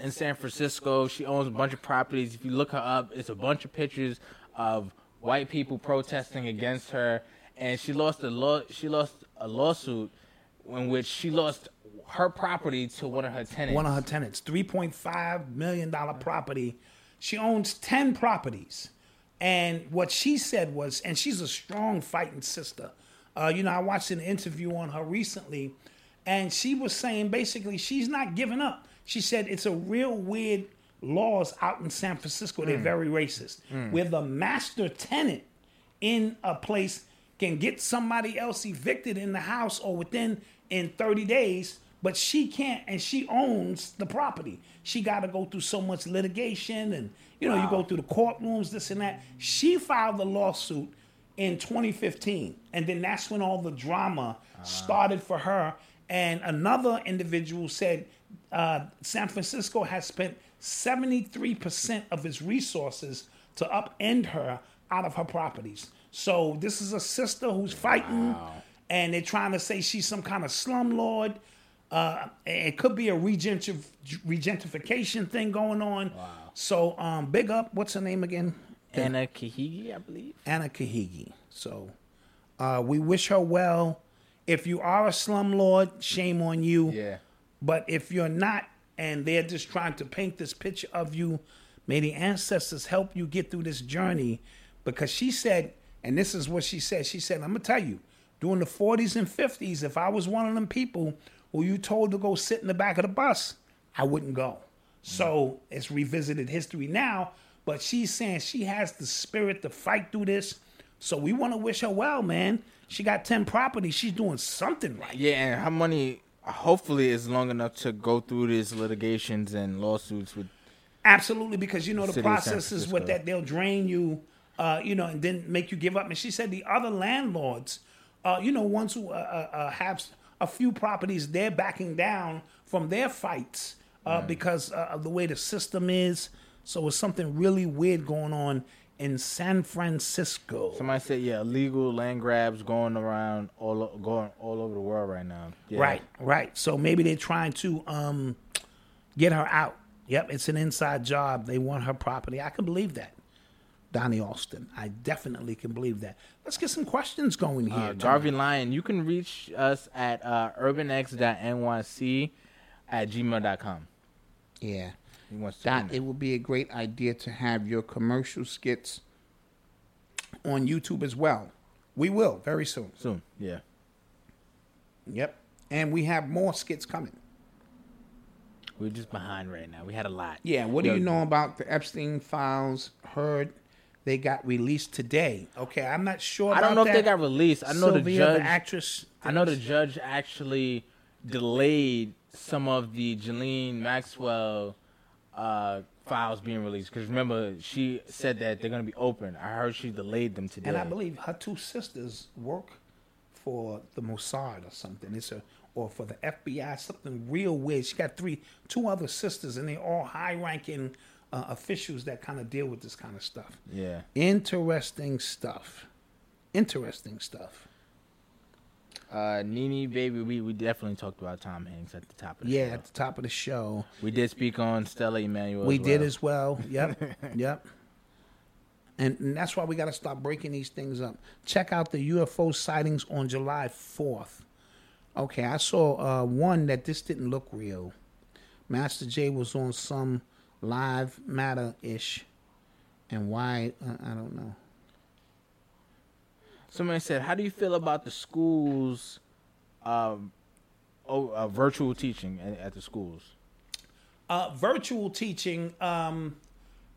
S3: in San Francisco. She owns a bunch of properties. If you look her up, it's a bunch of pictures of white people protesting against her, and she lost a law. She lost a lawsuit in which she lost her property to one of her tenants.
S4: one of her tenants, $3.5 million property. She owns 10 properties. And what she said was, and she's a strong fighting sister. Uh, you know, I watched an interview on her recently, and she was saying basically she's not giving up. She said it's a real weird laws out in San Francisco. They're very racist. Where the master tenant in a place can get somebody else evicted in the house or within in 30 days but she can't and she owns the property she got to go through so much litigation and you know you go through the courtrooms this and that she filed the lawsuit in 2015 and then that's when all the drama started for her and another individual said uh, San Francisco has spent 73% of its resources to upend her out of her properties. So this is a sister who's fighting, and they're trying to say she's some kind of slumlord. Uh, it could be a regentrif- regentification thing going on. So um, big up. What's her name again?
S3: Anna Kahigi, I believe.
S4: Anna Kahigi. So uh, we wish her well. If you are a slumlord, shame on you.
S3: Yeah.
S4: But if you're not, and they're just trying to paint this picture of you, may the ancestors help you get through this journey. Because she said, and this is what she said she said, I'm going to tell you, during the 40s and 50s, if I was one of them people who you told to go sit in the back of the bus, I wouldn't go. So it's revisited history now, but she's saying she has the spirit to fight through this. So we want to wish her well, man. She got 10 properties. She's doing something right.
S3: Yeah, and her money hopefully is long enough to go through these litigations and lawsuits with
S4: Absolutely, because you know the
S3: City of San
S4: process is what
S3: Francisco.
S4: that they'll drain you, uh, you know, and then make you give up. And she said the other landlords, uh, you know, ones who uh, uh, uh, have s- a few properties, they're backing down from their fights uh,
S3: Mm.
S4: because uh, of the way the system is. So it's something really weird going on in San Francisco.
S3: Somebody said, yeah, illegal land grabs going around all o- going all over the world right now. Yeah.
S4: Right, right. So maybe they're trying to um, get her out. Yep, it's an inside job. They want her property. I can believe that. Donnie Austin. I definitely can believe that. Let's get some questions going here.
S3: Uh,
S4: Tony.
S3: Garvey Lion, you can reach us at uh, urbanx.nyc at gmail.com.
S7: Yeah.
S3: He wants to
S7: That it would be a great idea to have your commercial skits
S4: On YouTube as well. We will very soon.
S3: soon. Yeah.
S4: Yep. And we have more skits coming.
S3: We're just behind right now. We had a lot.
S7: Yeah,
S4: what do
S3: Yo,
S4: you know about the Epstein files? Heard they got released today. Okay, I'm not sure.
S3: I don't
S4: about
S3: know if they
S4: that.
S3: got released. I know the
S4: Sylvia,
S3: judge.
S4: actress.
S3: I know the judge actually delayed some of the Jalen Maxwell uh, files being released because remember she said that they're gonna be open. I heard she delayed them today.
S4: And I believe her two sisters work for the Mossad or something. It's a or for the FBI, something real weird. She got three, two other sisters, and they all high-ranking uh, officials that kind of deal with this kind of stuff.
S3: Yeah.
S4: Interesting stuff. Interesting stuff.
S3: Uh, Nene, baby, we, we definitely talked about Tom Hanks at the top of the
S4: Yeah,
S3: show.
S4: at the top of the show,
S3: We did speak on Stella Emanuel.
S4: we
S3: as
S4: did
S3: well.
S4: as well.
S3: <laughs>
S4: Yep, yep. And, and that's why we got to stop breaking these things up. Check out the UFO sightings on July fourth. Okay, I saw uh, one that this didn't look real. Master J was on some live matter ish, and why uh, I don't know.
S3: Somebody said, "How do you feel about the schools, um, oh, uh, virtual teaching at, at the schools?"
S4: Uh, virtual teaching, um,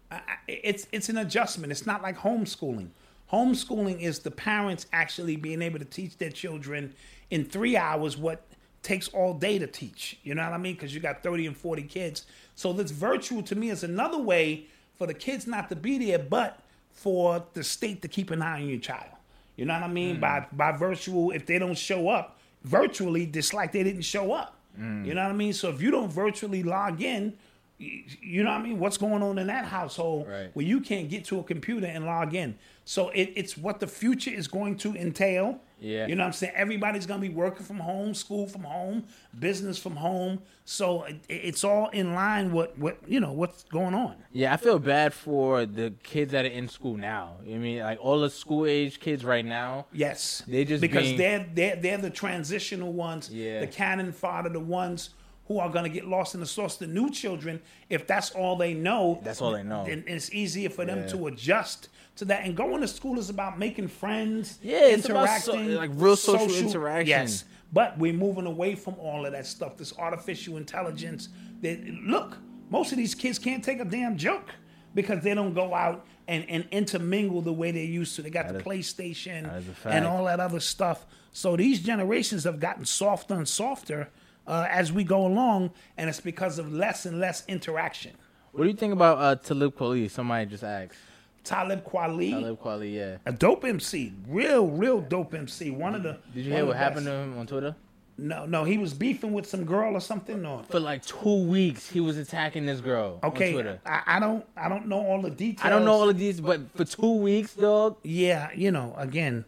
S4: I- I- it's it's an adjustment. It's not like homeschooling. Homeschooling is the parents actually being able to teach their children in three hours what takes all day to teach. You know what I mean? Because you got thirty and forty kids. So this virtual to me is another way for the kids not to be there, but for the state to keep an eye on your child. You know what I
S3: Mm.
S4: mean? By by virtual, if they don't show up virtually, just like they didn't show up.
S3: Mm.
S4: You know what I mean? So if you don't virtually log in, y- you know what I mean? What's going on in that household
S3: Right.
S4: where you can't get to a computer and log in? So it, it's what the future is going to entail.
S3: Yeah.
S4: You know what I'm saying? Everybody's going to be working from home, school from home, business from home. So it, it's all in line with what, you know, what's going on.
S3: Yeah, I feel bad for the kids that are in school now. You know what I mean, like all the school age kids right now.
S4: Yes,
S3: They just
S4: because
S3: being-
S4: they're they're they're the transitional ones,
S3: Yeah.
S4: the cannon fodder, the ones who are gonna get lost in the sauce. The new children, if that's all they know,
S3: That's all they know.
S4: Then it's easier for them to adjust to that. And going to school is about making friends,
S3: Yeah, it's about so- like real social interaction.
S4: Yes, but we're moving away from all of that stuff. This artificial intelligence. That look, most of these kids can't take a damn joke because they don't go out and, and intermingle the way they used to. They got the PlayStation
S3: is a
S4: and
S3: fact.
S4: all that other stuff. So these generations have gotten softer and softer uh, as we go along, and it's because of less and less interaction.
S3: What do you think about uh, Talib Kweli? Somebody just asked.
S4: Talib Kweli,
S3: Talib Kweli, yeah.
S4: a dope MC, real real dope MC. One of the
S3: Did you
S4: one
S3: hear
S4: of
S3: what
S4: the
S3: happened to
S4: best.
S3: him on Twitter?
S4: No, no, he was beefing with some girl or something. Or
S3: For like two weeks, he was attacking this girl on
S4: okay,
S3: Twitter.
S4: I, I don't I don't know all the details.
S3: I don't know all of these, but for two weeks, dog,
S4: Yeah, you know, again,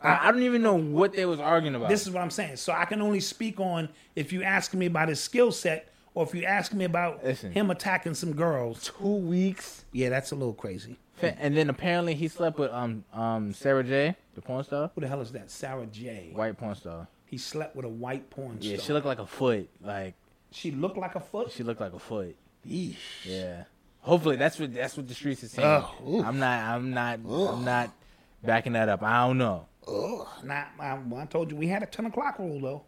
S3: I, I don't even know what they was arguing about.
S4: this is what I'm saying. So I can only speak on if you ask me about his skill set or if you ask me about
S3: Listen.
S4: him attacking some girls.
S3: two weeks,
S4: Yeah, that's a little crazy.
S3: and then apparently he slept with um um Sarah J, the porn star,
S4: Who the hell is that? Sarah J.
S3: white porn star.
S4: He slept with a white porn star.
S3: Yeah, she looked like a foot. Like
S4: She looked like a foot.
S3: she looked like a foot.
S4: Yeesh.
S3: Yeah. Hopefully that's what that's what the streets is saying.
S4: Ugh, oof.
S3: I'm not I'm not I'm not backing that up. I don't know.
S4: Nah, I, I told you we had a ten o'clock rule though.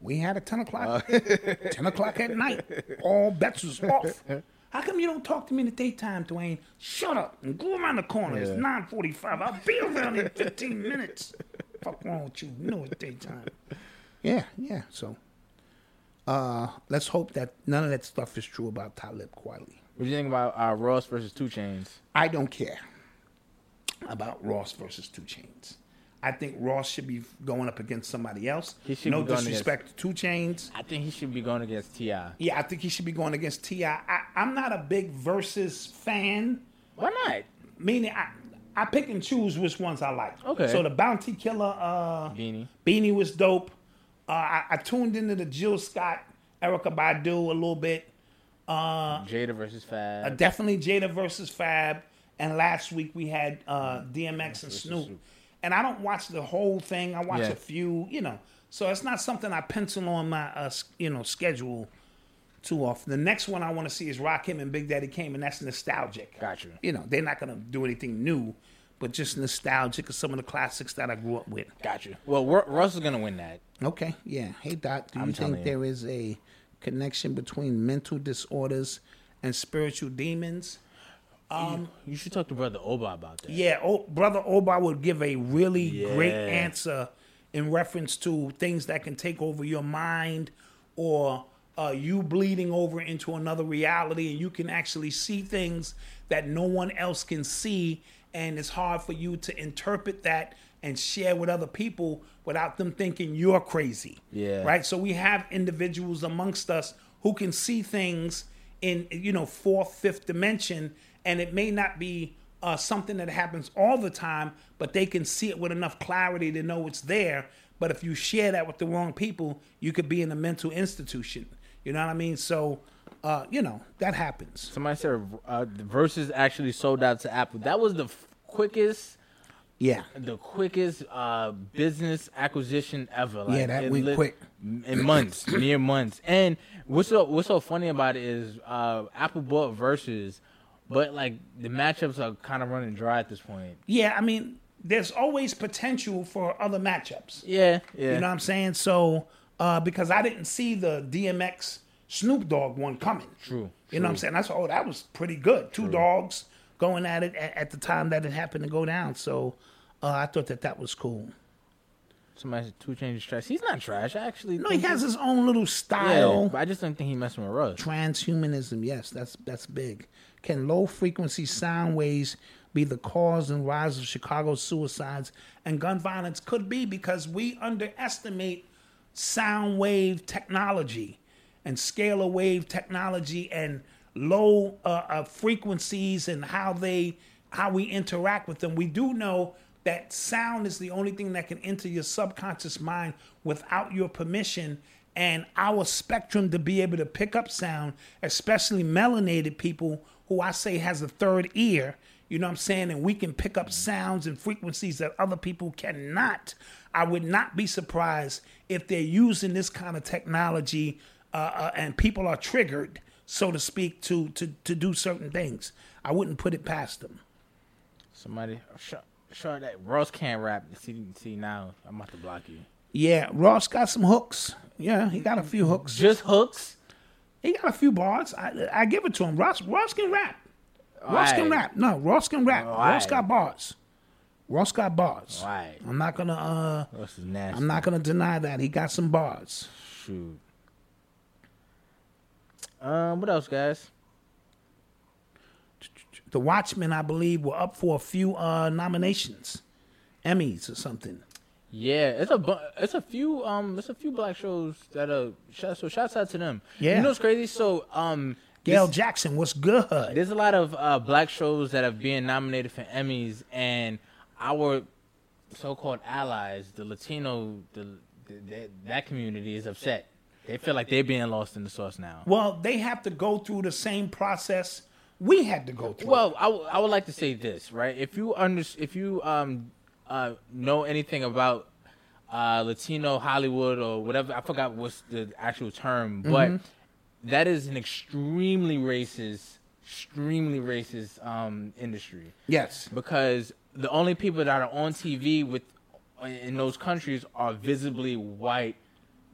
S4: We had a ten o'clock, <laughs> ten o'clock at night. All bets was off. How come you don't talk to me in the daytime, Dwayne? Shut up and go around the corner. It's nine forty-five. I'll be around in fifteen minutes. Fuck wrong with you? You know it's daytime. Yeah, yeah. So, uh, let's hope that none of that stuff is true about Talib Kweli.
S3: What do you think about uh, Ross versus Two Chains?
S4: I don't care about Ross versus Two Chains. I think Ross should be going up against somebody else.
S3: He should
S4: no
S3: be going
S4: disrespect to Two Chains.
S3: I think he should be going against Ti.
S4: Yeah, I think he should be going against Ti. I, I'm not a big versus fan.
S3: Why not?
S4: Meaning, I I pick and choose which ones I like.
S3: Okay.
S4: So the Bounty Killer, uh,
S3: Beanie.
S4: Beanie was dope. Uh, I, I tuned into the Jill Scott, Erica Badu a little bit.
S3: Jada versus Fab.
S4: Uh, definitely Jada versus Fab, and last week we had uh, DMX and Snoop. And I don't watch the whole thing. I watch
S3: Yeah.
S4: a few, you know. So it's not something I pencil on my, uh, s- you know, schedule too often. The next one I want to see is Rakim and Big Daddy Kane, and that's nostalgic.
S3: Gotcha.
S4: You know, they're not gonna do anything new, but just nostalgic of some of the classics that I grew up with.
S3: Gotcha. Well, Ro- Ross is gonna win that.
S4: Okay, yeah. Hey Doc, do you
S3: telling
S4: think
S3: you.
S4: there is a connection between mental disorders and spiritual demons?
S3: You should talk to brother Oba about that.
S4: Yeah, o- brother Oba would give a really great
S3: Yeah.
S4: answer in reference to things that can take over your mind or uh, you bleeding over into another reality, and you can actually see things that no one else can see, and it's hard for you to interpret that and share with other people without them thinking you're crazy.
S3: Yeah.
S4: Right. So we have individuals amongst us who can see things in you know fourth, fifth dimension, and it may not be uh, something that happens all the time, but they can see it with enough clarity to know it's there. But if you share that with the wrong people, you could be in a mental institution. You know what I mean? So, uh, you know that happens.
S3: Somebody said uh, the verses actually sold out to Apple. That was the f- quickest,
S4: Yeah.
S3: the quickest uh, business acquisition ever. Like,
S4: that
S3: it
S4: went quick.
S3: in months, <coughs> near months. And what's so what's so funny about it is uh, Apple bought verses, but like the matchups are kind of running dry at this point.
S4: Yeah. I mean, there's always potential for other matchups.
S3: Yeah, yeah.
S4: You know what I'm saying? So uh, because I didn't see the DMX Snoop Dogg one coming.
S3: True,
S4: You know what I'm saying? I said, oh, that was pretty good. Two dogs going at it at, at the time that it happened to go down. So uh, I thought that that was cool.
S3: Somebody said two changes trash. He's not trash. I actually.
S4: No, he
S3: think
S4: has his own little style.
S3: Yeah, but I just don't think he messing with Russ.
S4: Transhumanism, yes, that's that's big. Can low frequency sound waves be the cause and rise of Chicago suicides and gun violence? Could be because we underestimate sound wave technology and scalar wave technology and low uh, uh, frequencies and how they how we interact with them. We do know that sound is the only thing that can enter your subconscious mind without your permission and our spectrum to be able to pick up sound, especially melanated people who I say has a third ear, you know what I'm saying? And we can pick up sounds and frequencies that other people cannot. I would not be surprised if they're using this kind of technology uh, uh, and people are triggered, so to speak, to, to, to do certain things. I wouldn't put it past them.
S3: Somebody. Sure, sure that Russ can't rap. See, see now, I'm about to block you.
S4: Yeah, Ross got some hooks. Yeah, he got a few hooks.
S3: Just hooks.
S4: He got a few bars. I, I give it to him. Ross, Ross can rap. Ross can
S3: Alright.
S4: rap. No, Ross can rap. Ross
S3: Alright.
S4: got bars. Ross got bars.
S3: Alright.
S4: I'm not gonna. Uh,
S3: Russ is nasty.
S4: I'm not gonna deny that he got some bars.
S3: Shoot. Um, what else, guys?
S4: The Watchmen, I believe, were up for a few uh, nominations, Emmys or something.
S3: Yeah, it's a bu- it's a few um it's a few black shows that uh shout, so shouts out to them.
S4: Yeah.
S3: you know what's crazy? So um,
S4: Gail
S3: this-
S4: Jackson, what's good?
S3: there's a lot of uh, black shows that have been nominated for Emmys, and our so-called allies, the Latino, the, the, that- that community is upset. They feel like they're being lost in the sauce now.
S4: Well, they have to go through the same process we had to go through.
S3: Well, I, w- I would like to say this, right? If you under, if you um uh know anything about uh Latino Hollywood or whatever, I forgot what's the actual term, but that is an extremely racist, extremely racist um industry
S7: Yes.
S3: because the only people that are on TV with in those countries are visibly white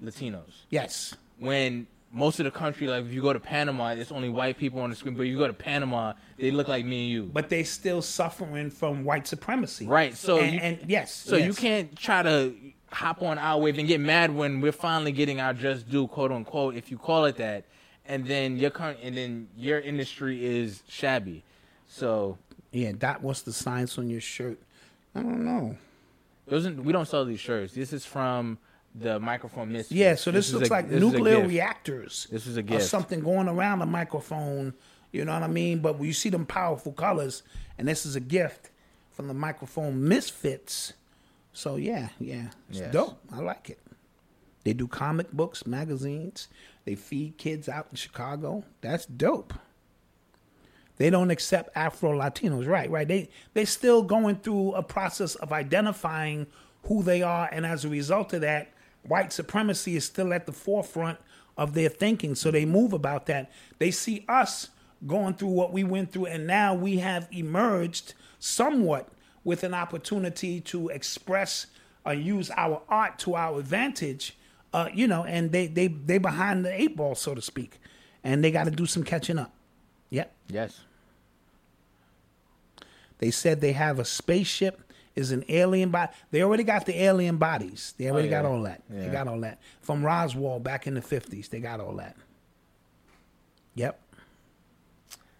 S3: Latinos
S4: yes.
S3: when most of the country, like if you go to Panama, it's only white people on the screen. But if you go to Panama, they look like me and you.
S4: but they still suffering from white supremacy.
S3: Right, so
S4: and,
S3: you-
S4: and yes,
S3: so you
S4: yes.
S3: can't try to hop on our wave and get mad when we're finally getting our just due, quote unquote, if you call it that. And then your current, and then your industry is shabby. So
S4: Yeah, that was the science on your shirt.
S7: I don't know.
S3: those not we don't sell these shirts. This is from the microphone miss.
S4: Yeah, so this, looks like nuclear reactors.
S3: This is a
S4: Or
S3: gift.
S4: something going around the microphone. You know what I mean? But when you see them powerful colors, and this is a gift from the microphone misfits. So yeah, yeah, it's
S3: Yes.
S4: dope. I like it. They do comic books, magazines. They feed kids out in Chicago. That's dope. They don't accept Afro Latinos, right? Right? They they still going through a process of identifying who they are, and as a result of that, white supremacy is still at the forefront of their thinking. So they move about that. They see us going through what we went through, and now we have emerged somewhat with an opportunity to express or use our art to our advantage. Uh, you know, and they they they behind the eight ball, so to speak, and they got to do some catching up. Yep.
S3: Yes.
S4: They said they have a spaceship is an alien body. They already got the alien bodies. They already got
S3: Oh, yeah.
S4: all that. They
S3: Yeah.
S4: got all that from Roswell back in the fifties. They got all that. Yep.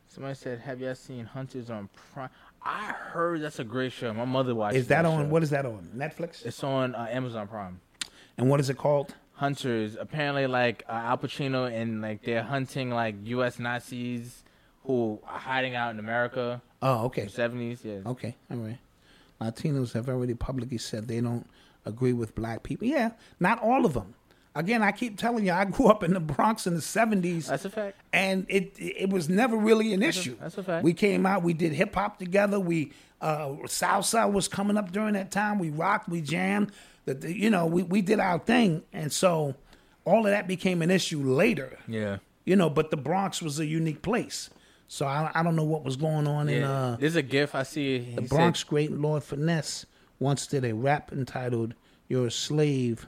S3: Somebody said, "Have y'all seen Hunters on Prime?" I heard that's a great show. My mother watched.
S4: Is that on?
S3: show.
S4: What is that on? Netflix.
S3: It's on uh, Amazon Prime.
S4: And what is it called?
S3: Hunters apparently like uh, Al Pacino and like they're hunting like U.S. Nazis who are hiding out in America.
S4: Oh, okay.
S3: Seventies, yeah.
S4: Okay, all right. Latinos have already publicly said they don't agree with black people. Yeah, not all of them. Again, I keep telling you, I grew up in the Bronx in the seventies.
S3: That's a fact.
S4: And it it was never really an issue.
S3: that's a fact.
S4: We came out, we did hip hop together. We uh, salsa was coming up during that time. We rocked, we jammed. The, the- you know, we we did our thing, and so all of that became an issue later.
S3: Yeah.
S4: You know, but the Bronx was a unique place. So I, I don't know what was going on in uh,
S3: There's a gif I see. He
S4: the
S3: said-
S4: Bronx great Lord Finesse once did a rap entitled "You're a Slave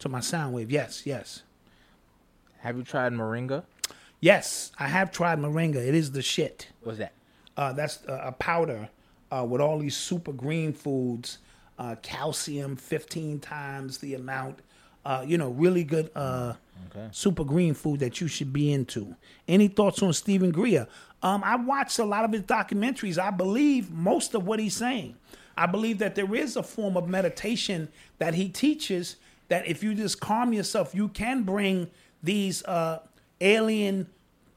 S4: to My Sound Wave." Yes, yes.
S3: Have you tried moringa?
S4: Yes, I have tried moringa. It is the shit.
S3: What's that?
S4: Uh, that's uh, a powder uh, with all these super green foods, uh, calcium 15 times the amount. Uh, you know, really good uh, super green food that you should be into. Any thoughts on Stephen Greer? Um, I watched a lot of his documentaries. I believe most of what he's saying. I believe that there is a form of meditation that he teaches that if you just calm yourself, you can bring these uh, alien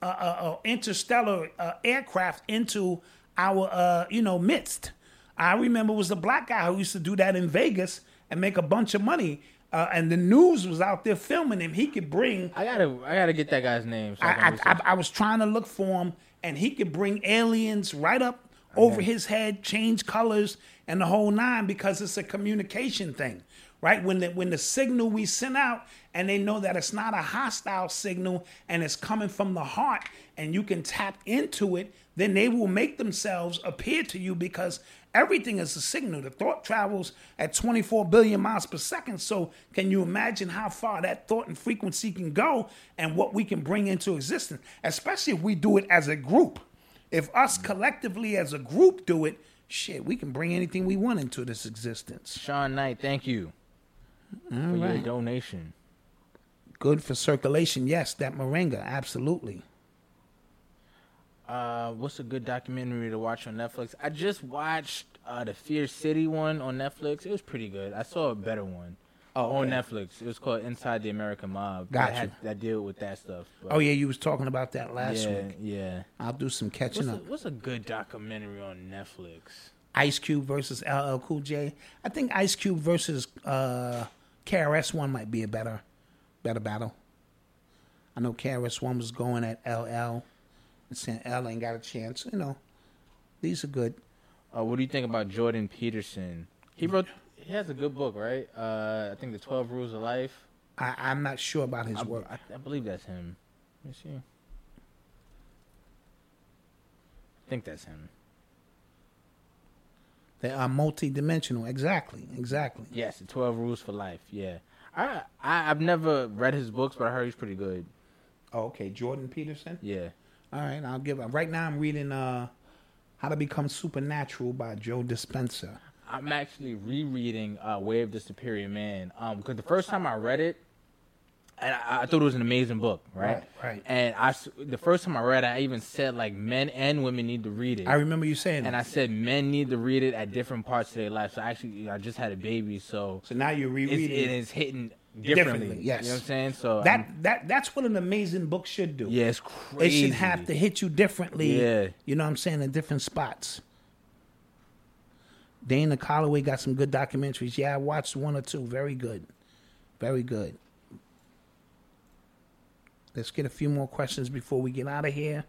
S4: uh, uh, uh, interstellar uh, aircraft into our uh, you know midst. I remember it was a black guy who used to do that in Vegas and make a bunch of money, uh, and the news was out there filming him. He could bring.
S3: I gotta I gotta get that guy's name. So I, can
S4: I,
S3: research
S4: I, I was trying to look for him, and he could bring aliens right up over his head, change colors, and the whole nine because it's a communication thing, right? When the when the signal we send out, and they know that it's not a hostile signal and it's coming from the heart, and you can tap into it, then they will make themselves appear to you because everything is a signal. The thought travels at 24 billion miles per second. So, can you imagine how far that thought and frequency can go and what we can bring into existence, especially if we do it as a group? If us
S3: Mm.
S4: collectively as a group do it, shit, we can bring anything we want into this existence.
S3: Sean Knight, thank you for your donation.
S4: Good for circulation. Yes, that moringa, absolutely.
S3: Uh, what's a good documentary to watch on Netflix? I just watched uh, the Fear City one on Netflix. It was pretty good. I saw a better one
S4: Oh,
S3: on Netflix. It was called Inside the American Mob.
S4: Gotcha.
S3: That, had, that deal with that stuff. but-
S4: Oh yeah, you was talking about that last
S3: yeah,
S4: week.
S3: yeah.
S4: I'll do some catching
S3: What's a,
S4: up.
S3: what's a good documentary on Netflix?
S4: Ice Cube versus LL Cool J. I think Ice Cube versus uh, KRS One might be a better, better battle. I know KRS One was going at LL, and saying L ain't got a chance. You know, these are good.
S3: Uh, what do you think about Jordan Peterson? He wrote. He has a good book, right? Uh, I think the Twelve Rules of Life.
S4: I, I'm not sure about his
S3: I,
S4: work.
S3: I, I believe that's him. Let me see. I think that's him.
S4: They are multi-dimensional. Exactly. Exactly.
S3: Yes, the Twelve Rules for Life. Yeah, I, I I've never read his books, but I heard he's pretty good.
S4: Oh, okay, Jordan Peterson.
S3: Yeah.
S4: All right, I'll give up. Right now, I'm reading uh, "How to Become Supernatural" by Joe Dispenza.
S3: I'm actually rereading uh, Way of the Superior Man because the first time I read it, and I, I thought it was an amazing book, right?
S4: Right, right.
S3: And I, s- the first time I read, it, I even said like men and women need to read it.
S4: I remember you saying
S3: and I
S4: that.
S3: said men need to read it at different parts of their life. So actually, I just had a baby, so
S4: So now you're
S3: it's,
S4: rereading.
S3: it is hitting differently.
S4: Differently, yes.
S3: you know what I'm saying. So
S4: that
S3: I'm-
S4: that that's what an amazing book should do.
S3: yeah, it's
S4: it
S3: crazy.
S4: should have to hit you differently.
S3: Yeah.
S4: you know what I'm saying in different spots. Dana Colloway got some good documentaries. Yeah, I watched one or two. Very good, very good. Let's get a few more questions before we get out of here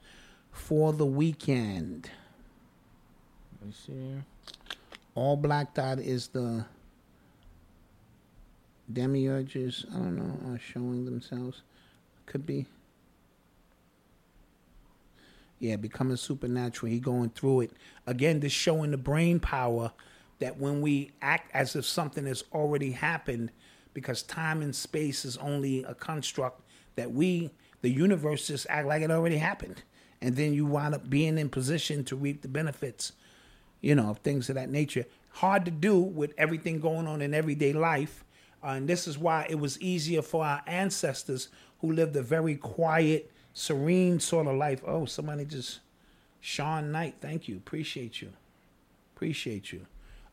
S4: for the weekend.
S3: Let me see.
S4: All Black Dot is the demiurges. I don't know, are showing themselves. Could be. Yeah, becoming supernatural. He going through it again. This showing the brain power that when we act as if something has already happened, because time and space is only a construct that we, the universe, just act like it already happened, and then you wind up being in position to reap the benefits you know, things of that nature. Hard to do with everything going on in everyday life. Uh, and this is why it was easier for our ancestors who lived a very quiet, serene sort of life. Oh, somebody just, Sean Knight, thank you. Appreciate you. Appreciate you.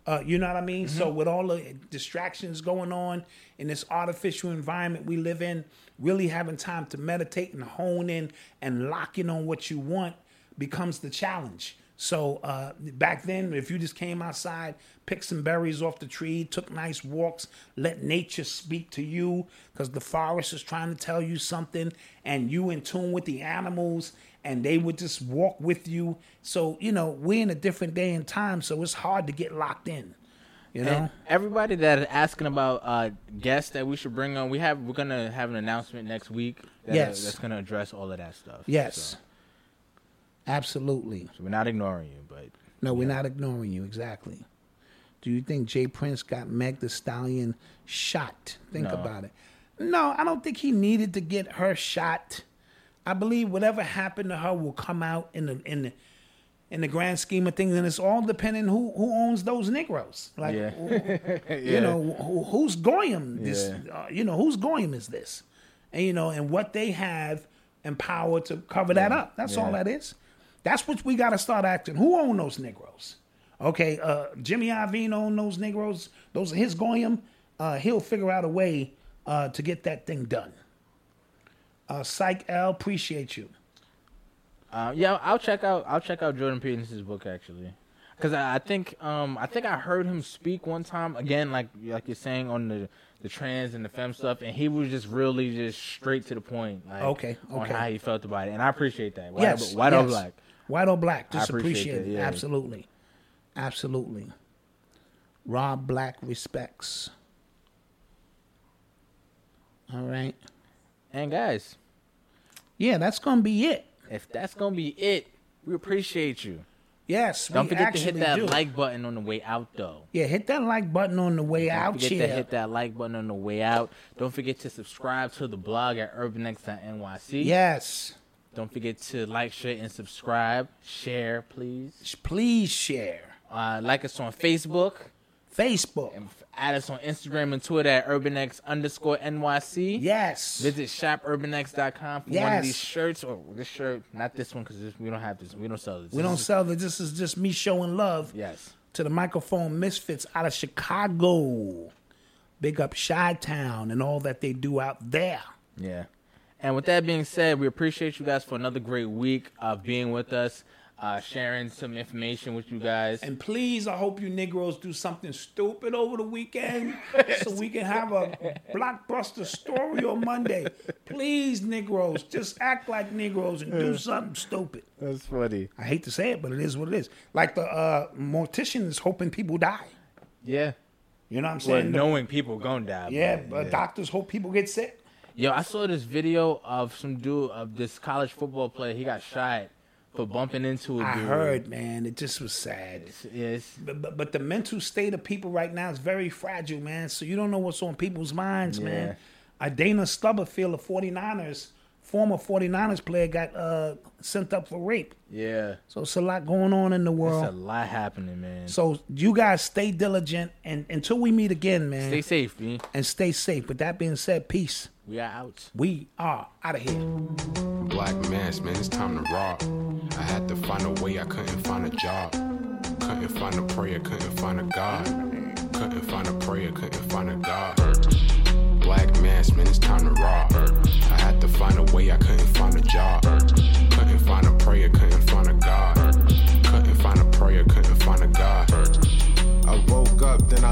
S4: Uh, you know what I mean? So, with all the distractions going on in this artificial environment we live in, really having time to meditate and hone in and lock in on what you want becomes the challenge. So uh, back then, if you just came outside, picked some berries off the tree, took nice walks, let nature speak to you, because the forest is trying to tell you something, and you in tune with the animals, and they would just walk with you. So you know we're in a different day and time, so it's hard to get locked in. You know,
S3: And everybody that is asking about uh, guests that we should bring on, we have we're gonna have an announcement next week. That,
S4: Yes.
S3: that's gonna address all of that stuff.
S4: yes,
S3: So,
S4: absolutely.
S3: so we're not ignoring you, but
S4: No, we're not ignoring you. Exactly. Do you think Jay Prince got Meg the Stallion shot? Think
S3: No.
S4: about it. No, I don't think he needed to get her shot. I believe whatever happened to her will come out in the in the in the grand scheme of things, and it's all depending who who owns those Negroes. Like,
S3: Yeah.
S4: who- you know, who, who's Goyim? This,
S3: Yeah.
S4: uh, you know, who's Goyim is this? And you know, and what they have and power to cover that up. That's all
S3: Yeah.
S4: that is. That's what we got to start acting. Who own those Negroes? Okay, uh, Jimmy Iovine own those Negroes. Those are his Goyim. Uh, he'll figure out a way uh, to get that thing done. Uh, Psych L, appreciate you.
S3: Um, yeah, I'll check out. I'll check out Jordan Peterson's book actually, because I, I think um, I think I heard him speak one time again, like like you're saying on the the trans and the femme stuff, and he was just really just straight to the point, like
S4: Okay,
S3: on
S4: okay.
S3: how he felt about it, and I appreciate that. White
S4: yes,
S3: yes, white or
S4: yes.
S3: black.
S4: White or black. Just
S3: appreciate
S4: appreciate,
S3: that,
S4: it.
S3: yeah.
S4: Absolutely. Absolutely. Rob Black respects. All right.
S3: And guys,
S4: Yeah, that's gonna be it.
S3: if that's gonna be it, we appreciate you.
S4: Yes.
S3: Don't
S4: we
S3: forget to
S4: actually
S3: hit that
S4: do.
S3: like button on the way out though.
S4: Yeah, hit that like button on the way
S3: Don't
S4: out
S3: forget
S4: here.
S3: to hit that like button on the way out. Don't forget to subscribe to the blog at urbanx.nyc.
S4: Yes.
S3: Don't forget to like, share, and subscribe. Share, please.
S4: Sh- Please share.
S3: Uh, like us on Facebook.
S4: Facebook.
S3: Add us on Instagram and Twitter at UrbanX underscore NYC.
S4: Yes.
S3: Visit shopurbanx.com for one of
S4: Yes.
S3: these shirts. Or this shirt, not this one, because we don't have this. We don't sell this.
S4: We don't sell this. This is just me showing love.
S3: Yes.
S4: to the microphone misfits out of Chicago. Big up Chi Town and all that they do out there.
S3: Yeah. And with that being said, we appreciate you guys for another great week of being with us, uh, sharing some information with you guys.
S4: And please, I hope you Negroes do something stupid over the weekend so we can have a blockbuster story on Monday. Please, Negroes, just act like Negroes and do something stupid.
S3: That's funny.
S4: I hate to say it, but it is what it is. Like the uh, mortician is hoping people die.
S3: Yeah.
S4: You know what I'm
S3: But
S4: saying?
S3: knowing people gonna die.
S4: yeah,
S3: man.
S4: but doctors hope people get sick.
S3: Yo, I saw this video of some dude of this college football player. He got shot for bumping into a
S4: I
S3: dude.
S4: heard, man. It just was sad.
S3: Yes.
S4: But, but but the mental state of people right now is very fragile, man. So you don't know what's on people's minds, man. Uh, Dana Stubberfield, of 49ers, former 49ers player, got uh, sent up for rape.
S3: Yeah.
S4: So it's a lot going on in the
S3: It's a
S4: world.
S3: lot happening, man.
S4: So you guys stay diligent and until we meet again, man.
S3: Stay safe, B.
S4: and stay safe. With that being said, peace.
S3: We are out.
S4: We are out of here.
S1: Black mass, man, it's time to rock. I had to find a way, I couldn't find a job. Couldn't find a prayer, couldn't find a God. Couldn't find a prayer, couldn't find a God. Black mass, man, it's time to rock. I had to find a way, I couldn't find a job. Couldn't find a prayer, couldn't find a God. Couldn't find a prayer, couldn't find a God.
S2: I woke up, then I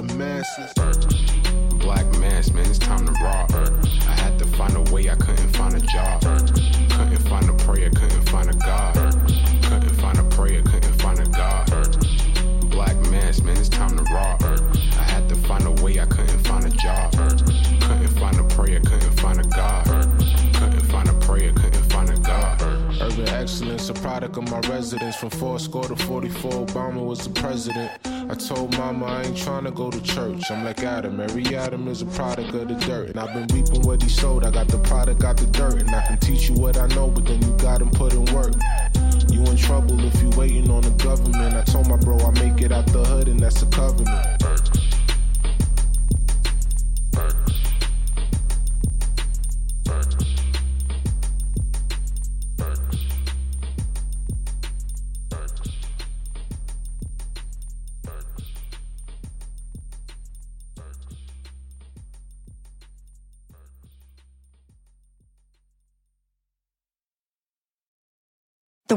S2: the masses.
S1: Black mass, man, it's time to rock. I had to find a way, I couldn't find a job. Couldn't find a prayer, couldn't find a God. Couldn't find a prayer, couldn't find a God. Black mass, man, it's time to rock. I had to find a way, I couldn't find a job. Couldn't find a prayer, couldn't find a God. Couldn't find a prayer, couldn't find a God.
S2: Urban excellence, a product of my residence. From four score to 44, Obama was the president. I told mama I ain't tryna go to church. I'm like Adam, every Adam is a product of the dirt. And I've been reaping what he sowed. I got the product out the dirt. And I can teach you what I know, but then you got him put in work. You in trouble if you waiting on the government. I told my bro I make it out the hood, and that's a covenant.
S8: The